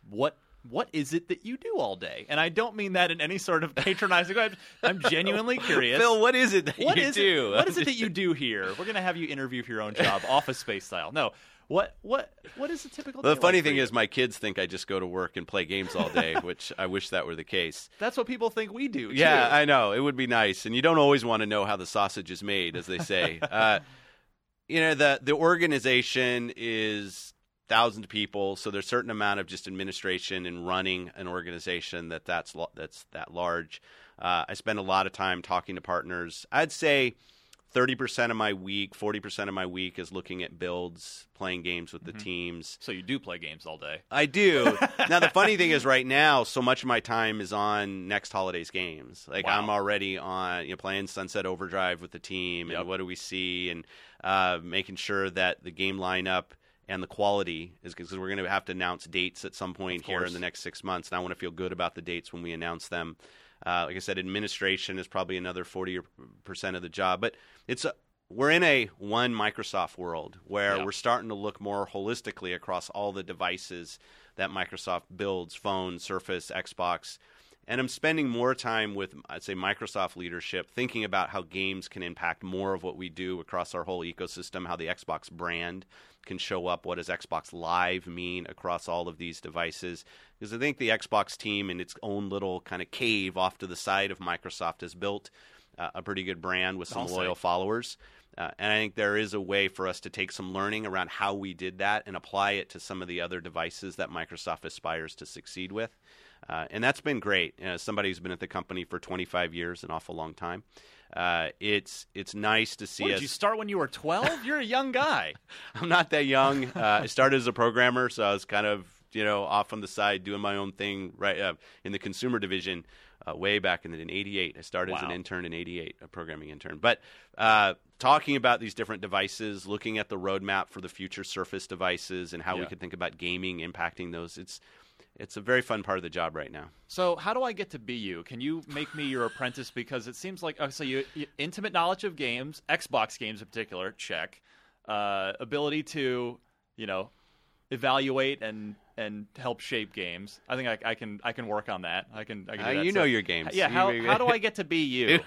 S3: what what is it that you do all day? And I don't mean that in any sort of patronizing way.
S9: <laughs>
S3: I'm genuinely curious.
S9: Phil, what is it that
S3: What
S9: <laughs> you
S3: is
S9: do?
S3: It, what
S9: <laughs>
S3: is it that you do here? We're gonna have you interview for your own job, office space style. No, what what what is a typical?
S9: The
S3: day
S9: funny
S3: like for
S9: thing
S3: you?
S9: is, my kids think I just go to work and play games all day, which I wish that were the case.
S3: that's what people think we do.
S9: Yeah,
S3: too.
S9: I know. It would be nice. And you don't always want to know how the sausage is made, as they say. uh, you know, the, the organization is thousands of people, so there's a certain amount of just administration and running an organization that that's, lo- that's that large. Uh, I spend a lot of time talking to partners. I'd say – thirty percent of my week, forty percent of my week is looking at builds, playing games with the teams.
S3: so you do play games all day.
S9: I do. now the funny thing is, right now, so much of my time is on next holidays games. Like
S3: Wow.
S9: I'm already on you know, playing Sunset Overdrive with the team, and
S3: Yep.
S9: what do we see, and uh, making sure that the game lineup and the quality is because we're going to have to announce dates at some point
S3: Of
S9: here in
S3: course.
S9: the next six months, and I want to feel good about the dates when we announce them. Uh, like I said, administration is probably another forty percent of the job, but it's a we're in a one Microsoft world where
S3: Yeah.
S9: we're starting to look more holistically across all the devices that Microsoft builds phone, Surface, Xbox. and I'm spending more time with, I'd say, Microsoft leadership, thinking about how games can impact more of what we do across our whole ecosystem, how the Xbox brand can show up, what does Xbox Live mean across all of these devices. Because I think the Xbox team, in its own little kind of cave off to the side of Microsoft, has built uh, a pretty good brand with some
S11: I'll say.
S9: loyal followers. Uh, and I think there is a way for us to take some learning around how we did that and apply it to some of the other devices that Microsoft aspires to succeed with. Uh, and that's been great. You know, somebody who's been at the company for 25 years, an awful long time. Uh, it's it's nice to see
S3: What,
S9: us.
S3: did you start when you were 12? You're a young guy.
S9: <laughs> I'm not that young. Uh, I started as a programmer, so I was kind of you know off on the side doing my own thing right uh, in the consumer division uh, way back in, in '88. I started as an
S11: Wow.
S9: intern in '88, a programming intern. But uh, talking about these different devices, looking at the roadmap for the future Surface devices, and how we
S11: Yeah.
S9: could think about gaming impacting those, it's it's a very fun part of the job right now.
S3: So how do I get to be you? Can you make me your apprentice? Because it seems like oh, so you, you intimate knowledge of games, Xbox games in particular, check. Uh, ability to you know evaluate and and help shape games. I think I, I can I can work on that. I can. I can do
S9: Uh,
S3: that.
S9: you know
S3: So-
S9: your games.
S3: Yeah.
S9: You-
S3: How how
S9: <laughs>
S3: do I get to be you?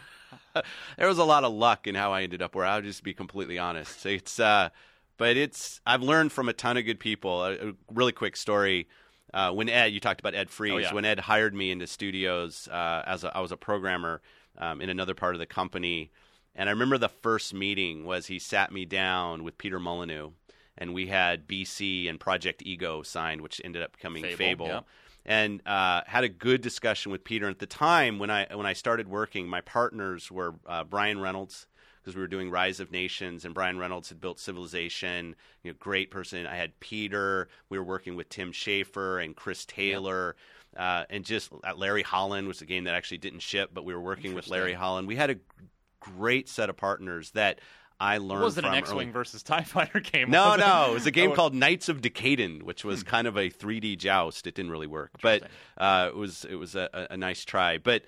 S9: there was a lot of luck in how I ended up where I'll just be completely honest. It's uh but it's I've learned from a ton of good people. A, a really quick story. Uh, when Ed, you talked about Ed Freeze.
S11: Oh, yeah.
S9: When Ed hired me into studios uh, as a, I was a programmer um, in another part of the company, and I remember the first meeting was he sat me down with Peter Molyneux, and we had BC and Project Ego signed, which ended up becoming
S11: Fable,
S9: Fable,
S11: yeah.
S9: and uh, had a good discussion with Peter. And at the time when I when I started working, my partners were uh, Brian Reynolds because we were doing Rise of Nations, and Brian Reynolds had built Civilization. You know, great person. I had Peter. We were working with Tim Schafer and Chris Taylor. Uh, and just uh, Larry Holland was a game that actually didn't ship, but we were working with Larry Holland. We had a g- great set of partners that I
S3: It
S9: learned
S3: wasn't
S9: from
S3: an X Wing
S9: early.
S3: versus <laughs> Tie Fighter game.
S9: No,
S3: was it? Oh.
S9: no,
S3: <laughs>
S9: it was a game called Knights of Decaden, which was kind of a 3D joust. It didn't really work, but uh, it was it was a, a a nice try. But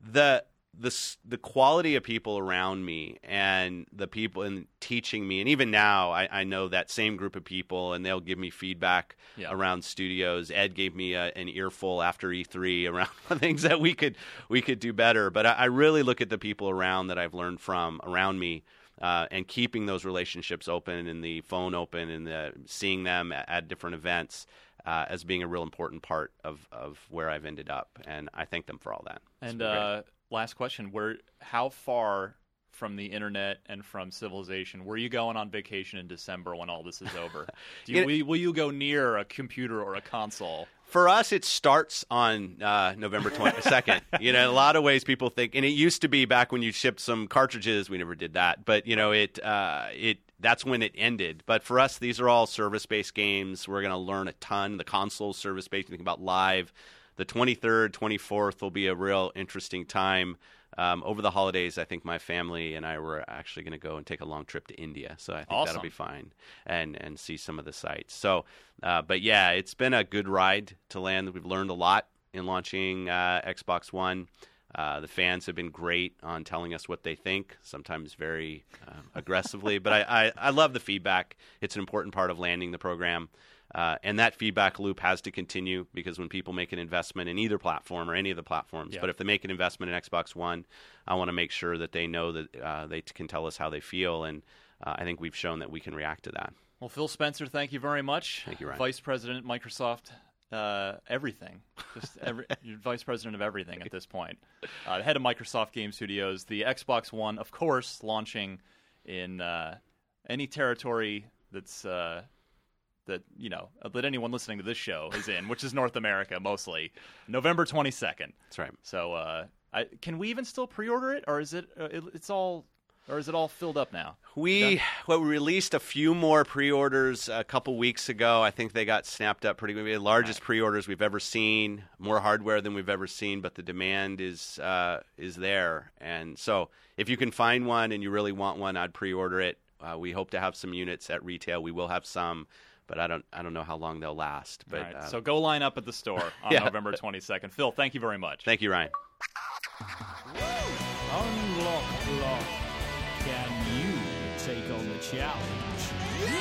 S9: the the s- the quality of people around me and the people and teaching me, and even now I, I know that same group of people, and they'll give me feedback
S11: Yeah.
S9: around studios. Ed gave me a, an earful after E3 <laughs> around things that we could we could do better. But I, I really look at the people around that I've learned from around me. Uh, and keeping those relationships open and the phone open and the, seeing them at, at different events uh, as being a real important part of, of where I've ended up. And I thank them for all that. It's
S11: And
S9: been great.
S11: uh, last question: Where, how far from the internet and from civilization were you going on vacation in December when all this is over? Do you,
S9: You know-
S11: will, you- will you go near a computer or a console?
S9: for us, it starts on uh, November 22nd. you know, in a lot of ways people think, and it used to be back when you shipped some cartridges. We never did that, but you know, it uh, it that's when it ended. But for us, these are all service-based games. We're going to learn a ton. The console service-based. Think about live. The 23rd, 24th will be a real interesting time. Um, over the holidays, I think my family and I were actually going to go and take a long trip to India, so I think
S11: Awesome.
S9: that'll be fine and and see some of the sites. So, uh, but yeah, it's been a good ride to land. We've learned a lot in launching uh, Xbox One. Uh, the fans have been great on telling us what they think, sometimes very um, aggressively. but I, I, I love the feedback. It's an important part of landing the program. Uh, and that feedback loop has to continue because when people make an investment in either platform or any of the platforms,
S11: Yeah.
S9: but if they make an investment in Xbox One, I want to make sure that they know that uh, they t- can tell us how they feel. And uh, I think we've shown that we can react to that.
S11: Well, Phil Spencer, thank you very much.
S9: Thank you, Ryan.
S11: Vice President, Microsoft, uh, everything.
S9: <laughs>
S11: Just every, you're vice president of everything at this point. Uh, the head of Microsoft Game Studios, the Xbox One, of course, launching in uh, any territory that's. Uh, that you know that anyone listening to this show is in, which is North America mostly, November twenty second.
S9: That's right.
S11: So, uh, I, can we even still pre-order it, or is it, uh, it it's all, or is it all filled up now?
S9: We well, we released a few more pre-orders a couple weeks ago. I think they got snapped up pretty. We had the largest pre-orders we've ever seen, more hardware than we've ever seen, but the demand is uh, is there. And so, if you can find one and you really want one, I'd pre-order it. Uh, we hope to have some units at retail. We will have some, but I don't I don't know how long they'll last. But
S11: All right,
S9: uh,
S11: so go line up at the store on
S9: Yeah.
S11: November 22nd. Phil, thank you very much.
S9: thank you, Ryan.
S8: Unlock Lock. Can you take on the challenge?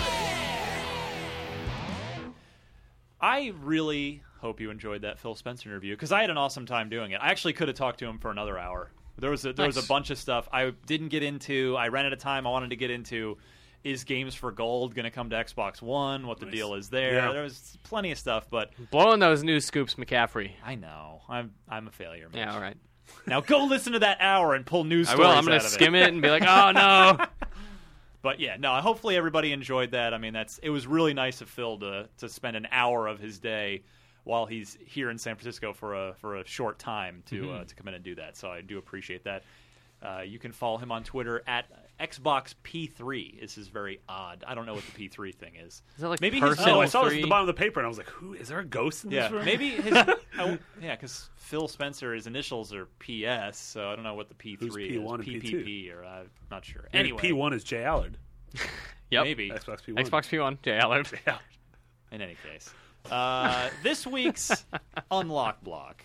S3: I really Hope you enjoyed that Phil Spencer interview because I had an awesome time doing it. I actually could have talked to him for another hour. There was a, there was
S4: Nice.
S3: a bunch of stuff I didn't get into. I ran out of time. I wanted to get into is Games for Gold going to come to Xbox One? What the deal is there?
S5: Yeah.
S3: There was plenty of stuff, but
S4: Blowing those news scoops, McCaffrey.
S3: I know I'm I'm a failure. Mitch.
S4: Yeah, all right.
S3: Now go listen to that hour and pull news
S4: I
S3: stories
S4: will. I'm
S3: out
S4: going
S3: of
S4: to
S3: it.
S4: skim it and be like,
S3: <laughs>
S4: oh, no.
S3: But yeah, no. Hopefully everybody enjoyed that. I mean, that's it was really nice of Phil to to spend an hour of his day while he's here in San Francisco for a for a short time to
S4: Mm-hmm.
S3: uh, to come in and do that. So I do appreciate that. Uh, you can follow him on Twitter at Xbox P3. This is very odd. I don't know what the P3 thing is.
S4: Is that like
S3: Maybe he's-
S4: personal
S5: Oh, I saw this at
S4: three?
S5: the bottom of the paper, and I was like, "Who is there a ghost in
S3: Yeah,
S5: this room?"
S3: maybe his
S5: <laughs>
S3: I, yeah, because Phil Spencer his initials are PS, so I don't know what the P3
S5: Who's
S3: is.
S5: P1 and P2?
S3: PPP or I'm not sure.
S5: Maybe
S3: Anyway,
S5: P1 is Jay Allard.
S4: Yep.
S3: maybe
S5: Xbox P1.
S4: Xbox P1.
S3: <laughs>
S4: Jay Allard.
S3: in any case. Uh, this
S5: <laughs>
S3: week's unlock block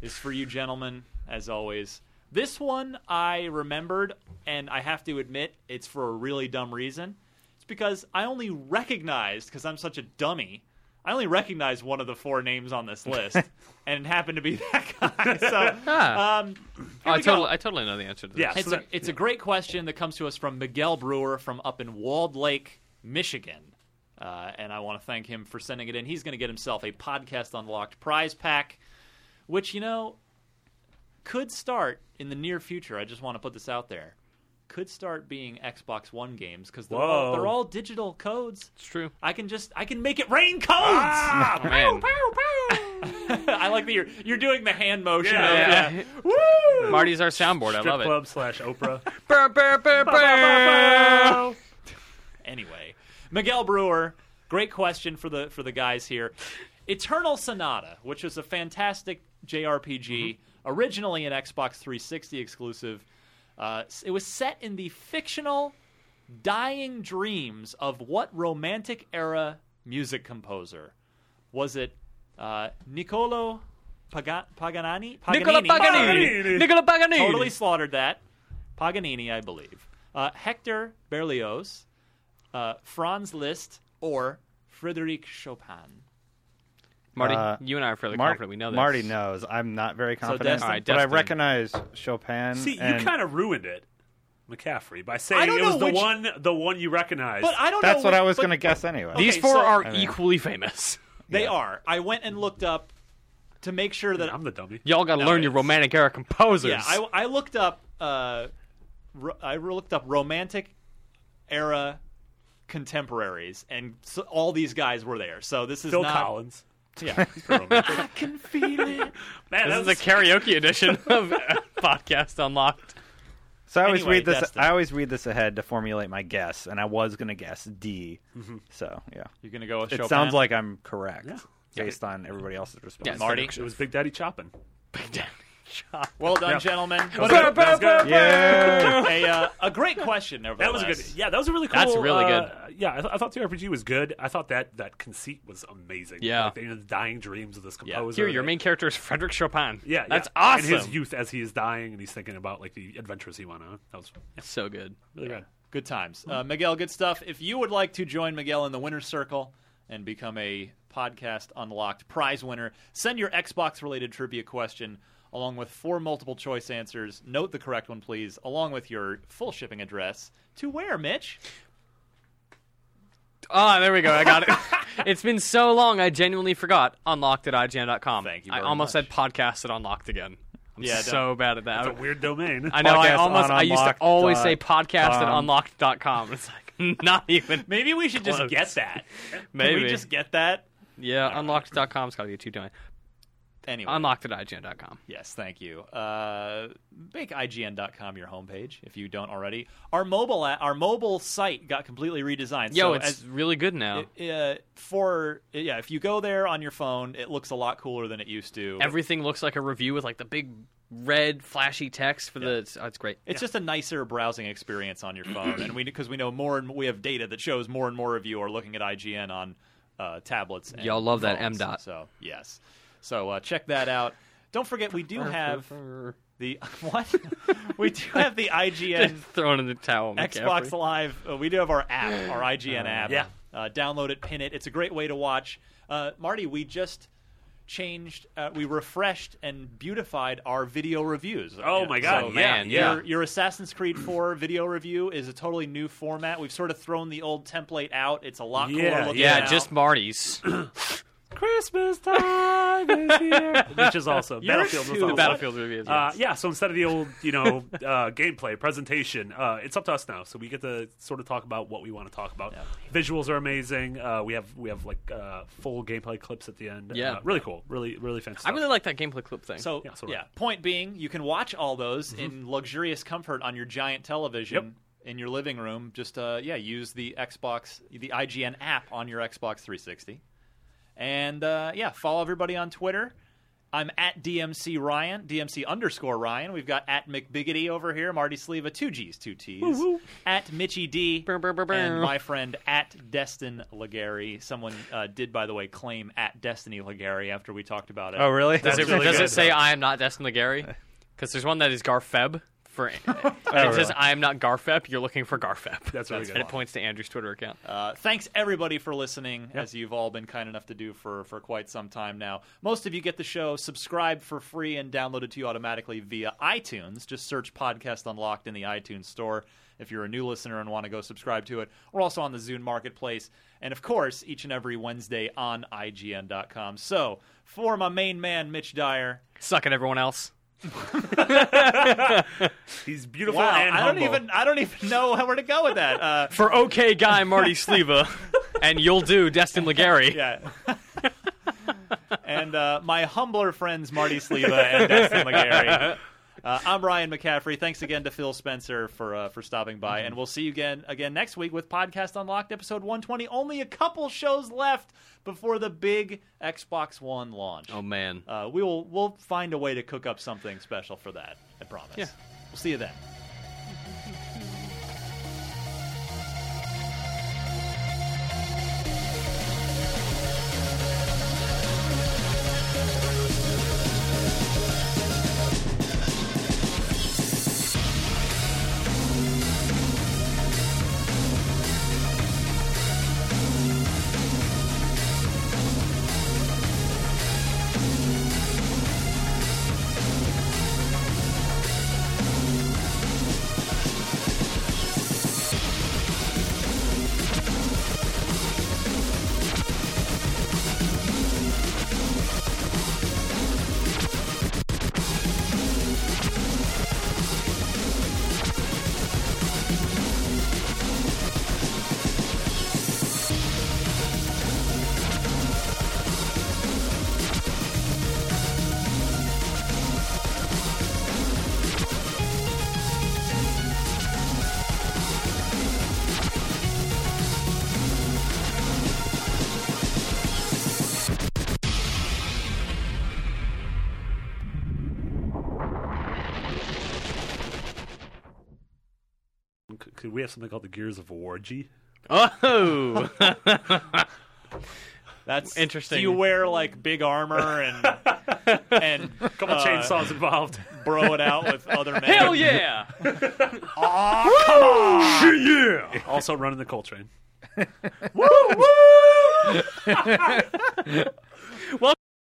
S3: is for you gentlemen, as always. This one I remembered, and I have to admit, it's for a really dumb reason. It's because I only recognized, because I'm such a dummy, I only recognized one of the four names on this
S5: <laughs>
S3: list, and it happened to be that guy. So,
S4: Ah.
S3: um, here
S4: Oh, I,
S3: we go.
S4: totally, I totally know the answer to this.
S5: Yeah, so
S3: It's, a,
S5: that-
S3: it's a great question that comes to us from Miguel Brewer from up in Walled Lake, Michigan. Uh, and I want to thank him for sending it in. He's going to get himself a Podcast Unlocked prize pack, which, you know, could start in the near future. I just want to put this out there. Could start being Xbox One games because they're, all-
S5: Whoa.
S3: they're all digital codes. <laughs>
S4: It's true. Oh,
S3: I can just I can make it rain codes.
S5: Ah,
S4: Man.
S3: <laughs> I like that you're you're doing the hand motion.
S5: Yeah,
S3: of,
S4: yeah.
S3: yeah.
S4: Marty's our soundboard. I
S5: strip
S4: love it.
S5: club slash Oprah.
S4: <laughs> Burr, burr, burr, burr.
S3: anyway, Miguel Brewer, great question for the for the guys here. Eternal Sonata, which was a fantastic JRPG, originally an Xbox 360 exclusive. Uh, it was set in the fictional dying dreams of what romantic era music composer? Was it uh, Niccolo Paga- Paganani?
S4: Nicola
S3: Paganini?
S4: Paganini. Nicola Paganini.
S3: totally slaughtered that. Paganini, I believe. Uh, Hector Berlioz, uh, Franz Liszt, or Frédéric Chopin.
S4: Marty,
S6: Uh,
S4: you and I are fairly
S6: Mar-
S4: confident we know this.
S6: Marty knows. I'm not very confident,
S3: Destin- All right,
S6: but I
S4: Destin.
S6: recognize Chopin.
S5: See,
S6: and
S5: you kind of ruined it, McCaffrey, by saying
S3: don't
S5: it was
S3: know
S5: the
S3: which-
S5: one, the one you recognized.
S3: But I don't know.
S6: That's what
S3: which-
S6: I was
S3: but
S6: going to guess anyway.
S3: These
S4: These four
S3: so-
S4: are
S6: I mean-
S4: equally famous.
S3: They are. I went and looked up to make sure that
S5: I'm the dummy.
S4: Y'all got to learn your romantic era composers.
S3: Yeah, I, I looked up. Uh, ro- I looked up romantic era contemporaries, and so all these guys were there. So this is
S5: Phil
S3: not.
S5: Collins. <laughs>
S3: Yeah,
S4: <laughs>
S5: Man,
S3: can feel
S6: <laughs>
S3: it.
S5: that
S4: this is
S5: was
S4: a karaoke edition of uh, Podcast Unlocked.
S6: So I always
S3: Anyway,
S6: read this.
S3: Destin.
S6: I always read this ahead to formulate my guess, and I was going to guess D.
S4: Mm-hmm.
S6: So yeah,
S3: You're gonna go with
S6: it
S3: Chopin?
S6: sounds like I'm correct
S5: Yeah.
S6: based on everybody else's response.
S4: Marty. <laughs>
S5: It was Big Daddy Choppin.
S3: Well done, gentlemen.
S6: <laughs>
S3: What
S5: That
S3: a,
S5: was good.
S6: Yeah.
S3: a, uh, a great question.
S5: That was a good.
S3: nevertheless.
S5: Yeah, that was a really cool.
S4: That's really
S5: uh, Yeah, I, th- I thought the RPG was good. I thought that that conceit was amazing.
S4: Yeah.
S5: like, you know, the dying dreams of this
S3: Yeah.
S5: composer.
S4: Here, your main character is Frederick Chopin.
S5: Yeah,
S4: that's
S5: yeah.
S4: awesome.
S5: In his <laughs> youth, as he is dying, and he's thinking about like the adventures he went on. That was
S4: so good.
S5: really good.
S3: Good times. Uh, Miguel, good stuff. If you would like to join Miguel in the winner's circle and become a podcast unlocked prize winner, send your Xbox related trivia question along with four multiple choice answers. Note the correct one, please, along with your full shipping address. To where, Mitch?
S4: Ah, there we go. I got it. it's been so long, I genuinely forgot. Unlocked at IGN.com.
S3: Thank you
S4: I
S3: very
S4: almost
S3: much.
S4: said podcast at Unlocked again. I'm
S3: Yeah,
S4: so bad at that.
S5: It's a weird domain.
S4: I know. I
S6: Podcast
S4: almost.
S6: on
S4: I used to
S6: unlocked
S4: always
S6: dot
S4: say podcast at
S6: com.
S4: unlocked.com. It's like <laughs> not even.
S3: Maybe we should just
S4: Close.
S3: get
S4: <laughs>
S3: that. Can
S4: Maybe.
S3: we just get that?
S4: Yeah, unlocked.com's got to get two domain.
S3: Anyway.
S4: Unlocked at IGN.com.
S3: Yes, thank you. Uh, make IGN.com your homepage if you don't already. Our mobile a- our mobile site got completely redesigned.
S4: Yo,
S3: so
S4: it's
S3: as-
S4: really good now.
S3: it, uh, for yeah, if you go there on your phone, it looks a lot cooler than it used to.
S4: Everything looks like a review with like the big red flashy text for the. It's, oh, it's great.
S3: it's just a nicer browsing experience on your phone,
S4: <clears throat>
S3: and we because we know more and we have data that shows more and more of you are looking at IGN on uh, tablets. And
S4: Y'all love that
S3: phones.
S4: MDOT.
S3: So yes, so uh, check that out. Don't forget, we do have the <laughs> what? we do have the
S4: <laughs>
S3: IGN
S4: Thrown in the towel.
S3: Xbox
S4: McCaffrey.
S5: <gasps>
S3: Live. Uh, we do have our app, our IGN app.
S5: yeah.
S3: Uh, download it, pin it. It's a great way to watch Uh, Marty, we just changed, uh, we refreshed and beautified our video reviews.
S5: Oh my God,
S3: So,
S5: yeah,
S4: man,
S5: yeah.
S3: Your, your Assassin's Creed 4 video review is a totally new format. We've sort of thrown the old template out. It's a lot cooler
S5: Yeah,
S3: looking
S4: Yeah,
S3: now.
S4: just <coughs> Marty's.
S5: Christmas time is here,
S4: <laughs>
S5: which is awesome.
S3: You're
S5: Battlefield was
S3: too-
S5: awesome.
S4: the Battlefield reviews.
S5: Uh,
S4: yes.
S5: yeah, so instead of the old, you know, <laughs> uh, gameplay presentation, uh, it's up to us now. So we get to sort of talk about what we want to talk about. Visuals are amazing. Uh, we have we have like uh, full gameplay clips at the end.
S4: Yeah.
S5: Uh, really cool. Really really fantastic.
S4: I really like that gameplay clip thing.
S3: So, yeah,
S5: Yeah, sort of.
S3: point being, you can watch all those in luxurious comfort on your giant television.
S5: Yep.
S3: In your living room, just uh, yeah, use the Xbox, the IGN app on your Xbox 360, and uh, yeah, follow everybody on Twitter. I'm at DMC Ryan, DMC underscore Ryan. We've got at McBiggity over here, Marty Sleva, two G's, two T's, at Mitchy D,
S4: Brr, brr, brr, brr.
S3: and my friend at Destin Legary. Someone uh, did, by the way, claim at Destiny Legary after we talked about it.
S6: Oh, really?
S4: does it,
S5: really
S4: does
S5: good.
S4: it say I am not Destin Legary? Because there's one that is Garfeb. For it says
S6: really?
S4: I am not Garfeb. You're looking for Garfeb.
S5: That's really
S4: And
S5: good.
S4: it points to Andrew's Twitter account.
S3: Uh, thanks everybody for listening, as you've all been kind enough to do for for quite some time now. Most of you get the show subscribed for free and downloaded to you automatically via iTunes. Just search Podcast Unlocked in the iTunes store if you're a new listener and want to go subscribe to it. We're also on the Zune Marketplace, and of course, each and every Wednesday on IGN.com. So for my main man Mitch Dyer,
S4: Suck at everyone else.
S5: He's beautiful
S3: wow,
S5: and
S3: I don't
S5: humble.
S3: even I don't even know <laughs> where to go with that. Uh,
S4: For okay guy Marty Sleva, <laughs> and you'll do Destin Legary.
S3: Yeah. and uh, my humbler friends, Marty Sleva and Destin McGarry. Uh, I'm Ryan McCaffrey. Thanks again to Phil Spencer for uh, for stopping by, and we'll see you again again next week with Podcast Unlocked, episode 120. Only a couple shows left before the big Xbox One launch.
S4: Oh man.
S3: Uh, we will we'll find a way to cook up something special for that. I promise.
S4: Yeah.
S3: We'll see you then.
S5: C- Could we have something called the Gears of War G?
S4: Oh.
S3: That's
S4: Interesting.
S3: Do you wear like big armor and
S4: <laughs>
S3: and
S5: Couple
S3: uh, <laughs>
S5: chainsaws involved.
S3: bro it out with other men?
S4: Hell <laughs> yeah.
S5: <laughs> yeah. Also
S3: <laughs>
S5: running the Coltrane.